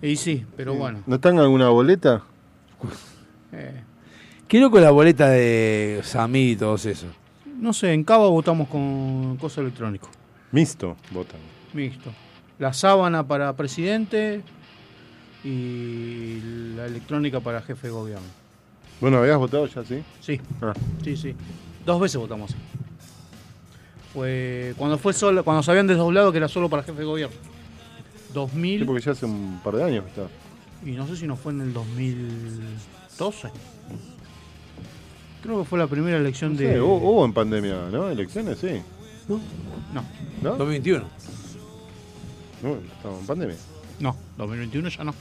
C: Y sí, pero bueno.
E: ¿No están alguna boleta?
C: eh,
D: Qué loco la boleta de Sammy y todos esos.
C: no sé, en Cava votamos con cosa electrónico.
E: Mixto, votan.
C: Mixto. La sábana para presidente y la electrónica para jefe de gobierno.
E: Bueno, ¿habías votado ya, sí?
C: Sí,
E: Ah.
C: sí, sí. Dos veces votamos. Fue cuando fue solo, cuando se habían desdoblado que era solo para jefe de gobierno.
E: Sí,
C: 2000
E: porque ya hace un par de años que está.
C: y no sé si no fue en el 2012. Creo que fue la primera elección
E: No
C: de
E: sé, hubo, hubo en pandemia, ¿no? Elecciones, sí.
C: no,
E: ¿No?
D: 2021.
E: No, estamos en pandemia.
C: no, 2021 ya no.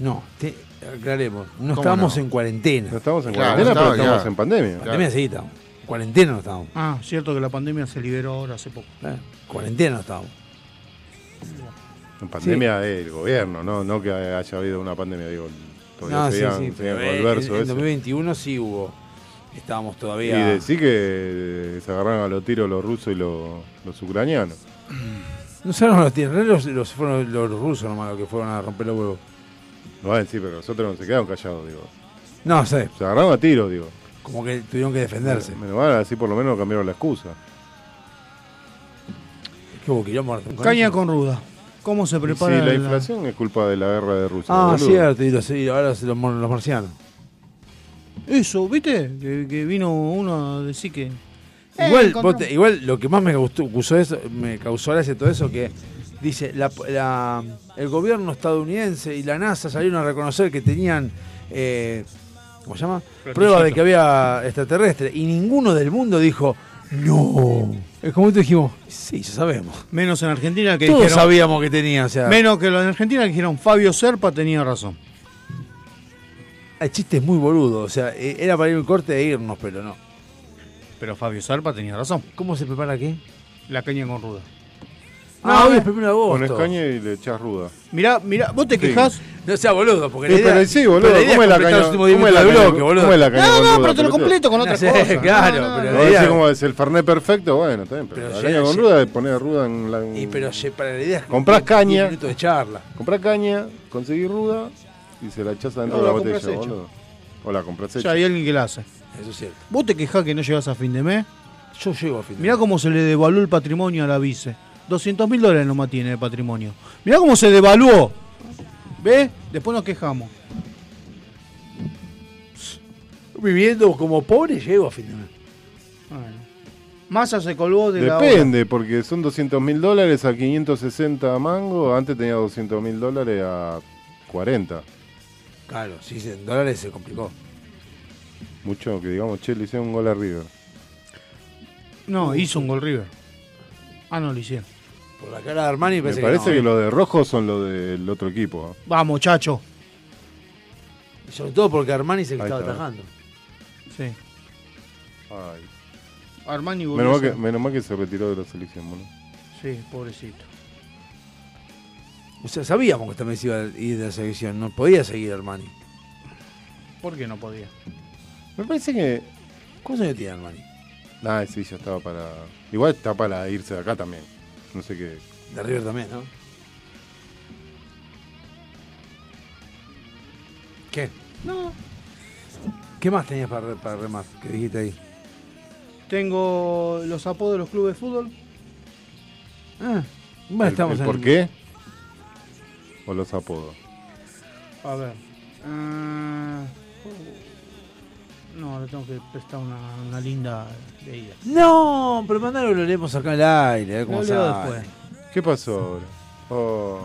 D: No, te- aclaremos. No
E: ¿Cómo
D: estábamos
E: no?
D: en cuarentena.
E: No estábamos en cuarentena, pero estábamos en pandemia.
D: Pandemia sí estábamos. Cuarentena no estábamos.
C: Ah, cierto que la pandemia se liberó ahora hace poco.
D: Eh, Cuarentena no estábamos.
E: En pandemia del gobierno, no, no que haya habido una pandemia, digo. Todavía
D: No, sí,
E: seguían-
D: sí,
E: seguían
D: pero
E: con el
D: en-
E: verso
D: en,
E: ese.
D: 2021 sí hubo. Estábamos
E: Y
D: todavía.
E: decir que eh, se agarraron a los tiros los rusos y los, los ucranianos.
D: No sé, no los tienen. Los, los- fueron los rusos nomás los que fueron a romper los huevos.
E: Bueno, sí, pero nosotros no se quedaron callados, digo.
D: No sé.
E: Se agarraron a tiros, digo.
D: Como que tuvieron que defenderse.
E: Menos mal, así por lo menos cambiaron la excusa.
D: Que hubo quilombo con
C: Caña
D: eso.
C: con ruda. ¿Cómo se
E: Y Sí,
C: prepara?
E: la
C: la-
E: inflación es culpa de la guerra de Rusia.
D: Ah,
E: boludo.
D: cierto. Y los, y ahora se los, mor- los marcianos.
C: Eso, ¿viste? Que, que vino uno a decir que. Eh,
D: Igual,
C: encontramos-
D: vos te- igual lo que más me gustó, causó eso, me causó gracia todo eso que dice la- la- el gobierno estadounidense y la NASA salieron a reconocer que tenían eh, ¿cómo se llama?
C: Platillitos.
D: pruebas de que había extraterrestres y ninguno del mundo dijo no. Es como te dijimos, sí, ya sabemos.
C: Menos en Argentina que
D: Todos
C: dijeron-
D: sabíamos que tenía, o sea,
C: Menos que los en Argentina que dijeron Fabio Serpa tenía razón.
D: el chiste es muy boludo, o sea, eh, era para ir un corte e irnos, pero no.
C: Pero Fabio Serpa tenía razón.
D: ¿Cómo se prepara qué?
C: La caña con ruda.
D: Ah,
C: No,
D: hoy
C: eh.
D: es primero de agosto.
E: Con escaña y le echás ruda.
C: Mirá, mirá, vos te
E: Sí.
C: quejas.
D: No sea boludo, porque
E: Sí, pero sí, boludo,
D: pero la idea
E: ¿cómo es la
D: completar
E: caña-
D: los últimos diez
E: cómo es la
D: minutos de
E: caña-
D: bloque, boludo.
E: cómo es la caña No, con no, ruda, pero te lo pelotudo?
C: completo con otra
D: No sé,
C: cosa.
D: Claro,
C: No, no,
D: pero
E: No,
D: la idea-
E: decís como es el Fernet perfecto, bueno, está bien, pero,
D: Pero
E: la
D: ya-
E: caña con
D: ya-
E: ruda es poner ruda en la.
D: Y pero se- para la idea es que
E: Comprás
D: un-
E: caña.
D: un minuto de charla.
E: Comprás caña, conseguís ruda y se la echás adentro
C: No,
E: de la
C: la comprás
E: botella,
C: hecha.
E: boludo. O la compras
C: Ya
E: hecha.
C: hay alguien que la hace.
D: Eso es cierto.
C: Vos te quejas que no llegás a fin de mes.
D: Yo llego a fin de
C: Mirá cómo se le devaluó el patrimonio a la vice. 200 mil dólares nomás tiene de patrimonio. Mirá cómo se devaluó. ¿Ves? Después nos quejamos.
D: Viviendo como pobre llego a fin de mes.
C: Massa se colgó de la.
E: Depende, porque son 200 mil dólares a 560 mango. Antes tenía 200 mil dólares a 40.
D: Claro, sí, en dólares se complicó.
E: Mucho que digamos, che, le hicieron un gol a River.
C: No, hizo un gol River. Ah, no, lo hicieron.
D: Por la cara de Armani
E: Me
D: parece,
E: parece
D: que,
E: que
D: no. eh.
E: los de rojo son los del otro equipo. ¿eh?
C: Vamos, chacho.
D: Y Sobre todo porque Armani se que
E: Ahí
D: estaba
E: está.
D: atajando.
C: Sí.
E: Ay.
C: Armani volvió
E: Menos mal,
C: a
E: que,
C: ser-
E: menos mal que se retiró de la selección, boludo.
C: Sí, pobrecito.
D: O sea, sabíamos que también se iba a ir de la selección. No podía seguir Armani.
C: ¿Por qué no podía?
E: Me parece que.
D: ¿Cuántos años tiene Armani?
E: Nah, Ah, sí, ya estaba para. Igual está para irse de acá también. No sé qué.
D: De River también, ¿no? ¿Qué?
C: No.
D: ¿Qué más tenías para, re- para remar? ¿Qué dijiste ahí?
C: Tengo los apodos de los clubes de fútbol.
D: Ah, bueno,
E: El-
D: estamos
E: el
D: en
E: ¿Por qué? O los apodos.
C: A ver. Ah, no, le tengo que prestar una, una linda leída.
D: No, pero mandalo lo leemos acá al aire, ¿eh? a ver cómo
C: Lo leo
D: sale.
C: después.
E: ¿Qué pasó ahora? Oh.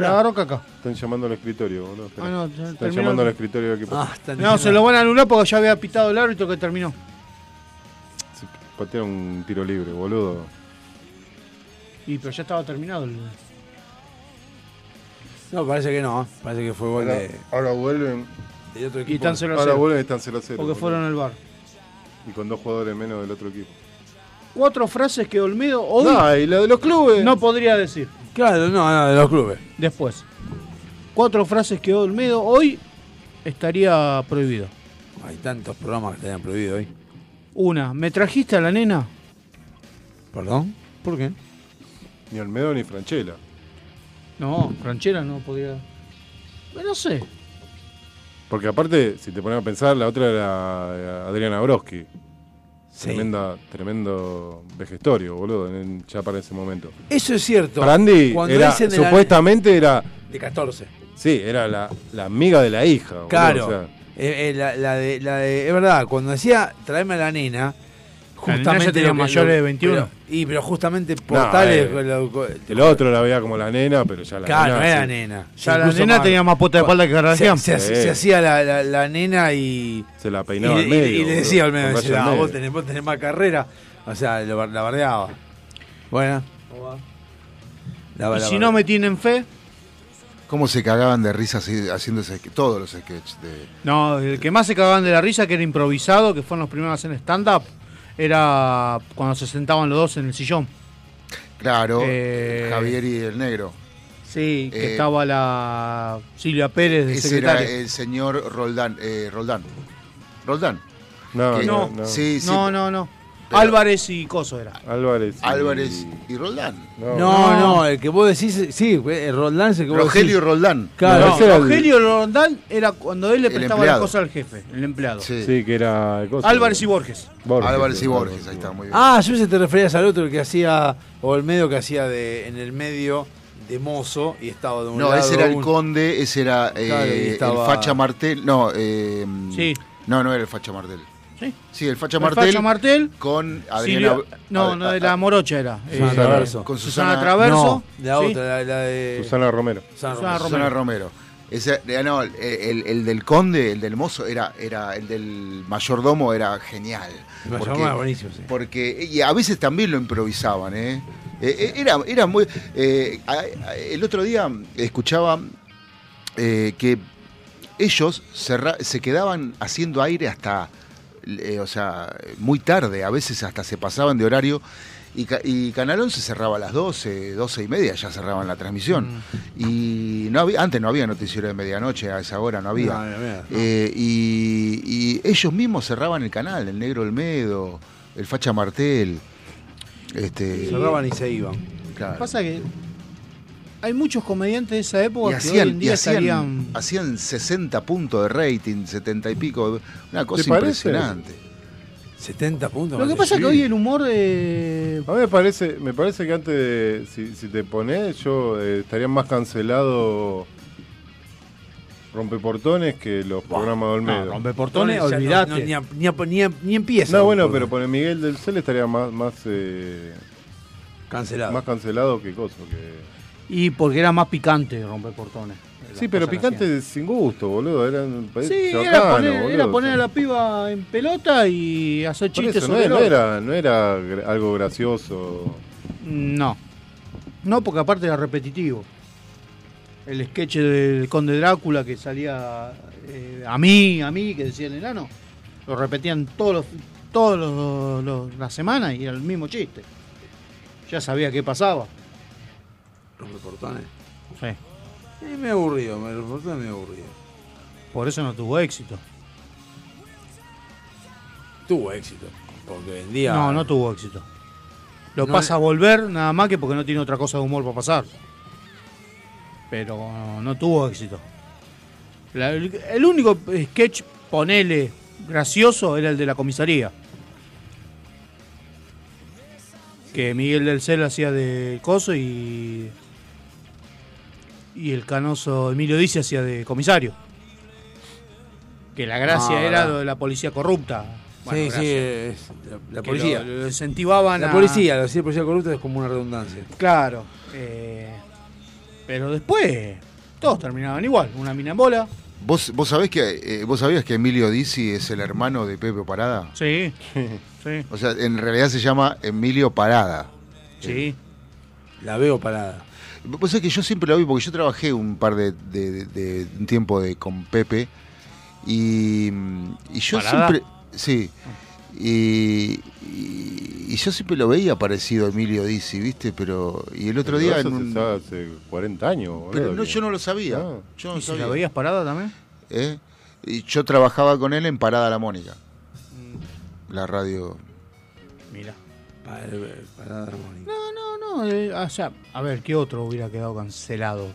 C: La agarró caca.
E: Están llamando al escritorio, boludo. Espera.
C: Ah, no, ya
E: Están
C: terminó
E: llamando
C: el-
E: al escritorio de equipo.
D: Ah, están
C: No, se lo van a anular porque ya había pitado el árbitro que terminó.
E: Patearon un tiro libre, boludo.
C: Y pero ya estaba terminado el.
D: No, parece que no, ¿eh? parece que fue gol
E: Ahora-
D: de,
E: Ahora vuelven.
D: de otro
C: Y
D: equipo.
C: tan 0 a
E: Ahora
C: 0.
E: vuelven y están 0 a 0.
C: Porque fueron al bar.
E: Y con dos jugadores menos del otro equipo.
C: Cuatro frases que Olmedo hoy
E: No, y la de los clubes.
C: no podría decir.
D: Claro, no, no, de los clubes.
C: Después. Cuatro frases que Olmedo hoy estaría prohibido.
D: Hay tantos programas que te hayan prohibido hoy.
C: Una, ¿me trajiste a la nena?
D: ¿Perdón? ¿Por qué?
E: Ni Almedo ni Franchella.
C: No, ranchera no podría. Pero No sé.
E: Porque aparte, si te pones a pensar, la otra era eh, Adriana Broski.
D: Sí.
E: Tremenda, tremendo vejestorio, boludo, en el- ya para ese momento.
D: Eso es cierto.
E: Brandi
D: Cuando
E: era,
D: dicen de la-
E: supuestamente era,
D: De 14.
E: sí, era la, la amiga de la hija. boludo,
D: Claro.
E: o sea,
D: Eh, eh, la, la de, la de- es verdad, cuando decía traeme a la nena,
C: La nena
D: justamente.
C: ya tenía
D: lo que-
C: mayores
D: lo-
C: de 21.
D: pero- y pero justamente portales.
E: eh,
D: lo- co-
E: el otro la veía como la nena, pero ya la
D: claro, no
E: nena,
D: era
E: sí.
D: nena.
C: Ya la
D: Incluso
C: nena tenía más puesta de espalda que García.
D: Se, se-
E: Sí.
D: se hacía la, la- la nena y.
E: Se la
D: Y,
E: peinaba
D: le-
E: al
D: y-
E: medio.
D: y le
E: boludo,
D: decía al medio,
E: con
D: decía,
E: raya
D: "Ah,
E: al
D: vos,
E: medio".
D: tenés, vos tenés más carrera. O sea, lo bar- la bardeaba. Bueno. La-
C: Y
D: la
C: si
D: bardeaba.
C: no me tienen fe,
F: ¿Cómo se cagaban de risa así- haciendo ese ske- todos los sketches? De...
C: No, el que más se cagaban de la risa, que era improvisado, que fueron los primeros en stand-up, era cuando se sentaban los dos en el sillón.
F: Claro,
C: Eh,
F: Javier y el negro.
C: Sí, que
F: Eh,
C: estaba la Silvia Pérez de
F: Ese era eh,
C: secretaria.
F: el señor Roldán. eh, Roldán. Roldán.
E: No,
F: Que-
C: no,
F: Sí, sí.
C: no, no, no. Álvarez y Coso era.
E: Álvarez. y-
F: Álvarez y Roldán.
D: No, no, el que vos decís, sí, el Roldán es el que vos
F: Rogelio
D: decís.
F: Roldán.
D: Claro,
C: No, Rogelio Rondán era cuando él le prestaba la
D: empleado.
C: cosa al jefe, el empleado.
F: Sí.
E: Sí, que era. cosa-
C: Álvarez y Borges.
E: Borges,
F: Álvarez y
E: sí,
F: Borges, ahí está, muy bien.
D: Ah, yo pensé que te referías al otro que hacía, o el medio que hacía de, en el medio de mozo y estaba de un
F: No,
D: lado
F: ese era el
D: un-
F: conde, ese era eh,
D: Claro, y
F: el
D: estaba-
F: Facha Martel. No, eh,
C: Sí.
F: no, no era el Facha Martel.
C: Sí.
F: el Facha
C: El
F: Martel.
C: Facha Martel
F: con Adriana.
C: Silvia- no, no, de la morocha era.
F: Susana
C: Eh,
F: Traverso.
C: Con
F: Con
C: Susana,
F: Susana-
C: Traverso.
D: No, la
C: sí.
D: otra, la, la de.
E: Susana Romero.
D: Susana
C: Susana
D: Romero.
F: Susana Romero. Ese, eh, no, el, el- el del conde, el del mozo, era, era el del mayordomo era genial.
D: El mayordomo era buenísimo, sí.
F: Porque, y a veces también lo improvisaban, ¿eh? Eh, eh, era, era muy. eh, a- a- el otro día escuchaba eh, que ellos cerra- se quedaban haciendo aire hasta, eh, o sea, muy tarde, a veces hasta se pasaban de horario. Y, Ca- y Canal 11 cerraba a las 12, 12 y media, ya cerraban la transmisión.
D: Mm.
F: Y no había, antes no había noticiero de medianoche, a esa hora no había.
D: No, no había, no.
F: Eh, y, y ellos mismos cerraban el canal, el Negro Olmedo, el Facha Martel. Este,
D: Cerraban y se iban.
F: claro.
C: Pasa que hay muchos comediantes de esa época
F: Y
C: que hoy en
F: hacían, y
C: día
F: hacían,
C: estarían
F: hacían 60 puntos de rating, 70 y pico, una cosa
E: ¿Te parece?
F: impresionante.
D: 70 puntos.
C: Lo que pasa
D: parece.
C: es que
D: Sí.
C: hoy el humor. eh,
E: A mí me parece, me parece que antes de. Si, si te pones, yo eh, estaría más cancelado. Rompeportones que los programas de Olmedo.
D: No, Rompeportones,
C: Portones,
D: olvidate.
C: ya no,
D: ni, a- ni a- ni empieza.
E: No, bueno, pero por Miguel del Cel estaría más más, eh,
D: Cancelado.
E: más cancelado que coso. Que...
C: Y porque era más picante romper portones.
E: Sí, pero picante sin gusto, boludo. Era un país
C: Sí, era
E: chabacano,
C: poner,
E: boludo,
C: era poner a
E: o sea.
C: la piba en pelota y hacer
E: Por
C: chistes
E: eso, no,
C: sobre
E: era- no
C: el otro.
E: era, no era gra- algo gracioso.
C: No. No, porque aparte era repetitivo. El sketch del Conde Drácula que salía eh, a mí, a mí, que decía el enano. Lo repetían todos los, todos los, los- las semanas y era el mismo chiste. Ya sabía qué pasaba.
D: Rompeportones.
C: Sí.
D: Sí, me aburrido, me Rompeportones me aburrido.
C: Por eso no tuvo éxito.
D: Tuvo éxito. Porque vendía.
C: No, no tuvo éxito. Lo
D: No,
C: pasa a volver nada más que porque no tiene otra cosa de humor para pasar. Pero no, no tuvo éxito. La- el, el único sketch, ponele, gracioso era el de la comisaría. Que Miguel del Cel hacía de coso y. Y el canoso Emilio Dice hacía de comisario. Que la gracia
D: Ah,
C: era
D: verdad.
C: lo de la policía corrupta. Bueno,
D: sí, sí,
C: gracia.
D: es la, la
C: Que
D: policía.
C: lo- lo incentivaban
D: la
C: a-
D: policía, la policía, corrupta es como una redundancia.
C: Claro. eh, pero después, todos terminaban igual. Una mina en bola.
F: ¿Vos, vos, sabés que, eh, ¿Vos sabías que Emilio Dizzi es el hermano de Pepe Parada?
C: Sí. sí.
F: O sea, en realidad se llama Emilio Parada. Eh,
C: Sí.
D: La veo parada.
F: Vos sabés que yo siempre lo vi porque yo trabajé un par de, de- de- de- un tiempo de, con Pepe y, y yo
C: ¿Parada?
F: siempre sí y, y- y yo siempre lo veía parecido a Emilio Dizzi, ¿viste? Pero y el
E: Pero
F: otro día
E: eso
F: en
E: se
F: un-
E: sabe hace 40 años, boludo.
F: pero no,
E: que-
F: yo no lo sabía.
E: Ah.
F: Yo no
C: ¿Y si
F: sabía.
C: la veías parada también?
F: ¿eh? Y yo trabajaba con él en Parada La Mónica. La radio
C: Mm. Mira. eh,
D: Parada, parada armónica.
C: No, no, no. eh, o sea, a ver, ¿qué otro hubiera quedado cancelado?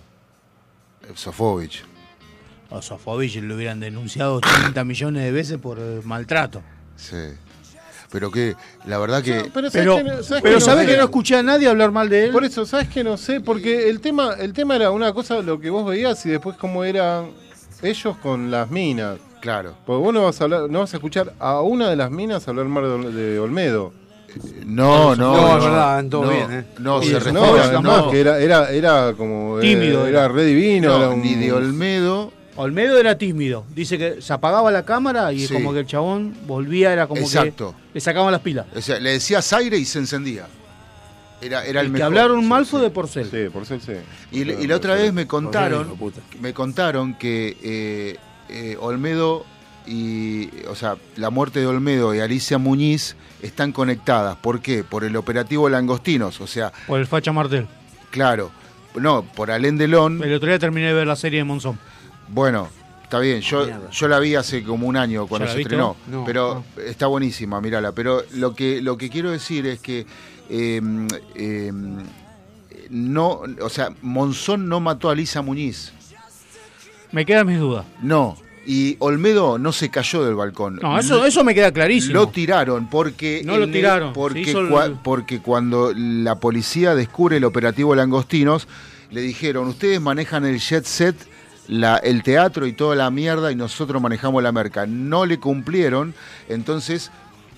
F: Sofovich.
C: A Sofovich lo hubieran denunciado 30 millones de veces por eh, maltrato.
F: Sí. Pero que la verdad que
E: Pero,
C: Pero,
E: ¿sabes que no- sabes
C: pero
E: que no
C: ¿sabes
E: sé?
C: que no escuché a nadie hablar mal de él?
E: Por eso, ¿sabes que No sé, porque el tema, el tema era una cosa lo que vos veías y después cómo eran ellos con las minas.
F: claro,
E: Porque vos no vas a, hablar, no vas a escuchar a una de las minas hablar mal de, de Olmedo.
F: No, no,
D: No, es verdad, todo
F: no,
D: bien, ¿eh.
F: No,
E: Y
F: se
E: eso, no,
F: respeta,
E: era-
F: no,
E: no, que era, era, era como. eh,
C: Tímido
E: Era,
C: era.
E: re divino.
F: no,
E: era un-
F: ni de Olmedo.
C: Olmedo era tímido. Dice que se apagaba la cámara y
F: Sí.
C: como que el chabón volvía, era como
F: Exacto.
C: que le sacaban las pilas.
F: O sea, le decías aire y se encendía. Era, era el,
C: El que
F: mejor.
C: hablaron mal fue de Porcel.
E: Sí, Porcel sí.
F: Y, la- y la otra vez me
E: hijo
F: contaron, me contaron que eh, eh, Olmedo y, o sea, la muerte de Olmedo y Alicia Muñiz están conectadas. ¿Por qué? Por el operativo Langostinos, o sea,
C: Por el facha Martel.
F: claro, no, por Alén Delon.
C: El otro día terminé de ver la serie de Monzón.
F: Bueno, está bien, yo, yo la vi hace como un año cuando
C: la
F: se
C: viste
F: estrenó,
C: vos? No,
F: pero está buenísima, mírala. Pero lo que, lo que quiero decir es que eh, eh, no, o sea, Monzón no mató a Lisa Muñiz.
C: Me quedan mis dudas.
F: No. Y Olmedo no se cayó del balcón.
C: No, eso- eso me queda clarísimo.
F: Lo tiraron porque.
C: No lo
F: en el-
C: tiraron, se
F: Porque,
C: hizo el-
F: cua- porque cuando la policía descubre el operativo Langostinos, le dijeron: Ustedes manejan el jet set, la- el teatro y toda la mierda, y nosotros manejamos la merca. No le cumplieron, entonces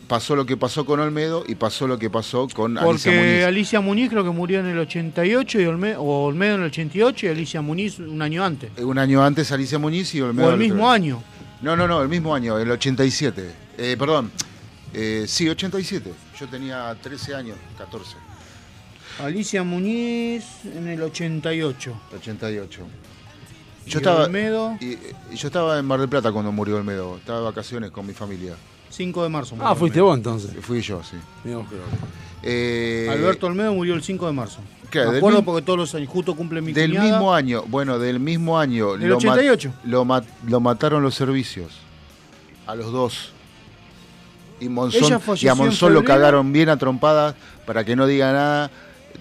F: pasó lo que pasó con Olmedo y pasó lo que pasó con Alicia
C: Porque
F: Muñiz.
C: Alicia Muñiz creo que murió en el 88 y Olme- o Olmedo en el 88 y Alicia Muñiz un año antes.
F: Eh, Un año antes Alicia Muñiz y Olmedo.
C: o el
F: al otro
C: mismo
F: lado.
C: año.
F: No, no, no, el mismo año, el 87. Eh, perdón. Eh, sí, 87. Yo tenía 13 años, 14.
C: Alicia Muñiz en el 88.
F: 88.
C: Y
F: Yo estaba,
C: Olmedo
F: y- y yo estaba en Mar del Plata cuando murió Olmedo. Estaba de vacaciones con mi familia.
C: 5 de marzo.
F: Ah, fuiste
C: Olmedo.
F: vos entonces. Fui yo, sí. Eh,
C: Alberto Olmedo murió el 5 de marzo.
F: Claro,
C: Me
F: del
C: acuerdo
F: mismo-
C: porque todos los años justo cumple mi
F: Del
C: cuñada.
F: mismo año, bueno, del mismo año.
C: Del
F: lo mat-
C: 88.
F: Lo, mat- lo mataron los servicios. A los dos. Y, Monzón-
C: Ella
F: y
C: falleció
F: a
C: en
F: Monzón lo
C: febrero.
F: cagaron bien a trompadas para que no diga nada.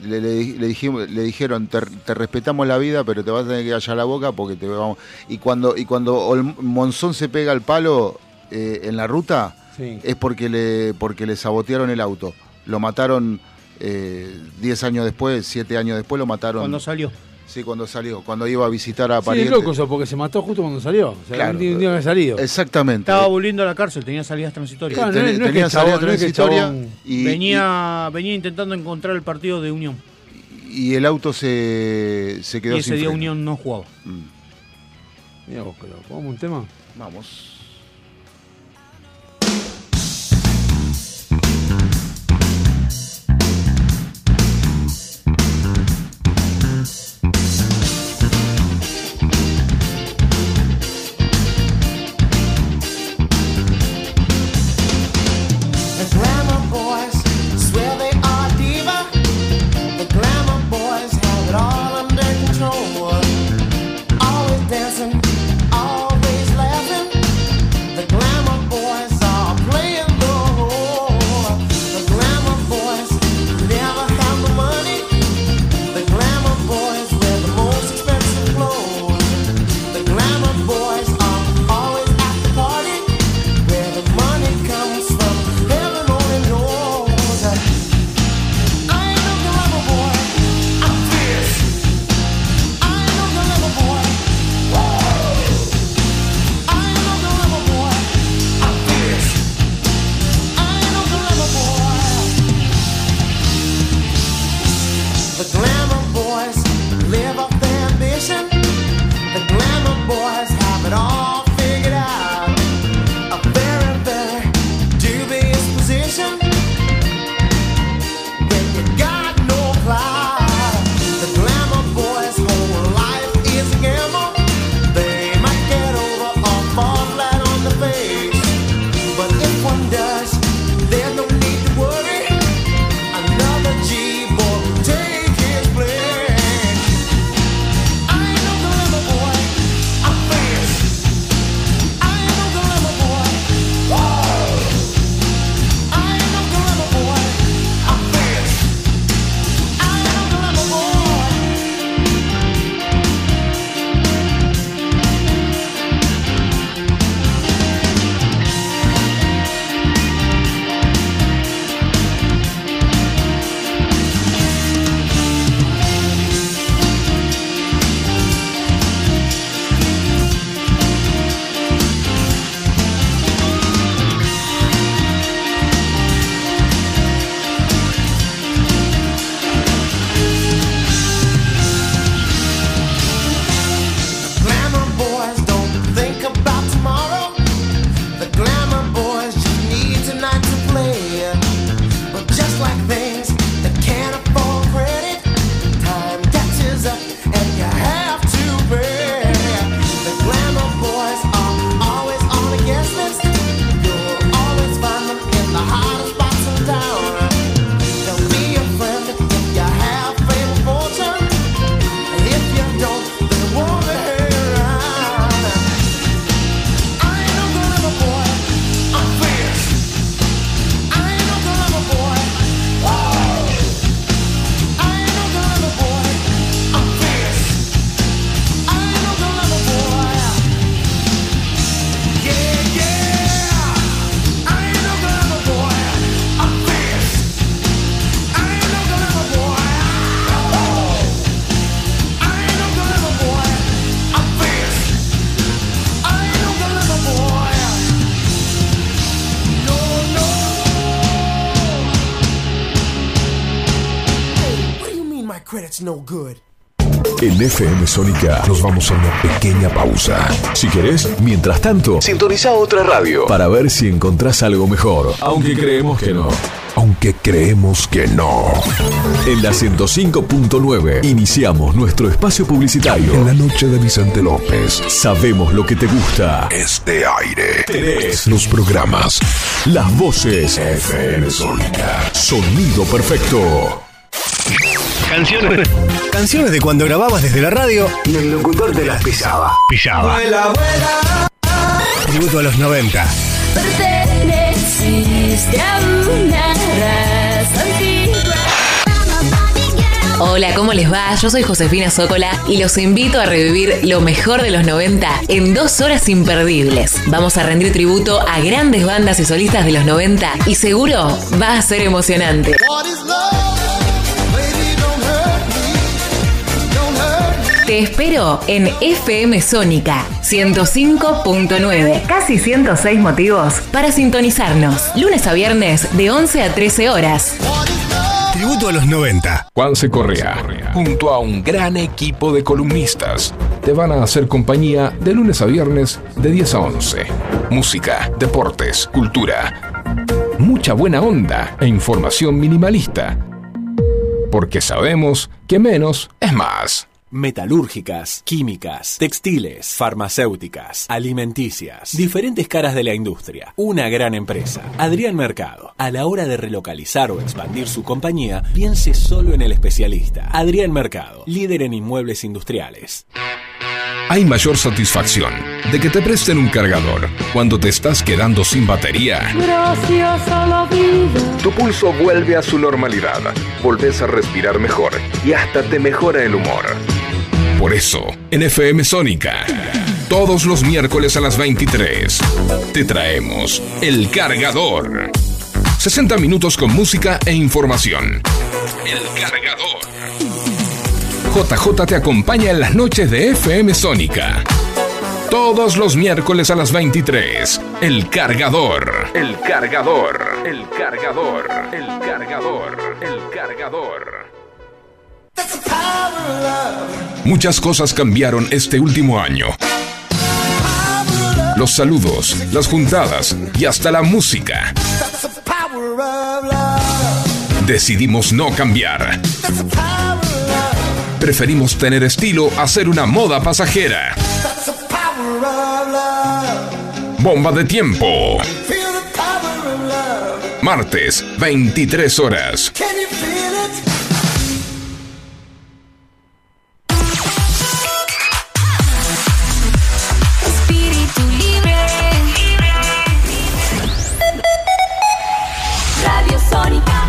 F: Le, le di- le dijimos, le dijeron, te, te respetamos la vida, pero te vas a tener que callar la boca porque te vamos. Y cuando, y cuando Ol- Monzón se pega al palo eh, en la ruta,
D: Sí.
F: es porque le, porque le sabotearon el auto. Lo mataron eh, 10 años después, 7 años después, lo mataron.
D: Cuando
C: salió.
F: Sí, cuando salió, cuando iba a visitar a
D: Sí, es
F: parientes.
D: loco eso, porque se mató justo cuando salió. O sea,
F: Claro.
D: un día, un día había salido.
F: Exactamente.
C: Estaba volviendo a la cárcel, tenía salidas transitorias.
D: Claro, no es- Tenía- no es que tenía salida chabón, no es que transitoria chabón-
F: y-
C: venía, venía intentando encontrar el partido de Unión.
F: Y el auto se, se quedó
C: y ese
F: sin
C: día
F: freno.
C: Unión no jugaba.
F: Mm.
D: Mira vos, creo. ¿Vamos un tema?
F: Vamos.
A: The glamour boys swear they are diva. The glamour boys have it all under control. Always dancing, always laughing.
O: that's no good.
I: En FM Sónica nos vamos a una pequeña pausa. Si querés, mientras tanto, sintoniza otra radio para ver si encontrás algo mejor. Aunque creemos que no. Aunque creemos que no. En la 105.9 iniciamos nuestro espacio publicitario. En la noche de Vicente López. Sabemos lo que te gusta. Este aire. Tenés los programas. Las voces. FM Sónica. Sonido perfecto.
P: Canciones. Canciones de cuando grababas desde la radio y el locutor te las pisaba. Pisaba. Tributo a los 90.
A: Perteneciste a una raza antigua.
Q: Hola, ¿cómo les va? Yo soy Josefina Zócola y los invito a revivir lo mejor de los 90 en dos horas imperdibles. Vamos a rendir tributo a grandes bandas y solistas de los 90 y seguro va a ser emocionante. Te espero en FM Sónica 105.9. Casi 106 motivos para sintonizarnos. Lunes a viernes de 11 a 13 horas.
P: Tributo a los 90.
K: Juanse Correa, junto a un gran equipo de columnistas, te van a hacer compañía de lunes a viernes de 10 a 11. Música, deportes, cultura, mucha buena onda e información minimalista. Porque sabemos que menos es más.
R: Metalúrgicas, químicas, textiles, farmacéuticas, alimenticias, diferentes caras de la industria, una gran empresa. Adrián Mercado, a la hora de relocalizar o expandir su compañía, piense solo en el especialista. Adrián Mercado, líder en inmuebles industriales.
K: Hay mayor satisfacción de que te presten un cargador cuando te estás quedando sin batería.
A: Graciosa la vida.
K: Tu pulso vuelve a su normalidad, volvés a respirar mejor y hasta te mejora el humor. Por eso, en FM Sónica, todos los miércoles a las 23, te traemos El Cargador. 60 minutos con música e información. El cargador. JJ te acompaña en las noches de FM Sónica. Todos los miércoles a las 23, El Cargador. El Cargador. El Cargador. El Cargador. El Cargador. Muchas cosas cambiaron este último año. Los saludos, las juntadas y hasta la música. Decidimos no cambiar. Preferimos tener estilo a ser una moda pasajera. Bomba de tiempo. Martes, 23 horas.
A: Espíritu libre. Radio Sónica.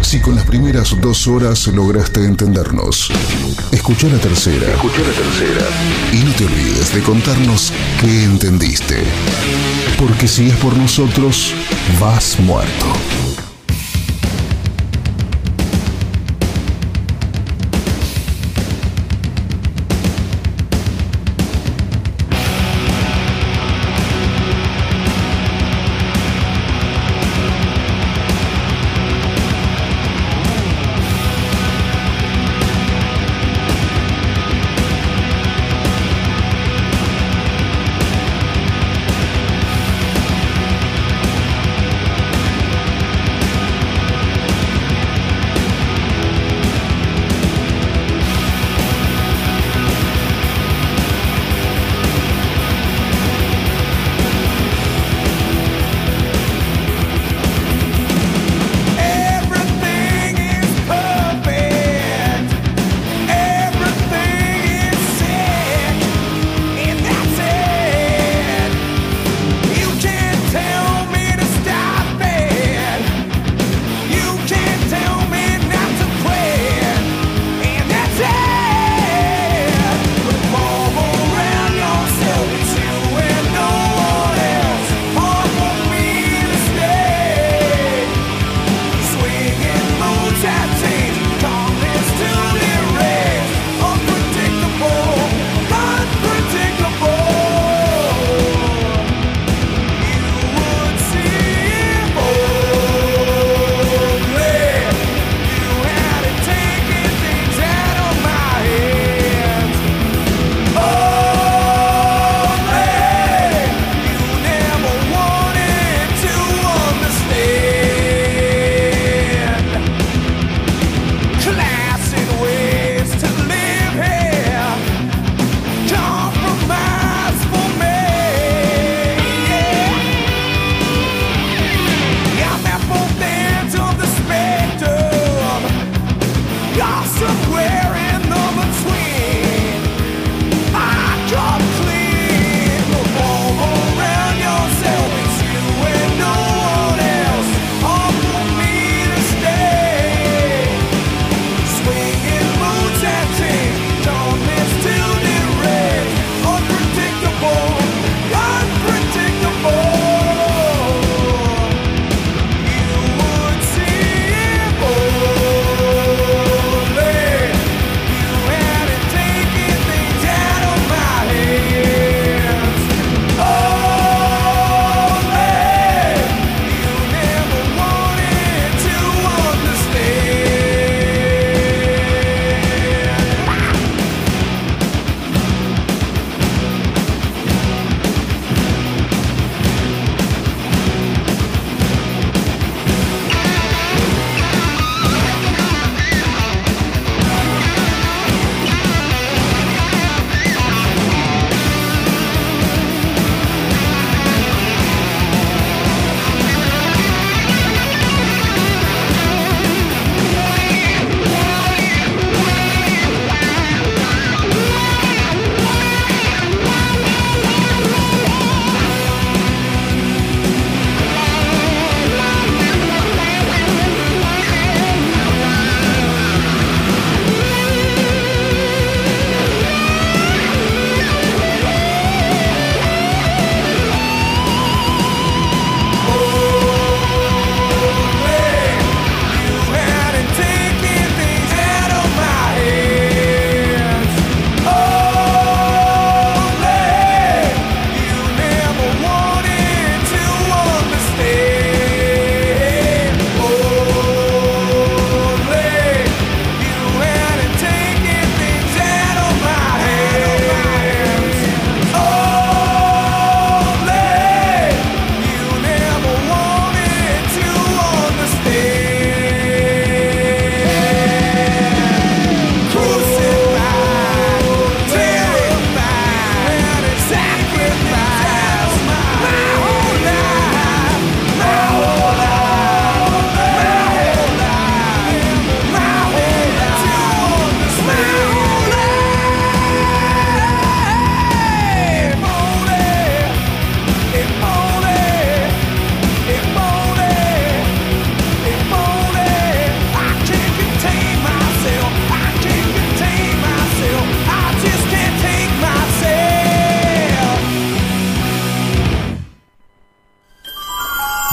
I: Si con las primeras dos horas lograste entendernos, escucha la tercera. Escucha la tercera. Y no te olvides de contarnos qué entendiste. Porque si es por nosotros, vas muerto.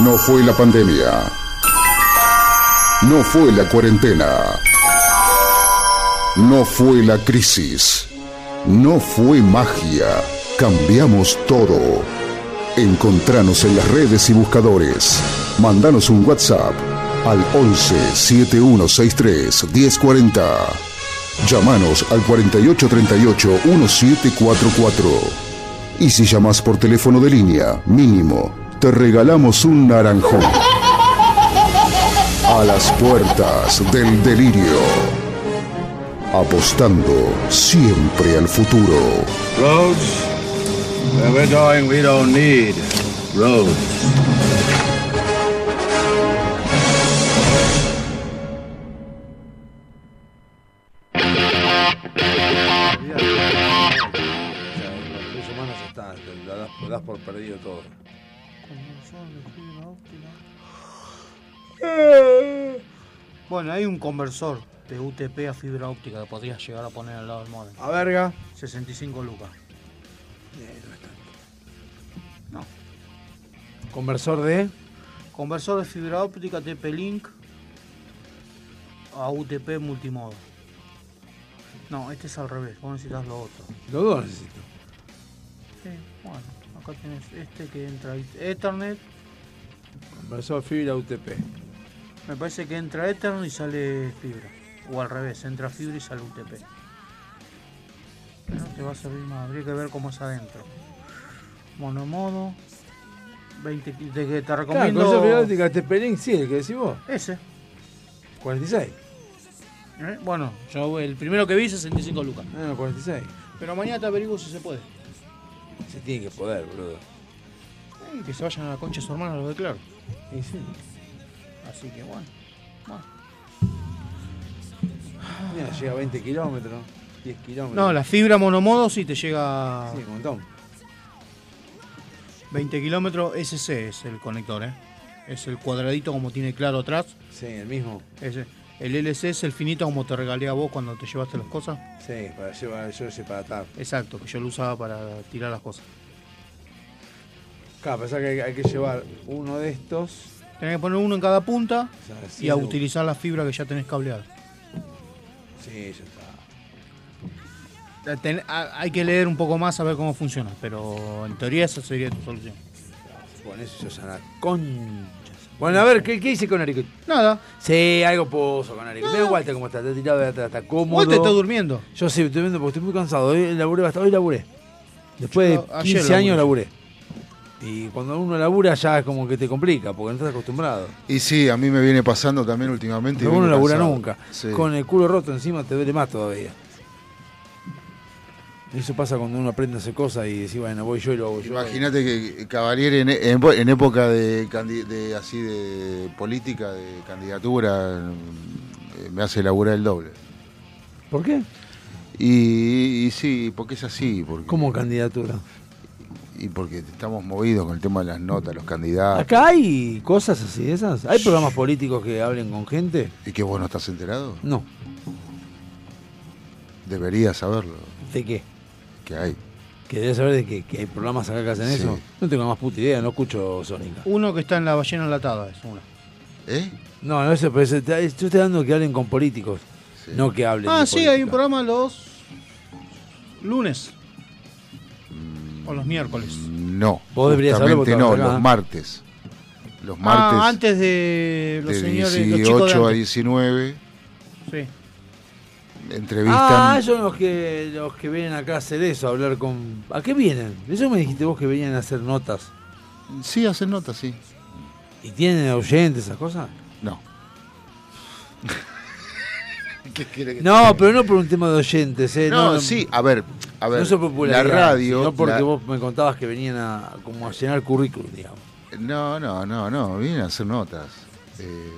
B: No fue la pandemia. No fue la cuarentena. No fue la crisis. No fue magia. Cambiamos todo. Encontranos en las redes y buscadores. Mandanos un WhatsApp al 11 7163 1040. Llamanos al 4838 1744. Y si llamas por teléfono de línea, mínimo, te regalamos un naranjón. A las puertas del delirio. Apostando siempre al futuro.
S: Roads? Where we're going, we don't need roads.
D: Tres semanas ya está, te la das, lo das por perdido todo.
C: Bueno, hay un conversor de UTP a fibra óptica que podrías llegar a poner al lado del modem.
D: A verga.
C: 65 lucas.
D: Conversor de.
C: Conversor de fibra óptica TP-Link a UTP multimodo. No, este es al revés, vos necesitas lo otro.
D: Los dos necesito.
C: Sí, bueno, acá tenés este que entra Ethernet,
D: Conversor fibra UTP.
C: me parece que entra Ethernet y sale fibra. O al revés, entra fibra y sale UTP. No te va a servir más, habría que ver cómo es adentro. Monomodo, 20 ki- de que te
D: Claro,
C: recomiendo.
D: conversor fibra óptica, te pelín, sí, el que decís vos.
C: Ese.
D: 46.
C: Eh, Bueno, yo el primero que vi 65 lucas.
D: No, no, 46.
C: Pero mañana te averiguo si se puede.
D: Se tiene que poder, boludo.
C: Eh, Que se vayan a la concha de su hermano, lo declaro.
D: Y sí.
C: Así que bueno. bueno.
D: Mira, llega a 20 kilómetros, 10 kilómetros.
C: No, la fibra monomodo sí te llega a
D: Sí, un montón.
C: 20 kilómetros. SC es el conector, ¿eh? Es el cuadradito como tiene claro atrás.
D: Sí, el mismo.
C: Ese. El LC es el finito como te regalé a vos cuando te llevaste las cosas.
D: Sí, para llevar, yo sé para atar.
C: Exacto, que yo lo usaba para tirar las cosas.
D: Claro, pensá que hay, hay que llevar uno de estos.
C: Tenés que poner uno en cada punta
D: o sea,
C: y
D: cien
C: a
D: lucas.
C: utilizar la fibra que ya tenés cableada.
D: Sí, ya está.
C: La Eh, ten- a- hay que leer un poco más a ver cómo funciona, pero en teoría esa sería tu solución.
D: Bueno, eso ya sana. Conchas. Bueno, a ver, ¿qué, qué hice con Arico?
C: Nada.
D: Sí, algo puso con Arico. Mira Walter cómo está, está tirado de atrás, está cómodo.
C: Vos te estás durmiendo.
D: Yo sí, estoy viendo porque estoy muy cansado. Hoy laburé bastante. Hoy laburé. Después
C: Yo
D: de
C: ayer
D: 15 años
C: laburé.
D: laburé. Y cuando uno labura ya es como que te complica, porque no estás acostumbrado.
F: Y sí, a mí me viene pasando también últimamente. y
D: Pero uno
F: vengo
D: no labura
F: cansado.
D: nunca.
F: Sí.
D: Con el culo roto encima te duele más todavía. Eso pasa cuando uno aprende a hacer cosas y decís, bueno, voy yo y lo hago yo.
F: Imagínate que Cavalieri en, en- en época de, candi- de- así de política, de candidatura, eh, me hace laburar el doble.
D: ¿Por qué?
F: Y, y sí, porque es así. Porque,
D: ¿Cómo candidatura?
F: Y porque estamos movidos con el tema de las notas, los candidatos.
D: ¿Acá hay cosas así de esas? ¿Hay programas políticos que hablen con gente?
F: ¿Y que vos no estás enterado?
D: No.
F: Deberías saberlo,
D: ¿De qué?
F: que hay.
D: Que debes saber de que, que hay programas acá que hacen
F: Sí.
D: eso. No tengo más puta idea, no escucho Sónica.
C: Uno que está en la ballena enlatada es uno.
F: ¿Eh?
D: No, no sé, pero se te- yo estoy dando que hablen con políticos, no que hablen.
C: Ah,
D: de
C: sí, hay
D: política.
C: un programa los lunes. O los miércoles.
F: No.
D: Vos deberías saberlo porque
F: justamente no,
D: trabajás acá. ¿eh?
F: los martes. Los martes
C: ah, antes
D: Eh,
C: de los
F: de
C: señores, los
F: 18
C: chicos de
F: a
C: antes.
F: 19
C: Sí.
F: entrevistan
D: Ah, ellos los que, los que vienen acá a hacer eso, a hablar con... ¿A qué vienen? Eso me dijiste vos que venían a hacer notas.
F: Sí, hacen notas, sí.
D: ¿Y tienen oyentes, esas cosas?
F: No. ¿Qué quiere que
D: No, pero no por un tema de oyentes, ¿eh?
F: No, sí, a ver, a ver,
D: no se
F: la radio,
D: No porque
F: la-
D: vos me contabas que venían a, como a llenar currículum, digamos.
F: No, no, no, no, vienen a hacer notas. Eh,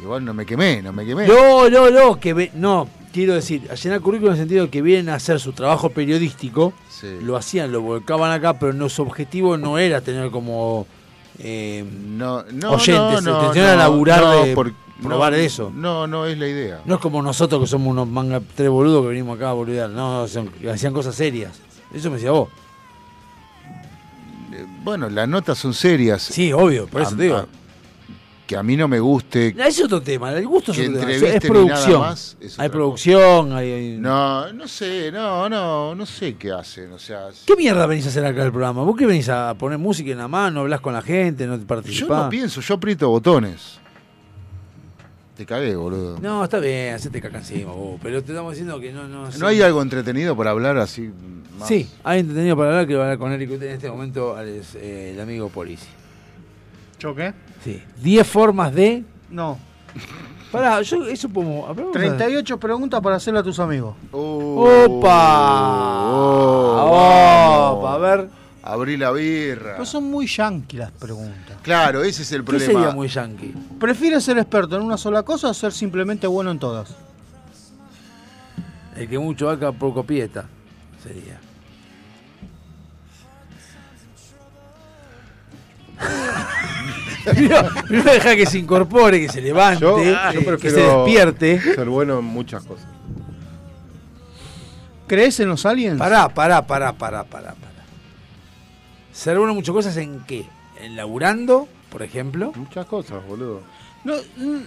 F: igual no me quemé, no me quemé.
D: No, no, no, que ve- no, quiero decir, a llenar currículum en el sentido de que vienen a hacer su trabajo periodístico,
F: Sí.
D: lo hacían, lo volcaban acá, pero no, su objetivo no era tener como eh,
F: no, no,
D: oyentes,
F: no,
D: te
F: no,
D: tenían a laburar
F: no,
D: de
F: por-
D: probar
F: no,
D: eso.
F: No, no es la idea.
D: No es como nosotros que somos unos manga tres boludos que venimos acá a boludear, no, son- hacían cosas serias. Eso me decía vos.
F: Bueno, las notas son serias.
D: Sí, obvio, por eso
F: A-
D: te digo.
F: a- que a mí no me guste.
D: No, ese es otro tema, el gusto es
F: Que
D: otro tema. Es
F: entrevisten y
D: producción.
F: nada más, es
D: hay
F: otra
D: producción, hay, hay-
F: No, no sé, no, no, no sé qué hacen. O sea,
D: ¿Qué mierda venís a hacer acá el programa? ¿Vos qué venís a poner música en la mano, hablas con la gente, no te
F: yo
D: participás?
F: no pienso, yo aprieto botones. Te cagué, boludo.
D: No, está bien, hacete caca encima vos, pero te estamos diciendo que no... No,
F: ¿No hay algo entretenido para hablar así? más?
D: Sí, hay entretenido para hablar que va a hablar con Eric en este momento es, eh, el amigo Polisi.
C: ¿Yo qué?
D: Sí. 10 formas de...
C: No.
D: Pará, yo eso como... hablamos de-
C: 38 preguntas para hacerle a tus amigos.
F: Uh,
D: ¡Opa!
F: Opa,
D: a ver.
F: Abrí la birra.
C: Pero Pues son muy yanqui las preguntas.
F: Claro, ese es el
C: ¿Qué
F: problema.
C: sería
D: muy yankee?
C: ¿Prefieres ser experto en una sola cosa o ser simplemente bueno en todas?
D: El que mucho vaca, poco pieta sería. Primero primero deja que se incorpore, que se levante,
E: Yo, yo
D: que
E: prefiero
D: se despierte.
E: ser bueno en muchas cosas.
C: ¿Crees en los aliens?
D: Pará, pará, pará, pará, pará, pará. Ser bueno en muchas cosas en qué? En laburando, por ejemplo.
E: Muchas cosas, boludo.
C: No,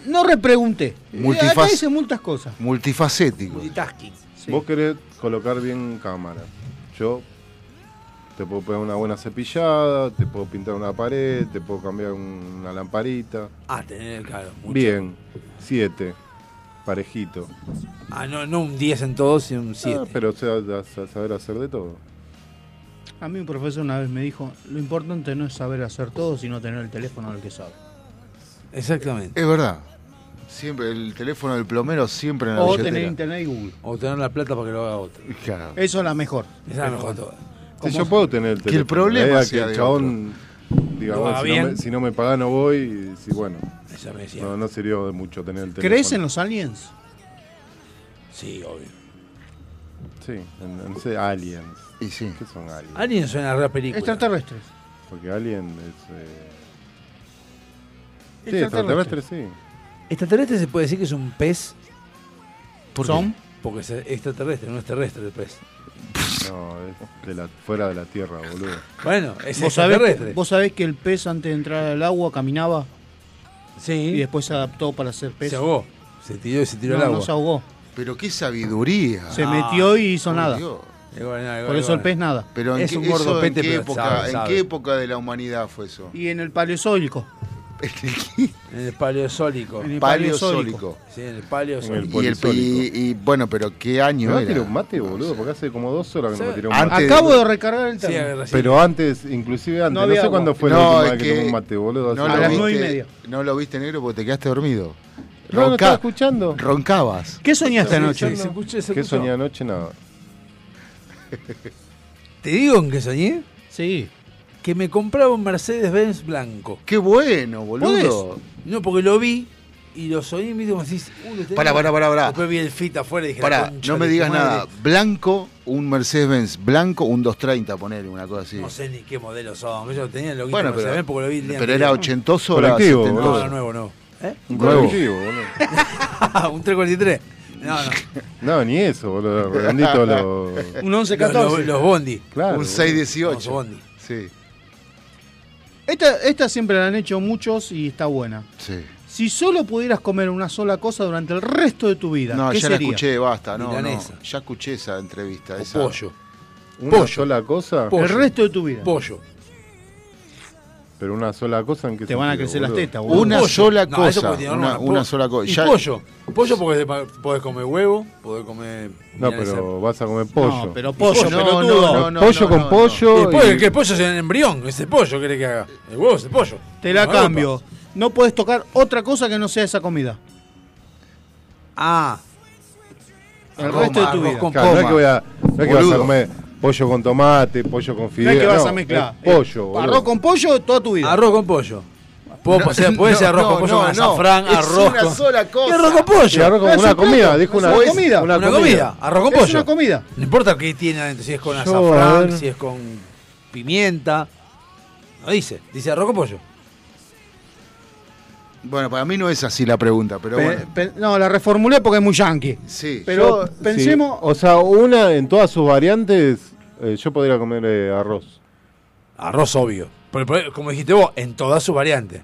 C: no repregunté.
F: Multifac-
C: Mm, Acá dice muchas cosas.
F: Multifacético.
D: Multitasking.
E: Vos querés colocar bien cámara. Yo te puedo poner una buena cepillada, te puedo pintar una pared, te puedo cambiar un- una lamparita.
D: Ah, tener, claro. mucho.
E: Bien, siete, parejito.
D: Ah, no, no un 10 en todos, sino un 7.
E: Ah, pero o sea, da- sa- saber hacer de todo.
C: A mí un profesor una vez me dijo, lo importante no es saber hacer todo, sino tener el teléfono del que sabe.
D: Exactamente.
F: Es verdad. Siempre el teléfono del plomero siempre en la
C: O
F: billetera.
C: tener internet y Google.
D: O tener la plata para que lo haga otro.
F: Claro.
C: Eso es la mejor.
D: Esa es la mejor de todas.
E: Sí, yo puedo tener el
F: Que el
E: teléfono.
F: problema
E: La idea
F: sea
E: que
F: de
E: el chabón diga,
F: Lo
E: bueno,
F: haga
E: si, no
F: bien.
E: me, si no me paga no voy. Y si bueno,
D: Esa me decía.
E: no, no sirvió de mucho tener el teléfono.
C: ¿Crees en los aliens?
D: Sí, obvio.
E: Sí, en, en- sí, aliens.
F: Y sí.
E: ¿Qué son aliens?
D: Alien suena a la película.
C: Extraterrestres.
E: Porque alien es... eh, Sí,
D: Extraterrestre.
E: extraterrestre, sí.
D: Extraterrestre se puede decir que es un pez.
F: ¿Por qué?
D: ¿Son? Porque es extraterrestre, no es terrestre el pez.
E: No, es de la, fuera de la Tierra, boludo.
D: Bueno, es
C: ¿Vos sabés,
D: extraterrestre.
C: vos sabés que el pez antes de entrar al agua caminaba?
D: Sí.
C: Y después se adaptó para ser pez.
D: Se ahogó. Se tiró y se tiró
C: No,
D: al agua.
C: no se ahogó.
F: Pero qué sabiduría.
C: Se metió y hizo
F: por
C: nada.
F: Dios.
C: Por eso el pez nada.
F: Pero en,
C: Es
F: qué,
C: un
F: eso
C: gordo
F: en
C: pete,
F: qué
C: pero
F: época,
C: sabe,
F: ¿en
C: sabe.
F: qué época de la humanidad fue eso?
C: Y en el paleozoico.
D: En el paleozoico.
C: En el
F: Paleozoico.
D: Sí, en el paleozoico.
F: y, el- y- y, bueno, pero qué año
E: ¿Me
F: era?
E: tiró un mate, boludo? Porque hace como dos horas que no me tiró un
F: Antes-
E: mate.
C: Acabo de recargar el termo.
E: Pero antes, inclusive antes, no,
C: No había
E: sé
C: agua.
E: cuándo fue
F: No,
E: la última
F: es
E: vez que tomé
F: que
E: un mate, boludo.
F: No
E: hace
F: lo
E: como-
F: viste-
C: nueve y media.
F: No lo viste negro porque te quedaste dormido.
E: No, no estaba
F: Ronca-
E: escuchando.
F: roncabas.
C: ¿Qué soñaste
E: Estaba
C: anoche?
E: escuchando.
C: Se escuchó, se
E: ¿Qué
C: escuchó.
E: soñé anoche? Nada.
D: ¿Te digo en qué soñé?
C: Sí.
D: Que me compraba un Mercedes-Benz blanco.
F: Qué bueno, boludo.
D: ¿Podés? No, porque lo vi y lo soñé y me dijo, decís, uy, lo tenés.
F: Pará, pará, pará, pará.
D: Después vi el fit afuera y dije, la
F: Pará,
D: concha
F: no me
D: de
F: digas
D: tu madre.
F: nada. Blanco, un Mercedes-Benz. Blanco, un 230, ponele, una cosa así.
D: No sé ni qué modelo son. Yo tenía lo que
F: Bueno,
D: hice
F: pero-
D: Mercedes-Benz porque lo vi el día
F: pero
D: anterior.
F: era ochentoso o era
E: Colectivo,
F: setentoso.
D: No, no, nuevo, no. ¿Eh?
E: Un
F: Nuevo.
E: colectivo, boludo.
D: un 343. No, no.
E: No, ni eso, boludo. Redondito lo.
C: Un 11
D: Los, los Bondi.
E: Claro.
F: un 618.
D: Los Bondi.
F: Sí,
C: Esta, esta siempre la han hecho muchos y está buena.
F: sí.
C: Si solo pudieras comer una sola cosa durante el resto de tu vida,
F: No,
C: ¿qué
F: ya la
C: sería?
F: escuché, basta. No, no,
D: Milanesa.
F: ya escuché esa entrevista. esa.
D: Pollo.
E: Una
F: Pollo.
E: sola cosa,
C: El resto de tu vida.
D: Pollo.
E: pero una sola cosa en que
C: Te van a crecer las tetas, boludo.
F: Una
D: pollo.
F: sola
D: No, eso
F: cosa.
D: porque tiene
F: una,
D: hormona,
F: una
D: po-
F: sola cosa.
D: Y
F: Ya-
D: pollo. Pollo porque pa- podés comer huevo, podés comer.
E: No,
D: milanesa.
E: pero vas a comer pollo.
C: No, pero pollo,
F: No,
C: pelotudo.
F: no, no, no,
E: pollo
F: no,
E: con
F: no,
E: pollo.
D: Y después,
E: y-
D: el que el pollo sea un embrión, ese pollo querés que haga. El huevo es el pollo.
C: Te la
D: No,
C: cambio. No puedes tocar otra cosa que no sea esa comida.
D: Ah,
C: El
F: Arroz,
C: resto de tu
F: arroz
C: vida.
F: con
E: Claro, no es
F: coma.
E: que, voy a, no es que vas a
F: Boludo.
E: comer pollo con tomate, pollo con
C: No
E: fideo.
C: es que vas
E: no,
C: a mezclar.
E: es Pollo,
C: Eh,
E: boludo.
C: Arroz con pollo toda tu vida.
D: arroz con pollo. Puedo
F: No,
D: hacer- podés hacer
F: no,
D: arroz con
F: no,
D: pollo con
F: no,
D: azafrán,
F: es
D: arroz
F: una
D: con.
F: sola cosa.
D: ¿Qué arroz con
E: Y arroz
D: pollo?
E: con
C: Es
E: una
C: un
E: comida,
C: plato,
E: dijo
C: es
E: una,
C: una comida.
E: Una,
D: Una comida, arroz con
C: es
D: pollo.
C: una comida.
D: No importa qué tiene adentro, si es con
E: Yo, a
D: azafrán,
E: ver.
D: si es con pimienta. No dice, dice arroz con pollo.
F: Bueno, para mí no es así la pregunta, pero
C: Pe-
F: bueno.
C: pe- no, la reformulé porque es muy yankee.
F: Sí.
C: Pero
E: sí,
C: pensemos.
E: o sea, una en todas sus variantes, eh, yo podría comer eh, arroz.
D: Arroz obvio. Pero, pero, como dijiste vos, en todas sus variantes.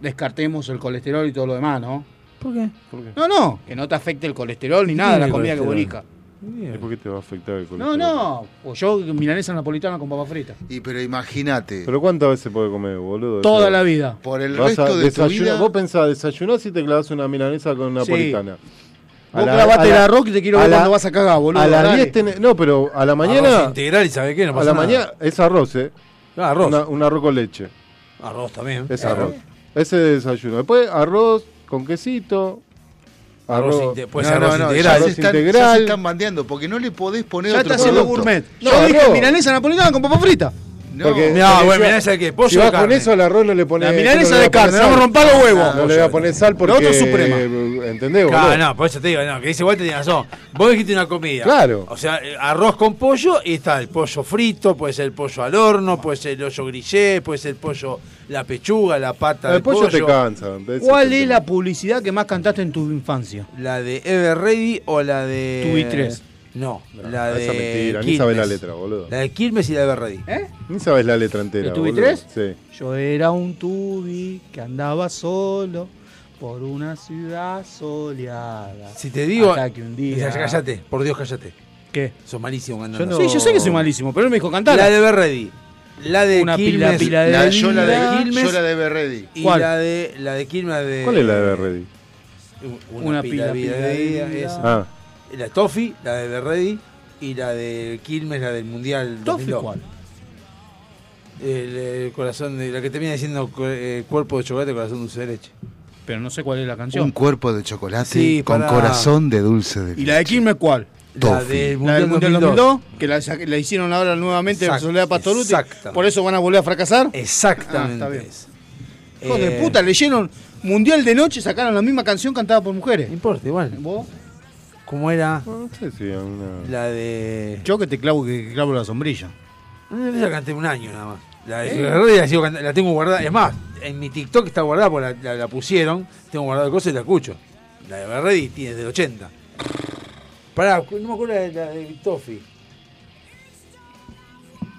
T: descartemos el colesterol y todo lo demás, ¿no?
D: ¿Por qué?
T: No, no, que no te afecte el colesterol ni nada la comida que bonica.
E: ¿Y por qué te va a afectar el
T: No,
E: colesterol?
T: no, o yo milanesa napolitana con papa frita.
F: Y pero imagínate.
E: ¿Pero cuántas veces puede comer, boludo?
T: Toda
E: Eso-
T: la vida.
F: Por el
E: Vas a
F: resto de tu
E: desayunar-
F: vida-
E: Vos pensás, desayunás y te clavas una milanesa con una
F: Sí.
E: napolitana.
F: Vos clavate el arroz que te quiero
E: a
F: ver cuando vas a cagar, boludo,
E: A las
F: dale.
E: 10 tenés- No, pero a la mañana.
D: Arroz integral y ¿sabe qué? No
E: a
D: pasa
E: la
D: nada.
E: mañana es arroz, ¿eh?
D: Ah, arroz.
E: Una- un arroz con leche.
D: Arroz también.
E: Es arroz. Ese desayuno. Después arroz con quesito.
D: Arroz
E: Arroz,
D: inte-
F: No, no, no, ya
E: Arroz
F: se están, ya
E: integral.
F: se están bandeando porque no le podés poner
C: Ya
F: otro
C: está haciendo
F: producto.
C: gourmet.
F: No,
C: Yo dije
F: no.
C: milanesa napolitana con papa frita.
F: No. Mirá,
E: porque
F: bueno,
E: yo-
F: mirá esa que pollo
E: si
F: de
E: vas
F: carne.
E: con eso al arroz no le pones.
F: La milanesa
E: no le voy
F: de
E: a
F: carne,
E: poner
F: no me
E: sal.
F: rompa los huevos.
E: No le voy a poner sal porque.
F: otro suprema. Ah,
E: eh, ¿Entendés, boludo?
D: Claro, no, por eso te digo, no, que dice igual tenés razón. Vos dijiste una comida.
E: Claro.
D: O sea, eh, arroz con pollo y está el pollo frito, puede ser el pollo al horno, puede ser el hoyo grillé, puede ser el pollo, la pechuga, la pata de
E: El
D: pollo.
E: pollo te cansa.
C: ¿Cuál es la publicidad que más cantaste en tu infancia?
D: ¿La de Ever Ready o la de.
C: Tubi tres.
D: No,
C: No,
D: la de.
E: esa mentira, ni
D: Quilmes.
E: sabés la letra, boludo.
D: La de Quilmes y la de Ever Ready.
C: ¿Eh?
E: Ni sabes la letra entera.
C: ¿El tubi
E: boludo.
C: tres?
E: Sí.
C: Yo era un tubi que andaba solo por una ciudad soleada.
D: Si te digo.
C: Hasta que un día.
D: Esa- Cállate, por Dios, cállate.
C: ¿Qué?
D: Sos malísimo
C: Yo
D: cantando.
C: no- Sí, yo sé que soy malísimo, pero él me dijo cantar.
D: La de Ever Ready. La de
C: Una pila,
D: Quilmes.
C: pila de La- yo
F: la de-
D: de
F: yo la de Ever Ready.
D: Y
F: ¿Cuál?
D: la de, la de Quilmes. la de-
E: ¿Cuál es la de Berredi?
D: Una, pila, pila de vida, esa.
E: Ah.
D: La Toffee, la de Berredi y la de Quilmes, la del Mundial.
C: ¿Toffee
D: 2002.
C: cuál?
D: El, el corazón de la que termina diciendo cu- eh, cuerpo de chocolate, corazón dulce de leche.
C: Pero no sé cuál es la canción.
F: Un cuerpo de chocolate
D: Sí,
F: con
D: pará.
F: corazón de dulce de
C: ¿Y la de Quilmes cuál?
F: La del
C: La del
F: Mundial
C: Mundial
F: 2002.
C: 2002, que la, sa- la hicieron ahora nuevamente
D: Exact-
C: Soledad Pastoruti.
D: exactamente.
C: Por eso van a volver a fracasar.
D: Exactamente.
C: Ah, está bien. Hijo de
D: Eh,
C: puta, leyeron Mundial de Noche, sacaron la misma canción cantada por mujeres. No
D: importa, igual.
C: ¿Vos?
D: ¿Cómo era?
E: No sé si una...
D: La de.
C: Yo que te clavo, que que clavo la sombrilla.
D: No, Esa la canté un año nada más. La de
C: ¿Eh?
D: Berredi la, sigo cantando, la tengo guardada. Es más, en mi TikTok está guardada porque la, la- la pusieron. Tengo guardada de cosas y la escucho. La de Berredi tiene del 80. Pará, no me acuerdo de la de Toffee.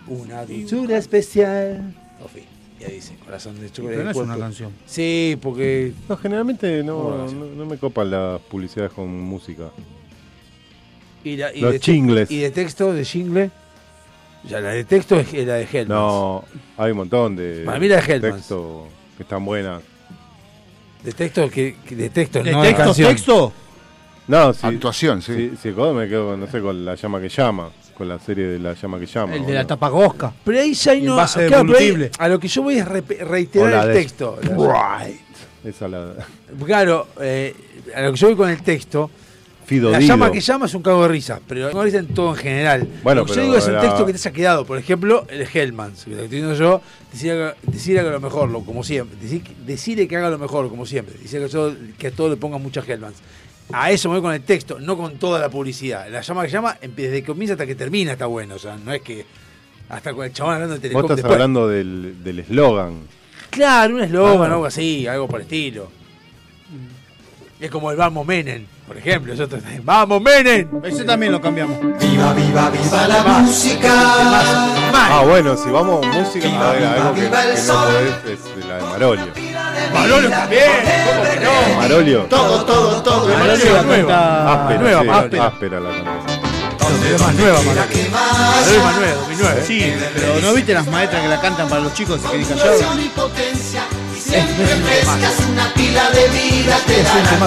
D: Una dulzura especial. Toffee. Ya dice, corazón de chocolate.
C: Pero no es
D: cuerpo-
C: una canción.
D: Sí, porque.
E: No, generalmente
D: ¿Cómo lo
E: no,
D: hace?
E: no, no me copan las publicidades con música.
D: Y la- y
E: Los
D: de te-
E: chingles.
D: Y de texto, de jingle. Ya, la de texto es es la de Helmans.
E: No, hay un montón de
D: Para mí la de Hellmans.
E: texto que están buenas.
D: De texto, que, que de texto,
E: ¿De
D: no
E: texto,
D: de canción.
E: texto? No, si,
F: Actuación,
E: sí. Si, si jodo, me quedo con, no sé, con La Llama que Llama, con la serie de La Llama que Llama.
C: El de la
E: boludo.
C: tapagosca.
D: Pero ahí ya hay
C: En
D: no.
C: base de
D: claro, pero ahí-
C: volutible.
D: a lo que yo voy es re-
E: O
D: reiterar
E: la
D: el
E: de-
D: texto.
E: Right. Esa la...
D: Claro, eh, a lo que yo voy con el texto.
E: Fido
D: la
E: Dido.
D: llama que llama es un cago de risa, pero no risa en todo en general.
E: Bueno,
D: lo que yo
E: pero
D: digo es el
E: la-
D: texto que te haya quedado. Por ejemplo, el Hellmans, que lo que estoy diciendo yo, decir decir que haga lo mejor, lo, como siempre. Decir, decirle que haga lo mejor, como siempre. Decir que, yo- que a todo le ponga muchas Hellmans. A eso me voy con el texto, no con toda la publicidad. La llama que llama, em- desde que comienza hasta que termina está bueno. O sea, no es que hasta con el chabón hablando de
E: Vos
D: telecom
E: estás
D: después.
E: hablando del del eslogan.
D: Claro, un eslogan
E: Ah.
D: o algo así, algo por el estilo. Es como el Vamos Menem, por ejemplo. Eso está- ¡Vamos Menem!
C: Ese también lo cambiamos.
D: ¡Viva, viva, viva
A: la música.
E: Ah, bueno, si vamos música, a ver, algo que,
A: viva el
E: que no
A: sol.
E: podés es de la de Marolio.
A: Manolo también.
E: Marolio.
A: Todo, todo, todo.
E: Marolio
A: Marolio nueva.
E: Áspera,
A: Nueva,
E: sí,
A: áspera.
E: áspera la canción.
D: más nueva,
A: Marolio.
D: nueva, 2009.
C: Sí, pero ¿no viste las maestras que la cantan para los chicos que dicen callados?
A: Pasión y potencia. Y siempre pescas una pila de vida te darán.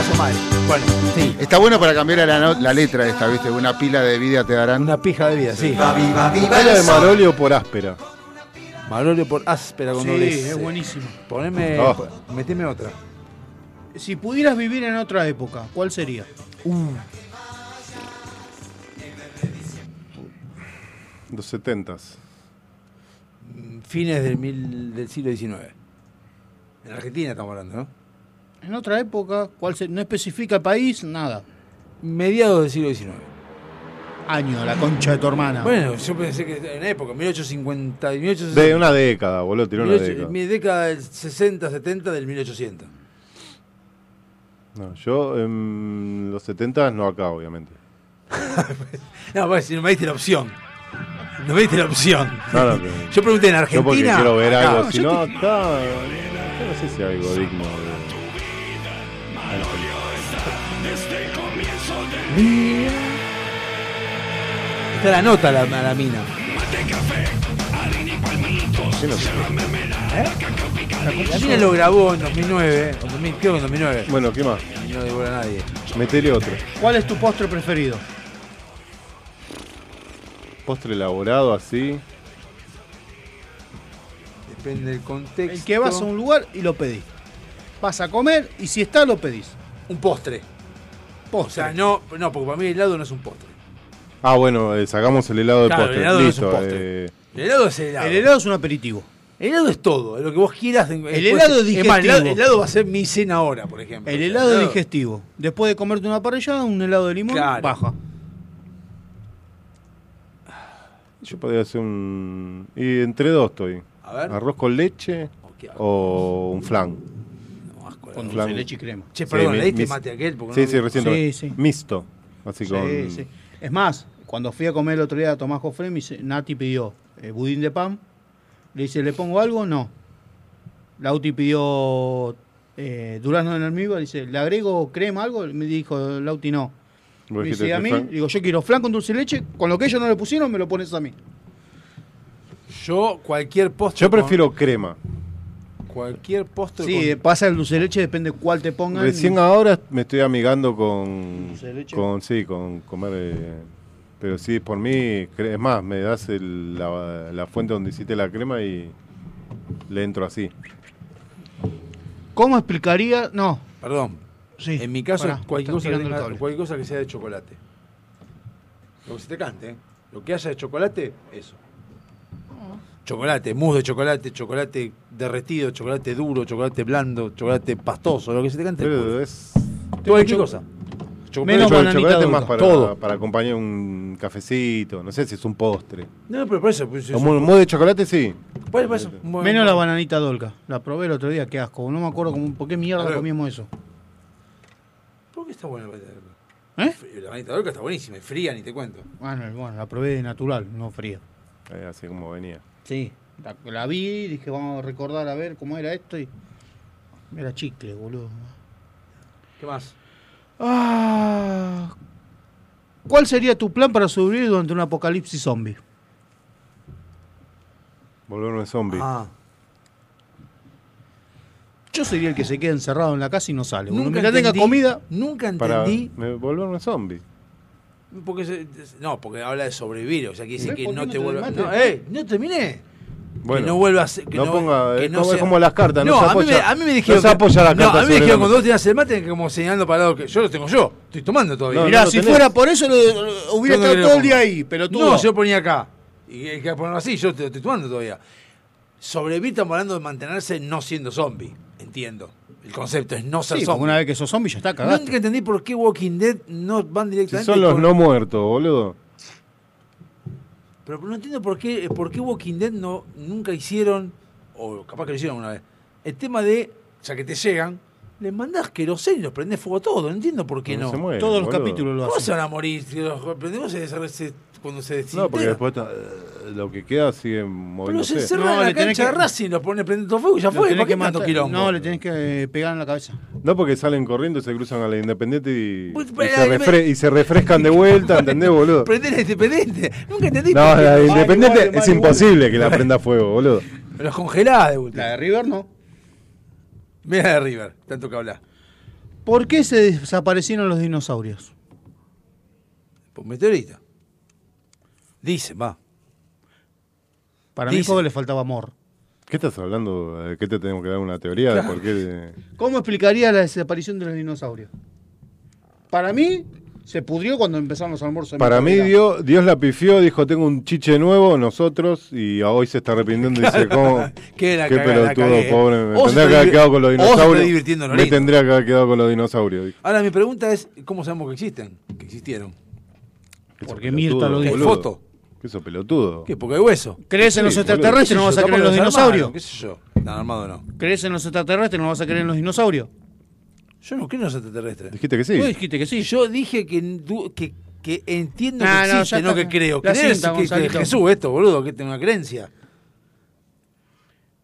D: Bueno, sí.
F: Está bueno para cambiar a la, no- la letra esta, ¿viste? Una pila de vida te darán.
D: Una pija de vida, sí.
F: Viva,
D: viva,
F: viva
E: la de
F: el sol.
E: Marolio por áspera.
D: Marolio por áspera con
C: Sí,
D: doble S.
C: es buenísimo.
D: Poneme.
E: Ah.
D: Meteme otra.
C: Si pudieras vivir en otra época, ¿cuál sería?
D: Uh.
E: Los setentas.
D: Mm, Fines del, mil- del siglo XIX. En Argentina estamos hablando, ¿no?
C: En otra época, ¿cuál se- no especifica el país, nada.
D: Mediados del siglo XIX.
C: Año, la concha de tu hermana.
D: Bueno, yo pensé que en época, 1850. 1860.
E: De una década, boludo, tiró una
D: 18-
E: década.
D: Mi década del 60, 70 del 1800.
E: No, yo en los setentas no acá, obviamente.
D: No, pues si no me diste la opción. No me diste la opción.
E: No, no, pero-
D: Yo pregunté en
E: Yo porque
D: Argentina.
E: quiero ver
D: Acá.
E: algo,
D: No,
E: si
D: yo
E: no
D: te-
E: acá. Yo no sé si algo digno de-
D: Está la nota a la, a la mina. La mina lo grabó en 2009, eh, o 2000, creo que en 2009.
E: Bueno, ¿qué más?
D: Y no devuelve a nadie.
E: Metele otro.
C: ¿Cuál es tu postre preferido?
E: Postre elaborado así.
D: Depende del contexto.
C: El que vas a un lugar y lo pedís. Vas a comer y si está, lo pedís.
D: Un postre. O sea, no, no, porque para mí el helado no es un postre.
E: Ah, bueno, eh, sacamos el helado de
D: Claro, el
E: postre.
D: helado no es
E: Listo.
D: un postre.
E: eh,
D: El helado es el helado.
C: El helado es un aperitivo.
D: El helado es todo, lo que vos quieras. El
C: helado es
D: Es más, el
C: digestivo.
D: helado, el helado va a ser mi cena ahora, por ejemplo.
C: El helado
D: El helado-
C: digestivo. Después de comerte una parrillada, un helado de limón,
D: Claro.
C: baja.
E: yo podría hacer un. Y entre dos estoy.
D: A ver.
E: Arroz con leche o un flan. Flan.
C: Con dulce de leche y crema.
D: Che, perdón,
E: mi-
D: ¿le diste
E: mis-
D: mate a aquel? Porque
E: Sí,
D: no-
E: sí, recién. lo-
C: Sí, sí.
E: Mixto. Así con.
C: Sí, sí. Es más, cuando fui a comer el otro día a Tomás Jofre, mi se- Nati pidió eh, budín de pan. Le dice, ¿le pongo algo? No. Lauti pidió eh, durazno en almíbar. Dice, ¿le agrego crema algo? Me dijo Lauti, no.
E: Vos
C: Me
E: dijiste
C: dice, a
E: que
C: mí,
E: flan-
C: digo, yo quiero flan con dulce de leche. Con lo que ellos no le pusieron, me lo pones a mí.
D: Yo, cualquier postre.
E: Yo prefiero crema.
D: con- cualquier postre.
C: Sí,
D: con-
C: eh, pasa el dulce de leche, depende cuál te pongan.
E: Recién ahora me estoy amigando con.
C: ¿Dulce de leche?
E: Con, sí, con comer. eh, pero sí, por mí, cre- es más, me das el- la, la fuente donde hiciste la crema y le entro así.
C: ¿Cómo explicaría? No.
D: Perdón. en mi caso,
C: pará,
D: es
C: están
D: cualquier, cosa que
C: tirando el
D: tenga-
C: cable.
D: cualquier cosa que sea de chocolate. Lo que se te cante, ¿eh? Lo que haya de chocolate, eso. Chocolate, mousse de chocolate, chocolate derretido, chocolate duro, chocolate blando, chocolate pastoso, lo que se te cante. pues.
E: Pero es.
D: Cualquier cosa.
E: Yo
D: Menos
E: creo que
D: bananita
E: el chocolate es
D: dura.
E: más para,
D: Todo.
E: para acompañar un cafecito, no sé si es un postre.
D: No, pero por eso. Pues,
E: Un mu- mousse de chocolate sí.
D: Por- por eso, Pues, bueno,
C: Menos la bananita dolca. La probé el otro día, qué asco. No me acuerdo cómo, por qué mierda
D: Claro.
C: comíamos eso.
D: ¿Por qué está buena la banita de orca?
C: ¿Eh?
D: La banita de orca está buenísima, y fría, ni te cuento.
C: Bueno, Ah, bueno, la probé de natural, no fría.
E: Eh, Así como venía.
C: Sí. La, la vi, dije, vamos a recordar a ver cómo era esto y. Era chicle, boludo.
D: ¿Qué más?
C: Ah. ¿Cuál sería tu plan para sobrevivir durante un apocalipsis zombie?
E: Volverme un zombie.
D: Ah.
C: Yo sería el que se queda encerrado en la casa y no sale. boludo.
D: Nunca
C: Mientras tenga
D: entendí-
C: comida.
D: Nunca
E: Para
D: entendí.
E: me- volverme un zombie.
D: Porque se- no, porque habla de sobrevivir, o sea, que dice
C: ¿Ves
D: que
C: por qué
D: no
C: no
D: te
C: te
D: vuelva.
C: mate?
D: No, ¡eh! ¡No terminé!
E: Bueno,
D: que no vuelva a ser. Que
E: no
D: no,
E: ponga-
D: que
E: es como- es como las cartas, no se
D: a, mí me,
E: apoya-
D: a mí me dijeron.
E: no se apoya las
D: no,
E: cartas
D: a mí me
E: sobre
D: dijeron
E: la
D: cuando vos tirás el mate, que como señalando para lado que. Yo lo tengo yo, estoy tomando todavía.
C: Mirá, si fuera por eso, lo- lo- hubiera
D: Yo no
C: estado
D: quería
C: todo el
D: tomar.
C: día ahí, pero tú.
D: No, yo ponía acá. Y hay que ponerlo así, yo te lo estoy tomando todavía. Sobrevivir estamos hablando de mantenerse no siendo zombie, entiendo. El concepto es no ser
C: Sí, porque
D: zombie.
C: una vez que sos zombie ya está cagado.
D: Nunca entendí por qué Walking Dead no van
E: Si
D: directamente.
E: son los
D: con-
E: no muertos, boludo.
D: Pero no entiendo por qué, eh, por qué Walking Dead no, nunca hicieron, o capaz que lo hicieron una vez, el tema de, ya que te llegan, les mandás queroseno y los prendés fuego a todo. No entiendo por qué
E: No
D: no.
E: se mueren, Todos los boludo. capítulos lo
D: ¿Cómo
E: hacen.
D: se van a morir? Si los prendemos se- se- se- cuando se desintegra.
E: No, porque después ta- lo que queda sigue
D: Pero los
E: moviéndose.
D: encerran en
C: No,
D: la
C: le tenés
D: cancha
C: que-
D: de Racing, los ponen prenden todo fuego y ya
C: Lo
D: fue.
C: tenés
D: ¿Para qué
C: que
D: tanto
C: matar-
D: quilombo?
C: No, le tenés que eh, pegar en la cabeza.
E: No, porque salen corriendo, se cruzan a la Independiente y,
D: Pues,
E: y
D: pero-
E: se, refre- y se refrescan de vuelta, ¿entendés, boludo?
D: Prender la Independiente. Nunca entendí.
E: No,
D: por qué.
E: la Independiente es imposible que la prenda fuego, boludo.
D: Los congelás de última.
C: La de River no.
D: Mira la de River, tanto que habla.
C: ¿Por qué se desaparecieron los dinosaurios?
D: Pues meteorita. Dicen, va.
C: Para mí
D: Dicen.
C: porque le faltaba amor.
E: ¿Qué estás hablando? ¿De ¿Qué te tenemos que dar una teoría de por qué?
C: ¿Cómo explicaría la desaparición de los dinosaurios? Para mí, se pudrió cuando empezaron los almuerzos. en
E: Para mí
C: Micaela.
E: Dios, Dios la pifió, dijo, tengo un chiche nuevo, nosotros, y hoy se está arrepintiendo y dice, ¿cómo?
D: Qué la cagada, la
E: pelotudo,
D: cagué, eh.
E: pobre, me
D: O se
E: tendría que
D: está
E: haber quedado
D: divi-
E: con los
D: o se está divirtiendo
E: dinosaurios.
D: en
E: Me
D: Orito.
E: tendría que haber quedado con los dinosaurios. dijo.
D: Ahora mi pregunta es, ¿cómo sabemos que existen? Que existieron.
C: Porque
E: Pelotudo,
C: Mirta lo dijo.
E: boludo.
D: foto.
E: ¿Qué sos pelotudo?
D: ¿Qué? Porque hay hueso.
C: ¿Crees en los extraterrestres? ¿No vas a creer en los dinosaurios?
D: ¿Qué sé yo? Tan armado no.
C: ¿Crees en los extraterrestres? ¿No vas a creer en los dinosaurios?
D: Yo no creo en los extraterrestres.
E: Dijiste que sí.
C: Vos dijiste que sí.
D: Yo dije que, du- que, que entiendo
C: Ah,
D: que
C: no,
D: existe,
C: ya
D: no,
C: está.
D: que creo.
C: La
D: Creer es
C: cinta,
D: que- que
C: Gonzalito.
D: Jesús esto, boludo, que tengo una creencia.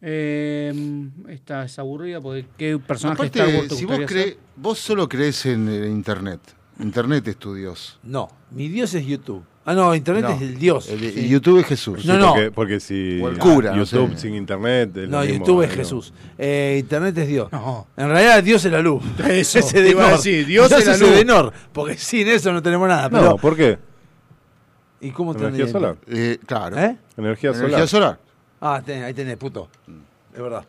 T: Eh,
C: Em,
T: esta es aburrida porque qué personaje
F: Aparte,
T: de Star Wars te
F: si vos,
T: gustaría
F: cre-
T: ser?
F: vos solo crees en eh, Internet, Internet es tu Dios.
D: No, mi Dios es YouTube. Ah, no, Internet es el Dios.
F: de-
D: Sí.
F: YouTube es Jesús.
D: Sí, No, no.
E: Porque, porque si
F: O el cura, no
E: YouTube
F: sé.
E: sin internet. es lo
D: No,
E: mismo,
D: YouTube es
E: ¿no?
D: Jesús. Eh, Internet es Dios. En realidad Dios es la luz.
C: Eso,
D: Ese
C: te iba a
D: Nor.
C: decir, Dios es la luz.
D: de Nor, porque sin eso no tenemos nada.
E: No,
D: pero-
E: ¿por qué?
D: ¿Y cómo te
E: Energía solar.
F: claro.
D: ¿Eh?
E: Energía solar.
F: Energía solar.
D: Ah, tenés- ahí tenés, puto. Es verdad.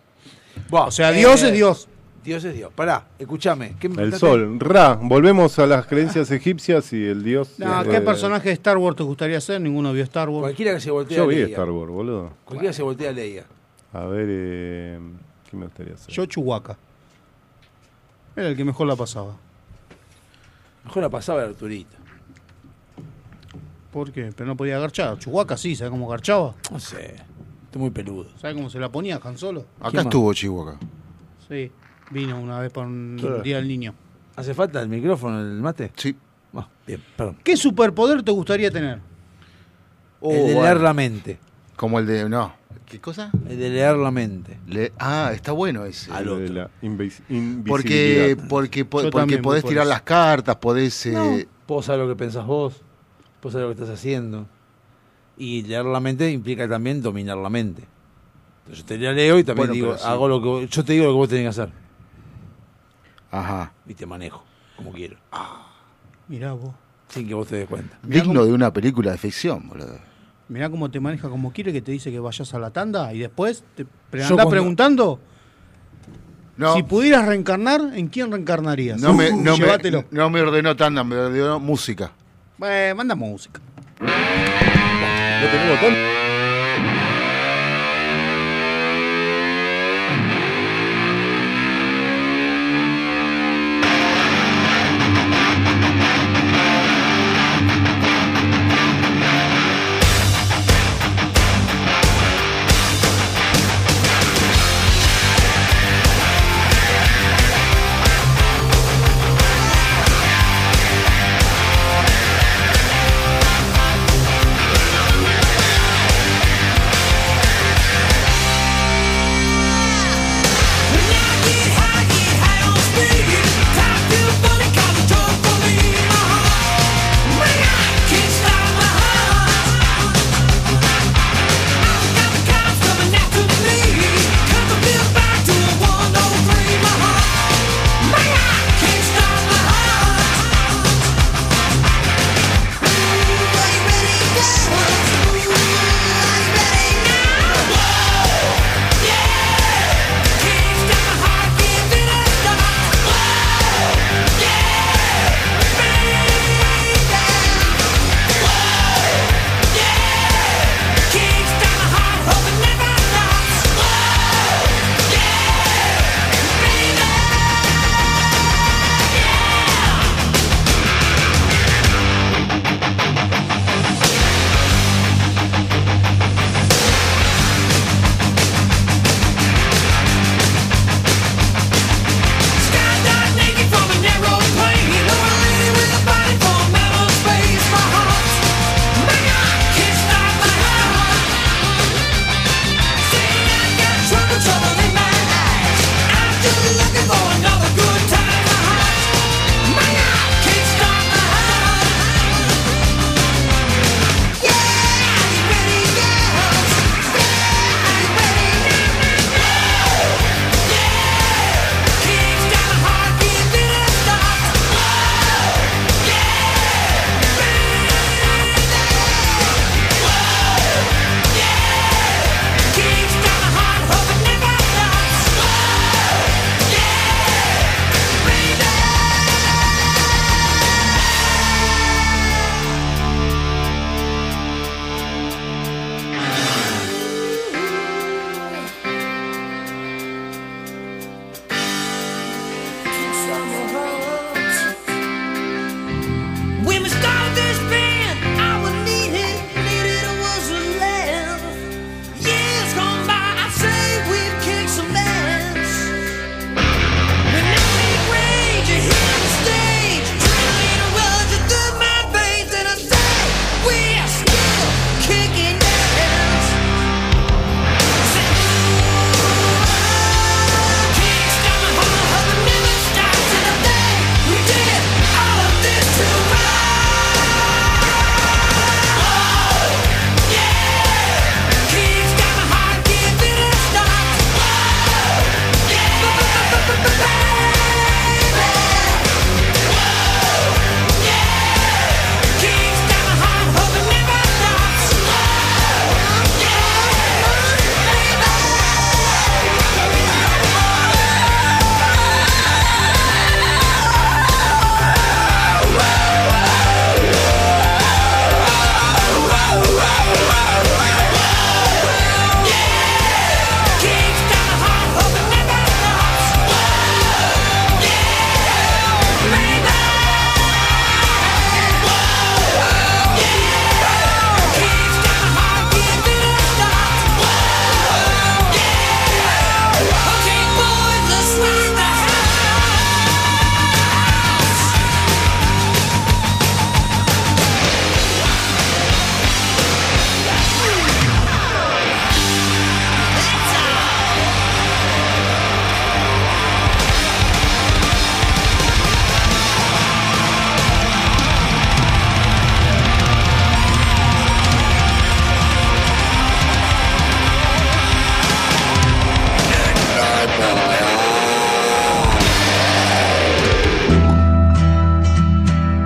C: Mm.
D: eh,
C: O sea, Dios es Dios.
D: Dios es Dios. Pará, escúchame. ¿qué me
E: El
D: contaste?
E: sol. Ra. Volvemos a las creencias egipcias y el dios.
C: Nah,
E: eh,
C: ¿Qué personaje de Star Wars te gustaría ser? Ninguno vio Star Wars.
D: Cualquiera que se voltee
E: Yo vi Star Wars, boludo.
D: Cualquiera se voltea leía.
E: A ver, eh, ¿qué me gustaría hacer?
C: Yo Chewbacca. Era el que mejor la pasaba.
D: Mejor la pasaba Arturito.
C: ¿Por qué? Pero no podía garchar. Chewbacca sí, ¿sabes cómo garchaba?
D: No sé. Estoy muy peludo.
C: ¿Sabes cómo se la ponía Han Solo?
F: Acá estuvo Chihuahua.
C: Sí, vino una vez para un
D: Claro.
C: día del niño.
D: ¿Hace falta el micrófono, el mate? Ah,
F: Sí.
D: bien, perdón.
C: ¿Qué superpoder te gustaría tener? Oh,
D: el de leer la mente.
F: Como el de. No. Oh, ¿Qué cosa?
D: El de leer la mente.
F: Le- ah, está bueno ese.
E: Lo de la invis-
F: Porque,
E: invisibilidad.
F: porque, po-
D: Yo
F: porque
D: también voy
F: podés
D: por
F: tirar
D: eso.
F: las cartas, podés. eh,
D: Vos sabés lo que pensás vos. Vos sabés lo que estás haciendo. Y leer la mente implica también dominar la mente. Entonces yo te la leo y también
F: Bueno,
D: digo,
F: pero sí.
D: hago lo que vos- yo te digo lo que vos tenés que hacer.
F: Ajá.
D: Y te manejo, como quiero.
C: Mirá vos.
D: Sin que vos te des cuenta.
F: Digno de una película de ficción, boludo.
C: Mirá cómo te maneja como quiere, que te dice que vayas a la tanda y después te pre-
F: Yo
C: andás
F: cuando-
C: preguntando.
F: No.
C: Si pudieras reencarnar, ¿en quién reencarnarías?
E: Uh,
C: Uh,
F: No me, no, me,
C: Llévatelo.
F: no me ordenó tanda, me ordenó música.
C: Eh, manda música.
A: Thank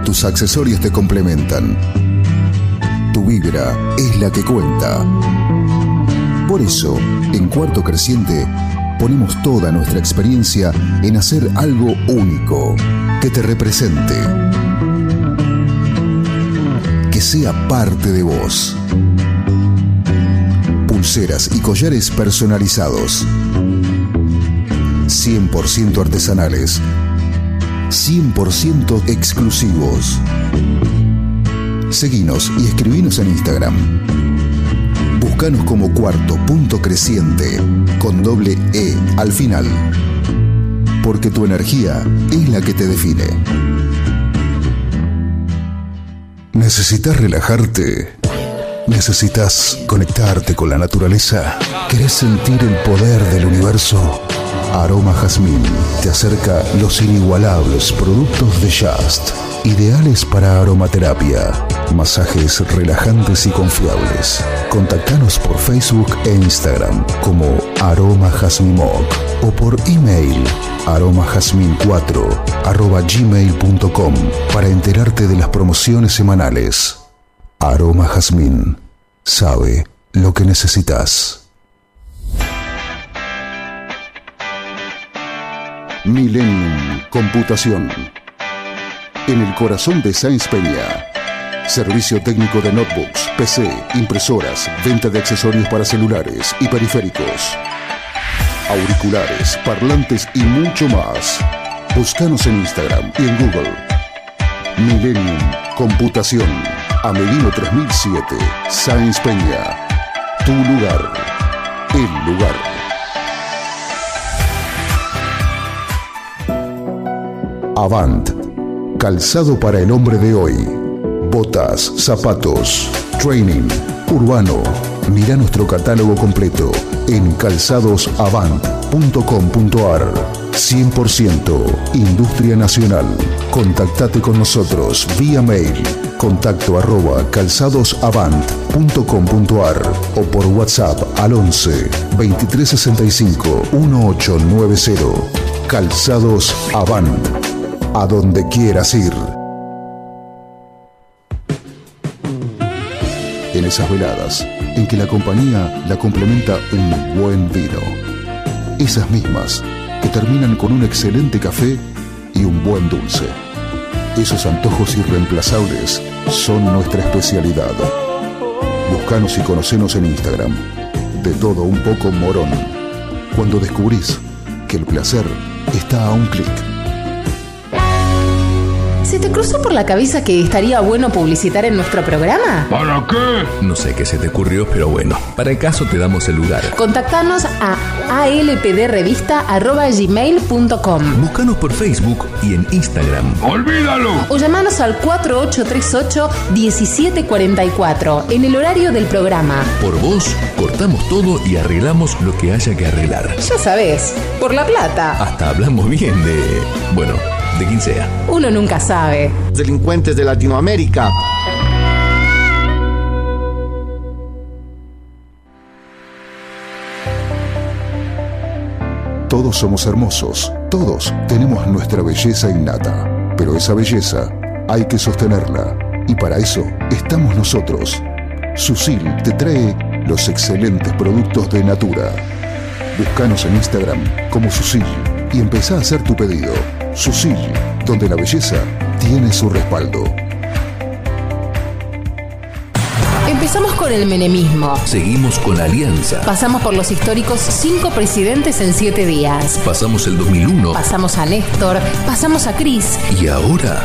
B: los accesorios te complementan. Tu vibra es la que cuenta. Por eso, en Cuarto Creciente, ponemos toda nuestra experiencia en hacer algo único que te represente. Que sea parte de vos. Pulseras y collares personalizados. 100% artesanales. 100% exclusivos. Seguinos y escribinos en Instagram. Buscanos como cuarto punto creciente con doble E al final. Porque tu energía es la que te define. ¿Necesitas relajarte? ¿Necesitas conectarte con la naturaleza? ¿Querés sentir el poder del universo? Aroma Jazmín te acerca los inigualables productos de Just, ideales para aromaterapia, masajes relajantes y confiables. Contactanos por Facebook e Instagram como Aroma Jazmín Moc o por email aromajazmin4 arroba gmail.com para enterarte de las promociones semanales. Aroma Jazmín sabe lo que necesitas. Millennium Computación. En el corazón de Sáenz Peña. Servicio técnico de notebooks, PC, impresoras, venta de accesorios para celulares y periféricos. Auriculares, parlantes y mucho más. Búscanos en Instagram y en Google. Millennium Computación. Amelino 3007. Sáenz Peña. Tu lugar. El lugar. Avant. Calzado para el hombre de hoy. Botas, zapatos, training, urbano. Mira nuestro catálogo completo en calzadosavant.com.ar. 100% Industria Nacional. Contactate con nosotros vía mail contacto arroba calzadosavant.com.ar o por WhatsApp al 11 2365 1890. Calzados Avant. A donde quieras ir. En esas veladas en que la compañía la complementa un buen vino. Esas mismas que terminan con un excelente café y un buen dulce. Esos antojos irreemplazables son nuestra especialidad. Buscanos y conocenos en Instagram. De todo un poco morón. Cuando descubrís que el placer está a un clic.
H: ¿Se te cruzó por la cabeza que estaría bueno publicitar en nuestro programa?
I: ¿Para qué? No sé qué se te ocurrió, pero bueno, para el caso te damos el lugar.
H: Contactanos a alpdrevista.gmail.com
I: Búscanos por Facebook y en Instagram. ¡Olvídalo!
H: o llamanos al 4838-1744 en el horario del programa.
I: Por vos, cortamos todo y arreglamos lo que haya que arreglar.
H: Ya sabes, por la plata,
I: Hasta hablamos bien de... bueno, de quien sea.
H: uno nunca sabe.
J: Delincuentes de Latinoamérica.
B: Todos somos hermosos, todos tenemos nuestra belleza innata, pero esa belleza hay que sostenerla y para eso estamos nosotros. Susil te trae los excelentes productos de Natura. Búscanos en Instagram como Susil y empezá a hacer tu pedido. Susil, donde la belleza tiene su respaldo.
H: Empezamos con el menemismo.
I: Seguimos con la alianza.
H: Pasamos por los históricos cinco presidentes en siete días.
I: Pasamos el 2001
H: Pasamos a Néstor, pasamos a Cris.
I: y ahora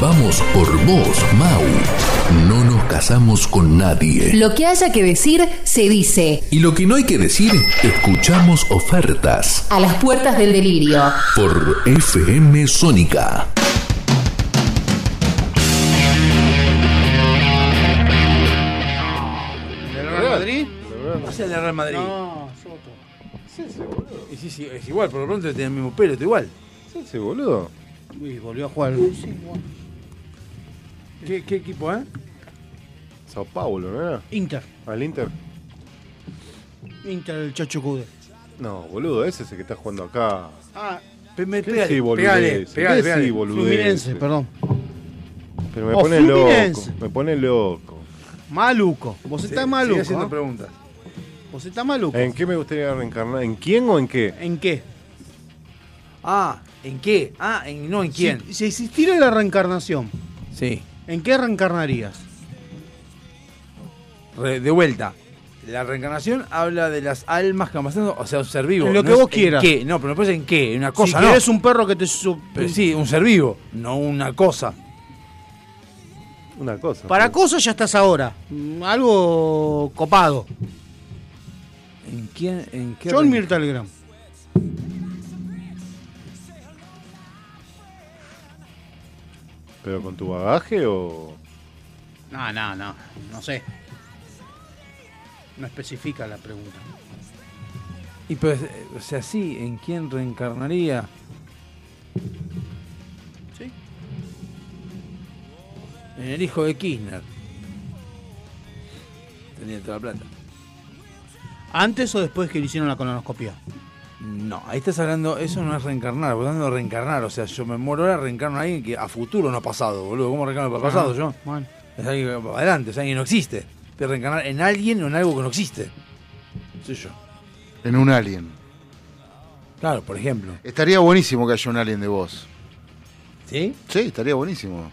I: vamos por vos, Mau. No nos casamos con nadie.
H: Lo que haya que decir se dice.
I: Y lo que no hay que decir, escuchamos ofertas
H: A las puertas del delirio.
I: por FM Sónica.
C: ¿El Real Madrid?
D: Pasa el de Real Madrid.
C: No, Soto.
D: Y sí, sí, es igual, por lo pronto tiene el mismo pelo, está igual.
E: ¿Qué ese boludo?
C: Uy, volvió a jugar.
D: ¿Qué, qué equipo, eh?
E: Sao Paulo, ¿no era?
C: Inter.
E: ¿Al Inter?
C: Inter el Chacho Cude.
E: No, boludo, ese es el que está jugando acá.
C: Ah,
D: Pe- me-
E: ¿Qué
D: pegale,
E: sí,
D: pegale,
E: boludez?
D: pegale,
E: ¿Qué
D: pegale.
E: sí, boludez?
C: Fluminense, perdón.
E: Pero me
C: O
E: pone
C: Oh, Fluminense.
E: loco. Me pone loco.
C: Maluco. Vos
E: Sí,
C: estás
E: sigue
C: maluco.
E: haciendo
C: ¿eh? Vos estás Pues maluco.
E: ¿En qué me gustaría reencarnar? ¿En quién o en qué?
C: ¿En qué?
D: Ah, ¿en qué? Ah, en, no, ¿en quién?
C: Si, si existiera la reencarnación,
D: Sí.
C: ¿en qué reencarnarías?
D: Re- de vuelta. La reencarnación habla de las almas que van pasando, o sea, un ser vivo.
C: En lo
D: no
C: que
D: es
C: vos quieras.
D: ¿En qué? No, pero no puede ser en qué, en una cosa,
C: si
D: ¿no?
C: querés un perro que te... su-
D: Pero sí, un ser vivo, no una cosa.
E: Una cosa.
C: Para cosas ya estás ahora. Mm, Algo copado.
D: ¿En quién? ¿En qué?
C: John Mirtalgram.
E: ¿Pero con tu bagaje o.?
C: No, no, no. No sé. No especifica la pregunta.
D: Y pues, eh, o sea, sí, ¿en quién reencarnaría?
C: Sí.
D: En el hijo de Kirchner. Tenía toda la plata.
C: ¿Antes o después que le hicieron la colonoscopia?
D: No, ahí estás hablando, eso no es reencarnar, vos estás hablando de reencarnar, o sea, yo me muero ahora, reencarno a alguien que a futuro no ha pasado, boludo, ¿cómo reencarno para el pasado
C: Ah,
D: yo?
C: bueno.
D: Es alguien que va para adelante, es alguien que no existe. Pero reencarnar en alguien o en algo que no existe. Soy yo.
F: En un alien.
D: Claro, por ejemplo.
F: Estaría buenísimo que haya un alien de vos.
D: ¿Sí?
F: Sí, estaría buenísimo.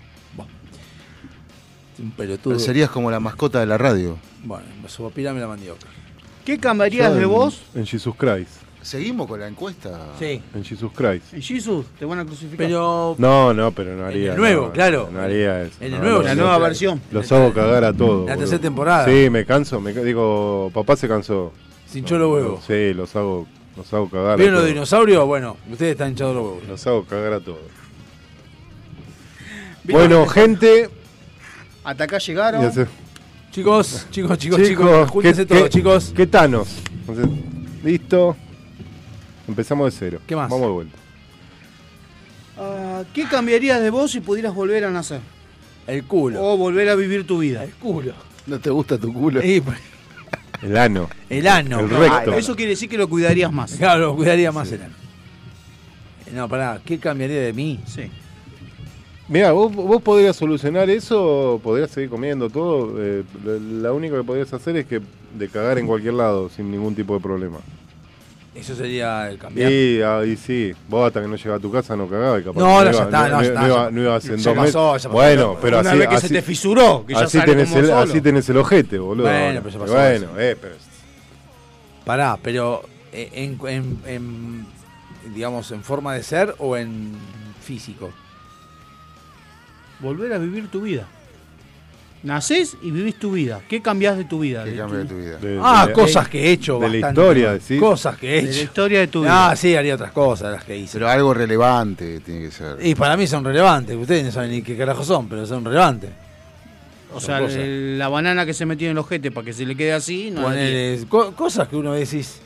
D: Un pelotudo.
F: Pero serías como la mascota de la radio.
D: Bueno, subapilame la mandioca.
C: ¿Qué cambiarías
F: Yo
C: de
F: en-
C: vos?
E: En Jesus Christ.
F: ¿Seguimos con la encuesta?
C: Sí.
E: En Jesus Christ.
C: ¿En Jesus? ¿Te van a crucificar?
D: Pero
E: No, no, pero no haría.
D: el nuevo,
E: no,
D: claro.
E: No haría eso.
D: En el
E: no,
D: nuevo,
E: no,
D: la
E: no,
D: nueva
E: no.
D: versión.
E: Los hago cagar a todos.
D: La
E: boludo.
D: tercera temporada.
E: Sí, me canso. Me, ca- digo, papá se cansó.
D: Se hinchó los huevos.
E: Sí, los hago, los hago cagar a
D: ¿Vieron los
E: todos.
D: dinosaurios? Bueno, ustedes están hinchados los huevos.
E: Ah, Los hago cagar a todos. Bueno, gente.
C: Hasta acá llegaron.
E: ya sé.
D: Chicos, chicos, chicos, chicos, júntense
E: ¿qué-
D: todos,
E: qué-
D: chicos.
E: ¿Qué Thanos? Entonces, Listo. Empezamos de cero.
D: ¿Qué más?
E: Vamos de vuelta.
C: Ah, ¿Qué cambiarías de vos si pudieras volver a nacer?
D: El culo.
C: O volver a vivir tu vida. El
D: culo. pues.
F: ¿No te gusta tu culo?
E: El ano.
D: El ano.
E: El recto.
C: Ah, Eso quiere decir que lo cuidarías más.
D: Claro, lo cuidaría más el ano. Eh, No, pará, ¿qué cambiaría de mí?
C: Sí.
E: Mirá, vos, vos podrías solucionar eso, podrías seguir comiendo todo. eh, lo- la única que podrías hacer es que de cagar en cualquier lado sin ningún tipo de problema.
D: Eso sería el cambiar.
E: Y ahí sí, vos hasta que no llegaba a tu casa no cagabas. y capaz
D: No,
E: que
D: no,
E: iba-
D: ya está, no, ya está,
E: No
D: ya-
E: iba, no iba a ser en
D: ya
E: dos
D: pasó,
E: meses.
D: ya pasó.
E: Bueno, pero
D: Una
E: así.
D: vez que se
E: así-
D: te fisuró, que ya
E: así,
D: sale
E: tenés
D: como
E: el,
D: solo.
E: así tenés el ojete, boludo.
D: Bueno, pero ya pasó
E: Bueno,
D: eso.
E: eh, pero.
D: Pará, pero eh, en, en- en, digamos, en forma de ser o en físico.
C: Volver a vivir tu vida. Nacés y vivís tu vida. ¿Qué cambiás de tu vida? De tu-
E: de-
D: Ah,
E: de-
D: cosas que he hecho.
E: De la
D: bastante.
E: historia, decís.
D: Cosas que he hecho.
C: De la historia de tu
D: Ah,
C: vida.
D: sí, haría otras cosas las que hice.
F: Pero algo relevante tiene que ser.
D: Y para mí son relevantes. Ustedes no saben ni qué carajo son, pero son relevantes.
C: o
D: son
C: sea,
D: cosas.
C: el- la banana que se metió en el ojete para que se le quede así. No
D: Ponele, co- cosas que uno decís,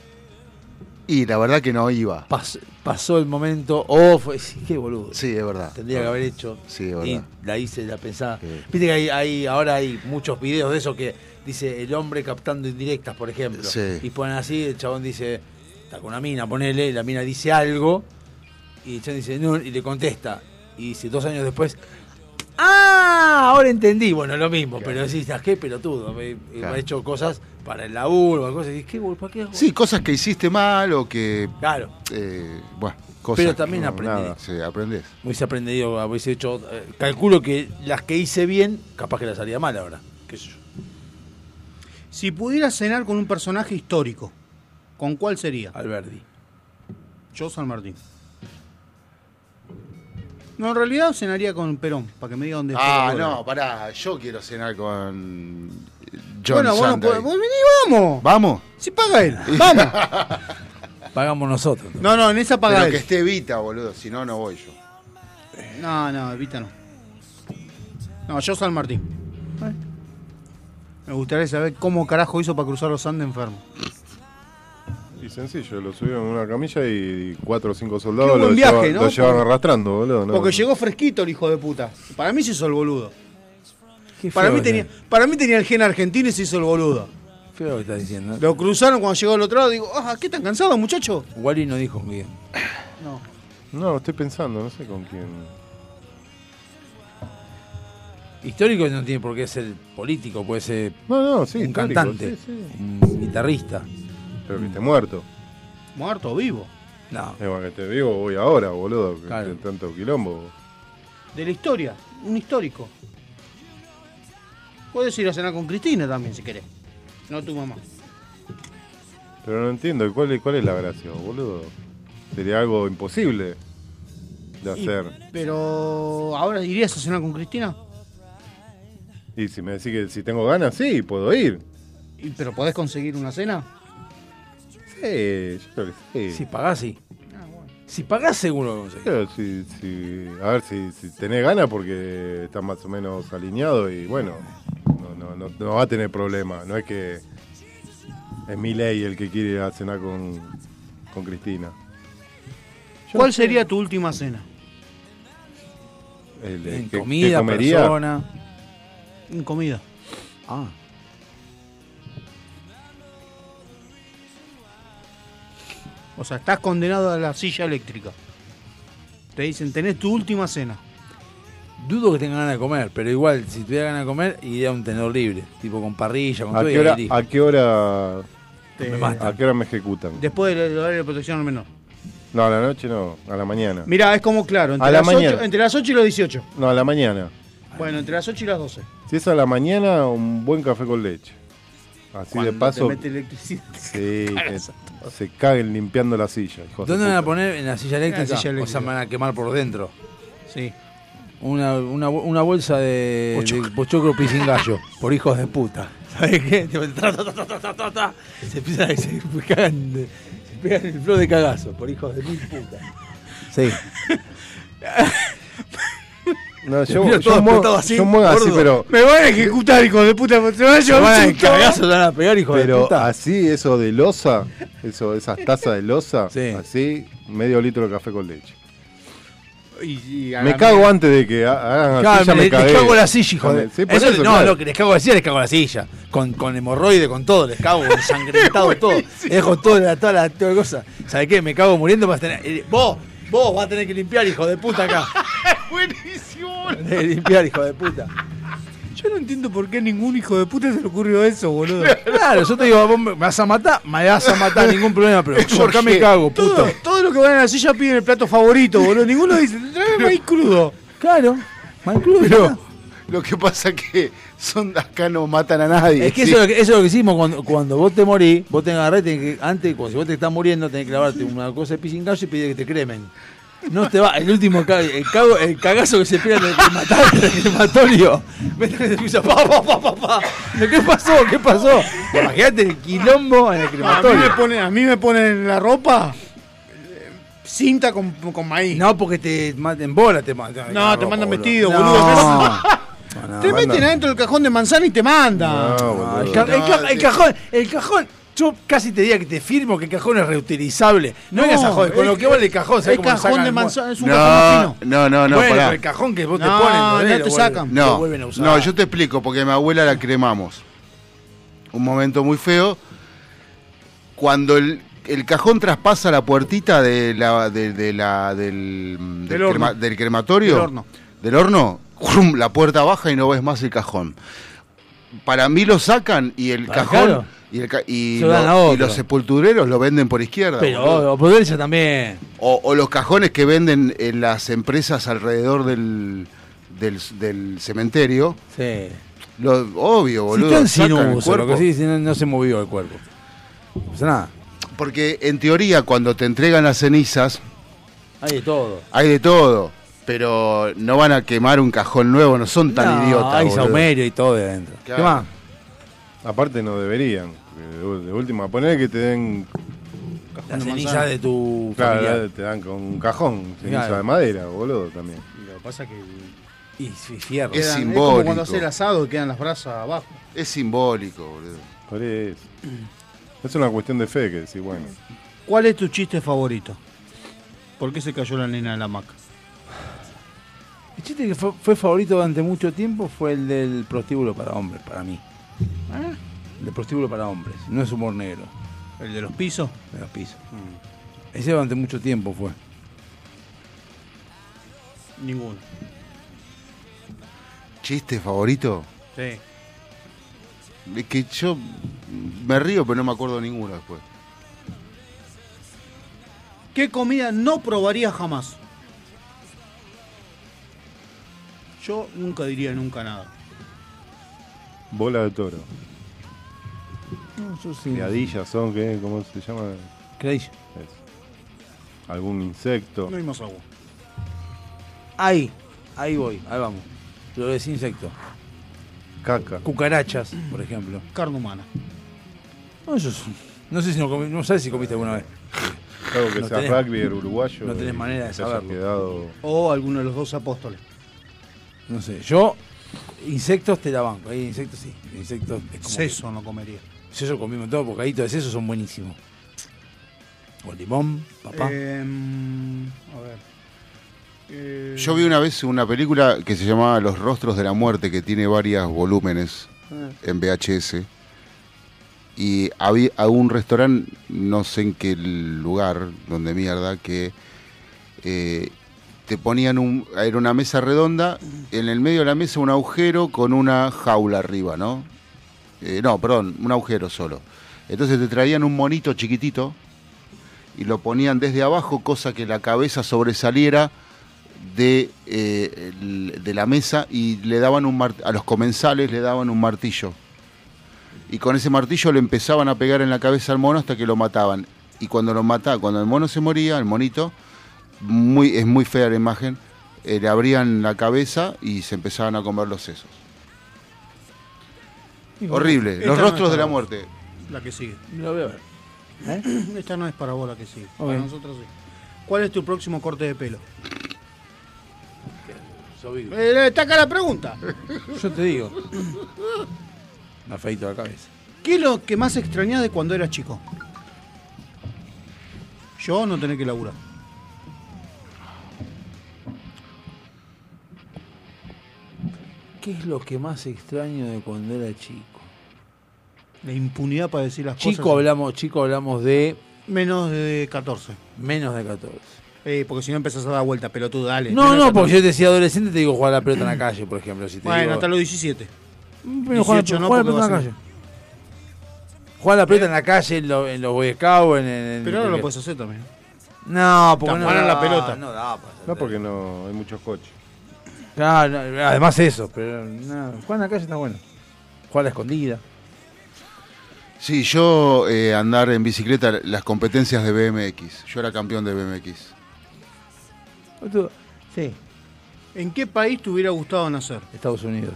F: Y la verdad que no iba.
D: pas- pasó el momento, oh, fue, sí, qué boludo.
F: Sí, es verdad.
D: Tendría que haber hecho.
F: Sí, es
D: Y
F: verdad.
D: la hice, la pensaba. Viste que hay, hay- ahora hay muchos videos de eso que dice el hombre captando indirectas, por ejemplo.
F: Sí.
D: Y ponen así, el chabón dice, está con una mina, ponele, y la mina dice algo, y el chabón dice, no, y le contesta. Y dice, dos años después, ¡ah! Ahora entendí. Bueno, lo mismo, pero decís, "Ah, qué pelotudo. He, he
F: Claro.
D: hecho cosas para el laburo, cosas, y decís, ¿qué, boludo, ¿para qué hago?
F: Sí, cosas que hiciste mal o que.
D: Claro.
F: eh, bueno, cosas.
D: Pero también
F: que no-
D: aprendí.
F: nada. Sí, aprendés.
D: Hubiese aprendido, hubiese hecho. eh, calculo que las que hice bien, capaz que las haría mal ahora. Qué sé yo.
C: Si pudieras cenar con un personaje histórico, ¿con cuál sería?
D: Alberdi.
C: Yo, San Martín. No, en realidad cenaría con Perón, para que me diga dónde
F: Ah,
C: estuvo.
F: no, pará. Yo quiero cenar con. John
C: Bueno, bueno,
F: Sunday.
C: pues, vos vení, vamos.
F: ¿Vamos?
C: Si paga él, vamos.
D: Pagamos nosotros.
C: No, no, en esa paga
F: Pero
C: él.
F: que esté Evita, boludo. Si no, no voy yo.
C: No, no, Evita no. No, yo San Martín. Me gustaría saber cómo carajo hizo para cruzar los Andes enfermo.
E: Y sencillo, lo subieron en una camilla y cuatro o cinco soldados
C: Qué
E: lo,
C: buen
E: lleva-
C: viaje, ¿no?
E: lo llevaron
C: Porque-
E: arrastrando, boludo. ¿no?
C: Porque llegó fresquito el hijo de puta. Para mí se hizo el boludo.
D: Qué
C: Para
D: feo eh.
C: mí,
D: que-
C: tenía, para mí tenía el gen argentino y se hizo el boludo.
D: Feo que estás diciendo.
C: Lo cruzaron cuando llegó al otro lado. Digo, ah, ¿qué tan cansado, muchacho?
D: Wally no dijo bien.
E: No, estoy pensando, no sé con quién.
D: Histórico no tiene por qué ser político, puede ser
E: No, no, sí,
D: un
E: histórico,
D: cantante,
E: sí, sí.
D: un guitarrista.
E: Pero que esté muerto.
C: Muerto o vivo.
D: No.
E: Es más que te vivo voy ahora, boludo. que esté Tanto quilombo.
C: De la historia, un histórico. Puedes ir a cenar con Cristina también si querés. No tu mamá.
E: Pero no entiendo, ¿cuál es, cuál es la gracia, boludo? Sería algo imposible de
C: Y-
E: hacer.
C: pero ahora irías a cenar con Cristina.
E: Y, si me decís que si tengo ganas, sí, puedo ir.
C: ¿Y- ¿Pero podés conseguir una cena?
E: Sí, yo creo que sí.
D: Si pagás, sí. Si pagás, seguro lo conseguís.
E: Pero si, si- a ver si, si tenés ganas porque estás más o menos alineado y bueno, no, no, no, no va a tener problema. No es que es mi ley el que quiere ir a cenar con, con Cristina.
C: ¿Cuál sería tu última cena?
E: El,
D: En
E: que- que
D: comida,
E: comería,
D: persona.
C: En Mm, comida.
D: Ah.
C: O sea, estás condenado a la silla eléctrica. Te dicen, tenés tu última cena.
D: Dudo que tenga ganas de comer, pero igual, si tuviera ganas de comer, iría a un tenedor libre, tipo con parrilla, con
E: ¿A
D: todo y
E: qué hora,
D: ahí listo.
E: a qué hora,
C: Te-
E: me matan? a qué hora me ejecutan?
C: Después del horario de protección al menor.
E: No, a la noche no, a la mañana.
C: Mirá, es como claro. Entre,
E: A la
C: las
E: mañana.
C: 8, entre las 8 y los 18.
E: No, a la mañana.
C: Bueno, entre las 8 y las 12.
E: Si es a la mañana, un buen café con leche. Así de paso.
C: Te mete electricidad.
E: Sí, que se caguen limpiando la silla. hijos de
D: ¿Dónde van a
E: puta.
D: poner? En la silla eléctrica.
E: silla
D: O sea,
E: eléctrica.
D: me van a quemar por dentro.
C: Sí.
D: Una, una, bo- una bolsa de
C: Pochoclo.
D: de pochoclo pisingallo, por hijos de puta. ¿Sabes qué? Te- tra- tra- tra- tra- tra- tra- tra. Se empiezan se cagan de- se pegan el flow de cagazo, por hijos de mil puta. Sí.
E: No, yo,
D: Mira,
E: yo
D: todo
E: muevo-
D: explotado así,
E: yo muevo así,
D: gordo.
E: pero.
C: Me van a ejecutar, hijo de puta. Se van a
D: Se
C: llevar
D: van
C: un
D: a
C: susto.
D: cagazo, se van a pegar, hijo de
E: Pero
D: puta.
E: así, eso de losa, eso, esas tazas de losa, así, medio litro de café con leche.
C: Y- y a
E: Me
C: la
E: cago
C: mierda.
E: antes de que ha- hagan
D: Claro,
E: así, ya
D: me-
E: me
D: les,
E: cagué.
D: cago la silla, hijo de.
E: Sí, por
D: Eso-
E: eso,
D: no,
E: claro.
D: lo que les cago decir les cago la silla. Con, con hemorroide, con todo, les cago ensangrentado todo. Les Dejo toda la, toda la, toda la cosa. ¿Sabes qué? Me cago muriendo para tener. eh, Vos, vos vas a tener que limpiar, hijo de puta, acá.
C: Buenísimo, boludo.
D: De limpiar, hijo de puta.
C: Yo no entiendo por qué a ningún hijo de puta se le ocurrió eso, boludo.
D: Claro, yo te digo, vos me vas a matar, me vas a matar, ningún problema, pero yo acá me cago, puto.
C: Todo- Todos los que van a la silla piden el plato favorito, boludo. Ninguno dice, tráeme maíz crudo.
D: Claro, maíz crudo.
F: Lo que pasa que son acá no matan a nadie.
D: Es que,
F: ¿sí?
D: eso, es lo que eso es lo que hicimos cuando, cuando vos te morís, vos te agarrás, tenés que, antes, cuando si vos te estás muriendo, tenés que clavarte una cosa de pisingallo y pedir que te cremen. No te va, el último ca- el, cago- el cagazo que se pega en el crematorio, en el crematorio. Vete que te escucha, pa, pa, pa, pa, pa. ¿Qué pasó? ¿Qué pasó? Imagínate el quilombo en
C: A mí,
D: el
C: me
D: crematorio.
C: ponen, a mí me ponen la ropa eh, cinta con, con maíz.
D: No, porque te matan bola, te matan.
C: No, te mandan vestido,
D: No.
C: boludo.
D: No,
C: te meten
D: mandan-
C: adentro del cajón de manzana y te
E: Ah,
C: mandan.
D: No, el, Ah, ca- el ca- el cajón, el cajón. Yo casi te diría que te firmo que el cajón es reutilizable. No, hagas a joder, con
C: es-
D: lo que vale el cajón, ¿sabés
C: es
D: cómo lo
C: cajón
D: sacan
C: de
D: el mo-
C: manzana, es un
F: No, no, no, no,
D: bueno,
F: pará.
D: pero el cajón que vos te
C: No,
D: ponen,
C: no
D: boludo,
C: te
D: lo
C: sacan.
D: vuelven- lo
F: No,
D: vuelven a usar.
F: no, yo te explico, porque mi abuela la cremamos. Un momento muy feo. Cuando el, el cajón traspasa la puertita de la, de- de la- del, del
C: Del horno.
F: crema- del crematorio,
C: Del horno.
F: del horno, ¡crum! la puerta baja y no ves más el cajón. Para mí lo sacan y el
D: Claro.
F: cajón y, el ca- y
D: Se lo dan
F: lo-
D: a
F: y
D: otro.
F: los sepultureros lo venden por izquierda. boludo.
D: Pero, Podercha también.
F: O, o los cajones que venden en las empresas alrededor del, del, del cementerio.
D: Sí.
F: Lo,
D: Si
F: obvio,
D: está
F: boludo.
D: en
F: sacan el
D: sinuoso, lo
F: cuerpo.
D: que sí, si no, no se movió el cuerpo. No pasa nada.
F: Porque en teoría, cuando te entregan las cenizas,
D: Hay de todo.
F: hay de todo. Pero no van a quemar un cajón nuevo, no son tan
D: No,
F: idiotas.
D: Hay
F: boludo.
D: saumerio Ah, y todo de adentro.
F: Claro.
D: ¿Qué más?
E: Aparte no deberían. porque De, u- de última, poner que te den...
D: La
E: de
D: ceniza
E: manzana.
D: de tu
E: Claro,
D: familiar.
E: te dan con un cajón, ceniza
D: Claro.
E: de madera, boludo, también.
C: Lo que pasa que
D: Y, y fierro.
F: Es
C: quedan- como
F: simbólico.
C: cuando hace el asado y quedan las brasas abajo.
F: Es simbólico, boludo.
E: Por eso. Es una cuestión de fe que decís, bueno.
C: ¿Cuál es tu chiste favorito? ¿Por qué se cayó la nena de la hamaca?
D: El chiste que fue, fue favorito durante mucho tiempo fue el del prostíbulo para hombres, para mí.
C: ¿Eh?
D: El del prostíbulo para hombres, no es humor negro.
C: ¿El de los pisos?
D: De los pisos.
C: Mm.
D: Ese durante mucho tiempo fue.
C: Ninguno.
F: chiste favorito?
C: Sí.
F: Es que yo me río, pero no me acuerdo de ninguno después.
C: ¿Qué comida no probaría jamás? Yo nunca diría nunca nada.
E: Bola de toro.
C: No, yo sí.
E: Criadillas son, ¿qué? ¿cómo se llama?
D: Criadilla.
E: Eso. Algún insecto.
C: No hay más agua.
D: Ahí, ahí voy, ahí vamos. Lo de ese insecto.
E: Caca.
D: Cucarachas, por ejemplo.
C: Carne humana.
D: No, eso es- no sé si no, comi- no sabes si comiste alguna vez.
E: Claro que
D: No
E: sea
D: tenés-
E: rugby uruguayo.
D: No tenés
E: y
D: manera de
E: te hayas
D: saberlo.
E: quedado-
C: O alguno de los dos apóstoles.
D: No sé, yo insectos te la banco. Hay insectos sí. Insectos es como
C: Seso no comería.
D: Seso comimos todo, bocaditos de seso son buenísimos. Con limón, papá.
C: Eh, Em, a ver. Eh,
F: Yo vi una vez una película que se llamaba Los Rostros de la Muerte, que tiene varios volúmenes
C: Ah.
F: en VHS. Y había a un restaurante, no sé en qué lugar, donde mierda, que eh, te ponían un. Era una mesa redonda, en el medio de la mesa un agujero con una jaula arriba, ¿no? Eh, no, perdón, un agujero solo. Entonces te traían un monito chiquitito y lo ponían desde abajo, cosa que la cabeza sobresaliera de, eh, el- de la mesa y le daban un mar- a los comensales le daban un martillo. Y con ese martillo le empezaban a pegar en la cabeza al mono hasta que lo mataban. Y cuando lo mataba, cuando el mono se moría, el monito, muy, es muy fea la imagen, eh, le abrían la cabeza y se empezaban a comer los sesos.
C: y bueno,
F: Horrible.
C: esta
F: Los
C: no
F: rostros
C: es
F: de la
C: para vos,
F: muerte.
C: La que sigue.
D: Lo voy a ver. ¿Eh?
C: Esta no es para vos la que sigue.
D: Ok.
C: Para nosotros sí. ¿Cuál es tu próximo corte de pelo? Eh, está acá la pregunta.
D: Yo te digo. Me afeito la cabeza.
C: ¿Qué es lo que más extrañás de cuando eras chico? Yo no tener que laburar.
D: ¿Qué es lo que más extraño de cuando era chico?
C: La impunidad para decir las
D: Chico
C: cosas.
D: hablamos, chico hablamos de
C: Menos de 14.
D: menos de 14.
C: Eh, porque si no empezás a dar vuelta, pelotudo, dale.
D: No,
C: Menos
D: no,
C: de
D: porque
C: 14.
D: yo te decía adolescente te digo jugar a la pelota en la calle, por ejemplo, si te
C: Bueno,
D: digo-
C: hasta los 17.
D: Pero jugar a-
C: 18 no,
D: jugar a la
C: porque
D: pelota en la
C: vas a-
D: calle. Jugar a la pelota en la calle, en, lo- en los Boy Scouts, en, en-
C: Pero ahora
D: porque-
C: lo puedes hacer también.
D: No, porque
E: Tan
D: no
E: mala
D: da,
E: la pelota.
D: No da, pa-
E: No, porque no hay muchos coches.
D: Claro, no, además eso, pero no, jugar en la calle está bueno. Jugar a la escondida.
F: Sí, yo eh, andar en bicicleta, las competencias de BMX. Yo era campeón de BMX.
D: Sí.
C: ¿En qué país te hubiera gustado nacer?
D: Estados Unidos.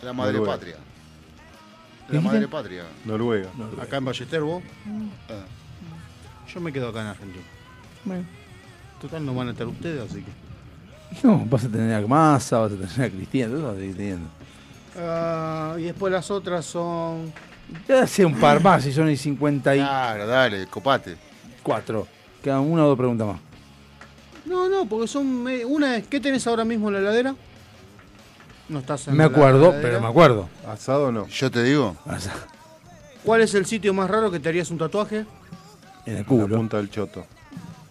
F: La madre
E: Noruega.
F: patria. La madre patria.
E: Noruega.
C: Acá en Ballester, vos.
F: Ah.
C: Yo me quedo acá en Argentina. Total, no van a estar ustedes, así que.
D: No, vas a tener a Massa, vas a tener a Cristiano, todo vas a seguir teniendo.
C: Ah, y después las otras son.
D: Ya hace un par más, si son el 54.
F: Claro, dale, copate.
D: Quedan una o dos preguntas más.
C: No, no, porque son. me- Una es. ¿Qué tenés ahora mismo en la heladera? No estás en
D: Me
C: la
D: acuerdo,
C: heladera.
D: pero me acuerdo.
E: ¿Asado o no?
F: Yo te digo.
C: ¿Cuál es el sitio más raro que te harías un tatuaje?
D: En el
E: La punta del choto.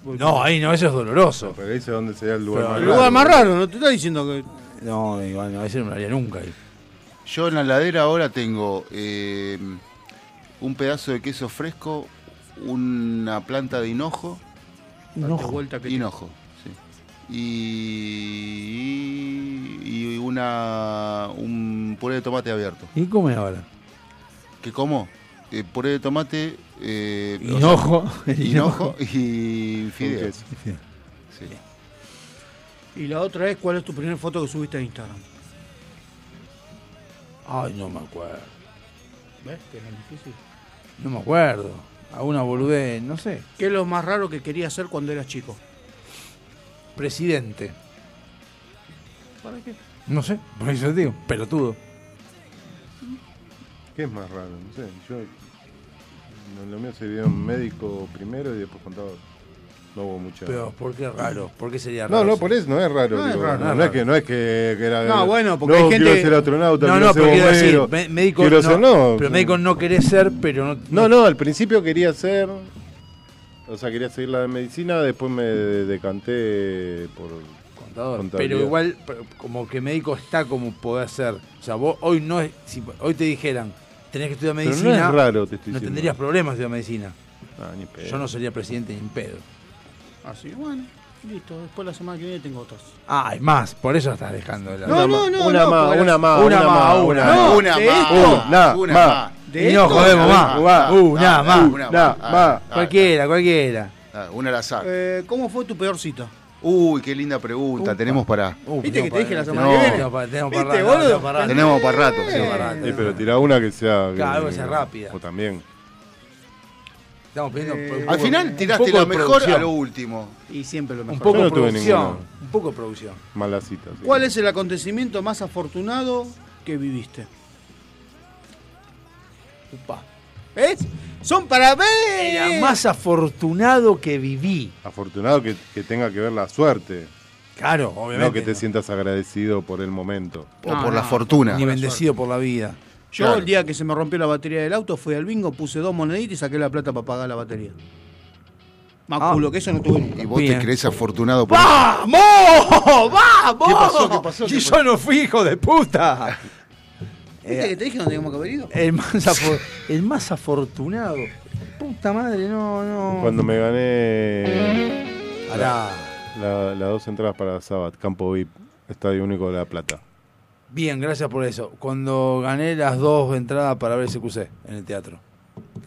D: No, ahí no, eso es doloroso.
E: Pero dice dónde sería el lugar
D: Pero
E: más
D: el
C: El lugar
E: raro.
C: más raro, no te estoy diciendo que.
D: No, igual, no, eso no lo haría nunca. ahí.
F: Yo en la ladera ahora tengo eh, un pedazo de queso fresco, una planta de hinojo.
C: Date vuelta que te-
F: Hinojo, sí. Y, y una, un puré de tomate abierto.
D: ¿Y cómo es ahora?
F: ¿Qué como? Eh, puré de tomate. Eh, o sea,
D: Hinojo.
F: hinojo y fideos. Sí.
C: Y la otra es, ¿cuál es tu primera foto que subiste a Instagram?
D: Ay, no me acuerdo.
C: ¿Ves? Que es difícil.
D: No me acuerdo. Alguna boludez, no sé.
C: ¿Qué es lo más raro que querías hacer cuando eras chico?
D: Presidente.
C: ¿Para qué?
D: No sé, por eso te digo, pelotudo.
E: ¿Qué es más raro? No sé. Yo. no, Lo mío se vio un médico primero y después contador. No hubo mucha.
D: Pero, ¿por qué raro? ¿Por qué sería
E: No,
D: raro?
E: no, por eso no es raro.
D: No
E: digo, No,
D: es raro,
E: no,
D: no es
E: es que, no es que, que era.
D: No, bueno, porque
E: no,
D: hay gente-
E: Quiero ser astronauta,
D: No,
E: quiero
D: no,
E: ser
D: pero quiero decir,
E: bombero,
D: me- médico
E: quiero
D: no,
E: ser- no,
D: pero médico no querés ser, pero no...
E: No, no, al principio quería ser. O sea, quería seguir la de medicina, después me decanté por.
D: Pero
E: Contabilidad.
D: igual, pero como que médico está como poder ser. O sea, vos hoy no es. Si hoy te dijeran, tenés que estudiar
E: Pero no
D: medicina.
E: es raro, te estoy
D: no
E: diciendo. Ah,
D: tendrías problemas de medicina.
E: pedo.
D: Yo no sería presidente ni en pedo.
C: Así que bueno, listo. Después la semana que viene tengo otras.
D: Ah, hay más, por eso estás dejando la.
C: No, no, no,
E: Una
C: no,
E: más,
C: porque
E: una
C: la-
E: más, una más, una más.
C: no,
E: Una
C: de
E: más,
C: esto-
E: una,
C: una
E: más.
C: De
D: Y no
C: esto-
D: jodemos
C: Ah,
D: más.
C: ah,
D: Uh, nada
C: ah,
D: más.
C: una
D: Nada
C: más.
D: más.
C: Ah, ah,
D: Cualquiera, cualquiera.
F: Ah, Una la saca.
C: Eh, ¿Cómo fue tu peor cita?
F: Uy, qué linda pregunta. Tenemos para.
C: ¿Viste que te dije la semana
F: no.
C: que viene?
F: Tenemos para- tenemos
C: ¿Viste,
F: para rato,
C: boludo?
F: tenemos para rato. Tenemos para rato, sí.
E: Sí, pero tirá una que sea. eh,
D: Claro, algo que sea rápida.
E: O también.
D: Estamos pidiendo.
C: Eh,
D: pues, un
F: Al
D: poco-
F: final
D: un
F: tiraste
D: poco
F: lo
D: de
F: mejor
D: producción.
F: a lo último.
C: Y siempre lo
E: Un
C: mejor.
E: poco Yo no tuve
D: producción.
E: ninguna
D: Un poco de producción.
E: mala cita. sí.
C: ¿Cuál es el acontecimiento más afortunado que viviste?
D: Upa.
C: ¿Ves? Son para ver.
D: Era más afortunado que viví.
E: Afortunado que, que tenga que ver la suerte.
D: Claro,
E: No que
D: obviamente,
E: te sientas agradecido por el momento.
C: O No, por la no. fortuna.
D: Ni bendecido por la vida.
C: Yo
E: Claro.
C: el día que se me rompió la batería del auto fui al bingo, puse dos moneditas y saqué la plata para pagar la batería. Más
F: Ah.
C: culo que eso no tuve nunca.
F: Y vos te crees afortunado por.
D: ¡Vamos! ¡Vamos!
F: ¿Qué pasó? ¿Qué pasó?
D: Y
F: ¿Qué
D: yo no fui hijo de puta. Eh,
C: ¿Viste que te dije dónde teníamos que haber ido?
D: El más, afo- el más afortunado. Puta madre, no, no.
E: Cuando me gané.
D: Pará.
E: la- las dos entradas para Sabat, Campo VIP, Estadio Único de La Plata.
D: Bien, gracias por eso. Cuando gané las dos entradas para ver SQC en el teatro.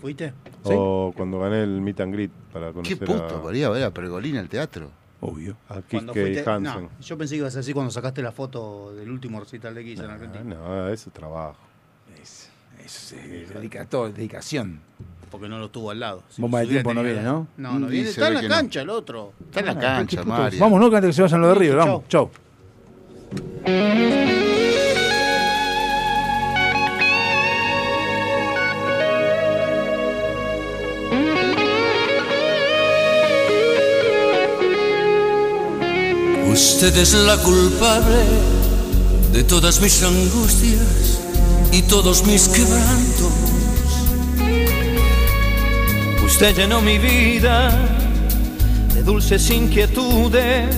C: ¿Fuiste?
E: O cuando gané el Meet and Greet para conocer
F: puto,
E: a,
F: podría ver a Pergolina al teatro.
D: Obvio.
E: a
C: Cuando
E: Kike
C: fuiste-
E: Hansen.
C: no, yo pensé que ibas a decir cuando sacaste la foto del último recital de Kiss en Argentina.
E: Ah, no, eso es trabajo.
D: Es, es, eh, dedica- todo, dedicación.
C: Porque no lo tuvo al lado. Si
D: Bomba
C: lo
D: de
C: hubiera
D: tiempo no
C: tenido
D: viene,
C: al lado.
D: ¿no?
C: No, no
D: Y
C: viene.
D: se
C: Está en
D: ve
C: la
D: que no.
C: cancha el otro. Está en la
D: Bueno,
C: cancha,
D: ¿qué puto?
C: Mario.
D: Vamos, no, que antes que se vayan los de River, vamos. Chau.
U: Usted es la culpable de todas mis angustias y todos mis quebrantos.
P: Usted llenó mi vida de dulces inquietudes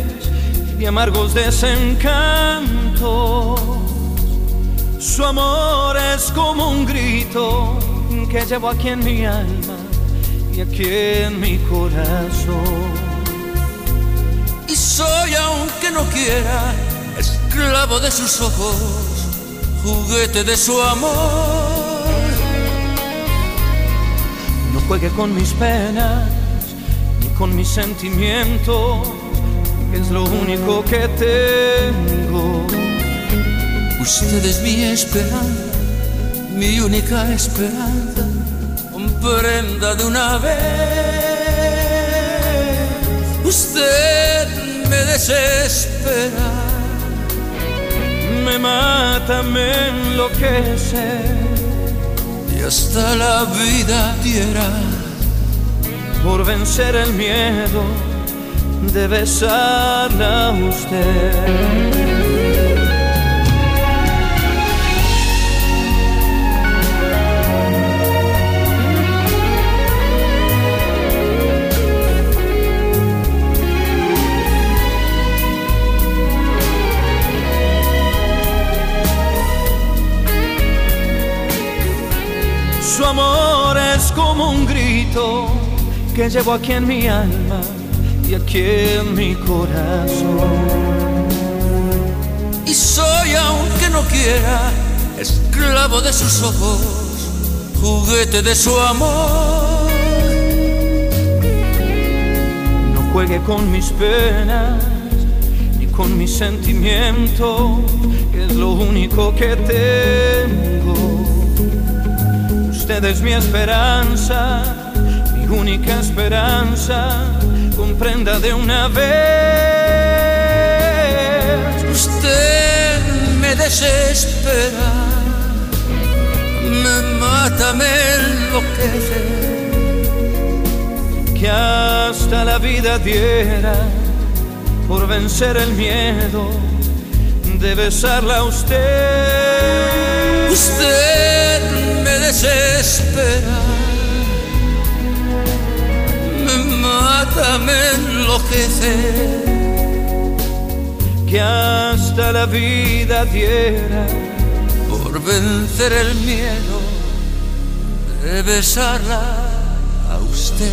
P: y amargos desencantos. Su amor es como un grito que llevo aquí en mi alma y aquí en mi corazón.
U: Y soy, aunque no quiera, esclavo de sus ojos, juguete de su amor.
P: No juegue con mis penas ni con mis sentimientos, que es lo único que tengo.
U: Usted es mi esperanza, mi única esperanza. Comprenda de una vez, usted me desespera.
P: Me mata, me enloquece.
U: Y hasta la vida diera
P: por vencer el miedo de besarla a usted. Su amor es como un grito que llevo aquí en mi alma y aquí en mi corazón.
U: Y soy, aunque no quiera, esclavo de sus ojos, juguete de su amor.
P: No juegue con mis penas ni con mis sentimientos, que es lo único que tengo. Usted es mi esperanza, mi única esperanza, comprenda de una vez.
U: Usted me desespera, me mata, me enloquece.
P: que hasta la vida diera por vencer el miedo de besarla a usted.
U: Usted me desespera, me mata, me enloquece.
P: que hasta la vida diera
U: por vencer el miedo de besarla a usted.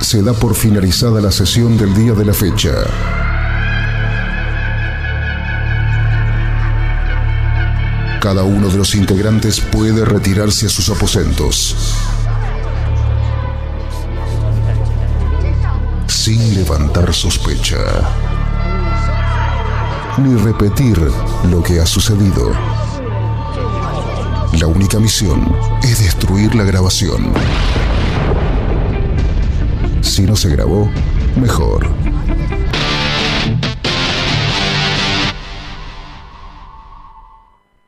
B: Se da por finalizada la sesión del día de la fecha. Cada uno de los integrantes puede retirarse a sus aposentos. Sin levantar sospecha. Ni repetir lo que ha sucedido. La única misión es destruir la grabación. Si no se grabó, mejor.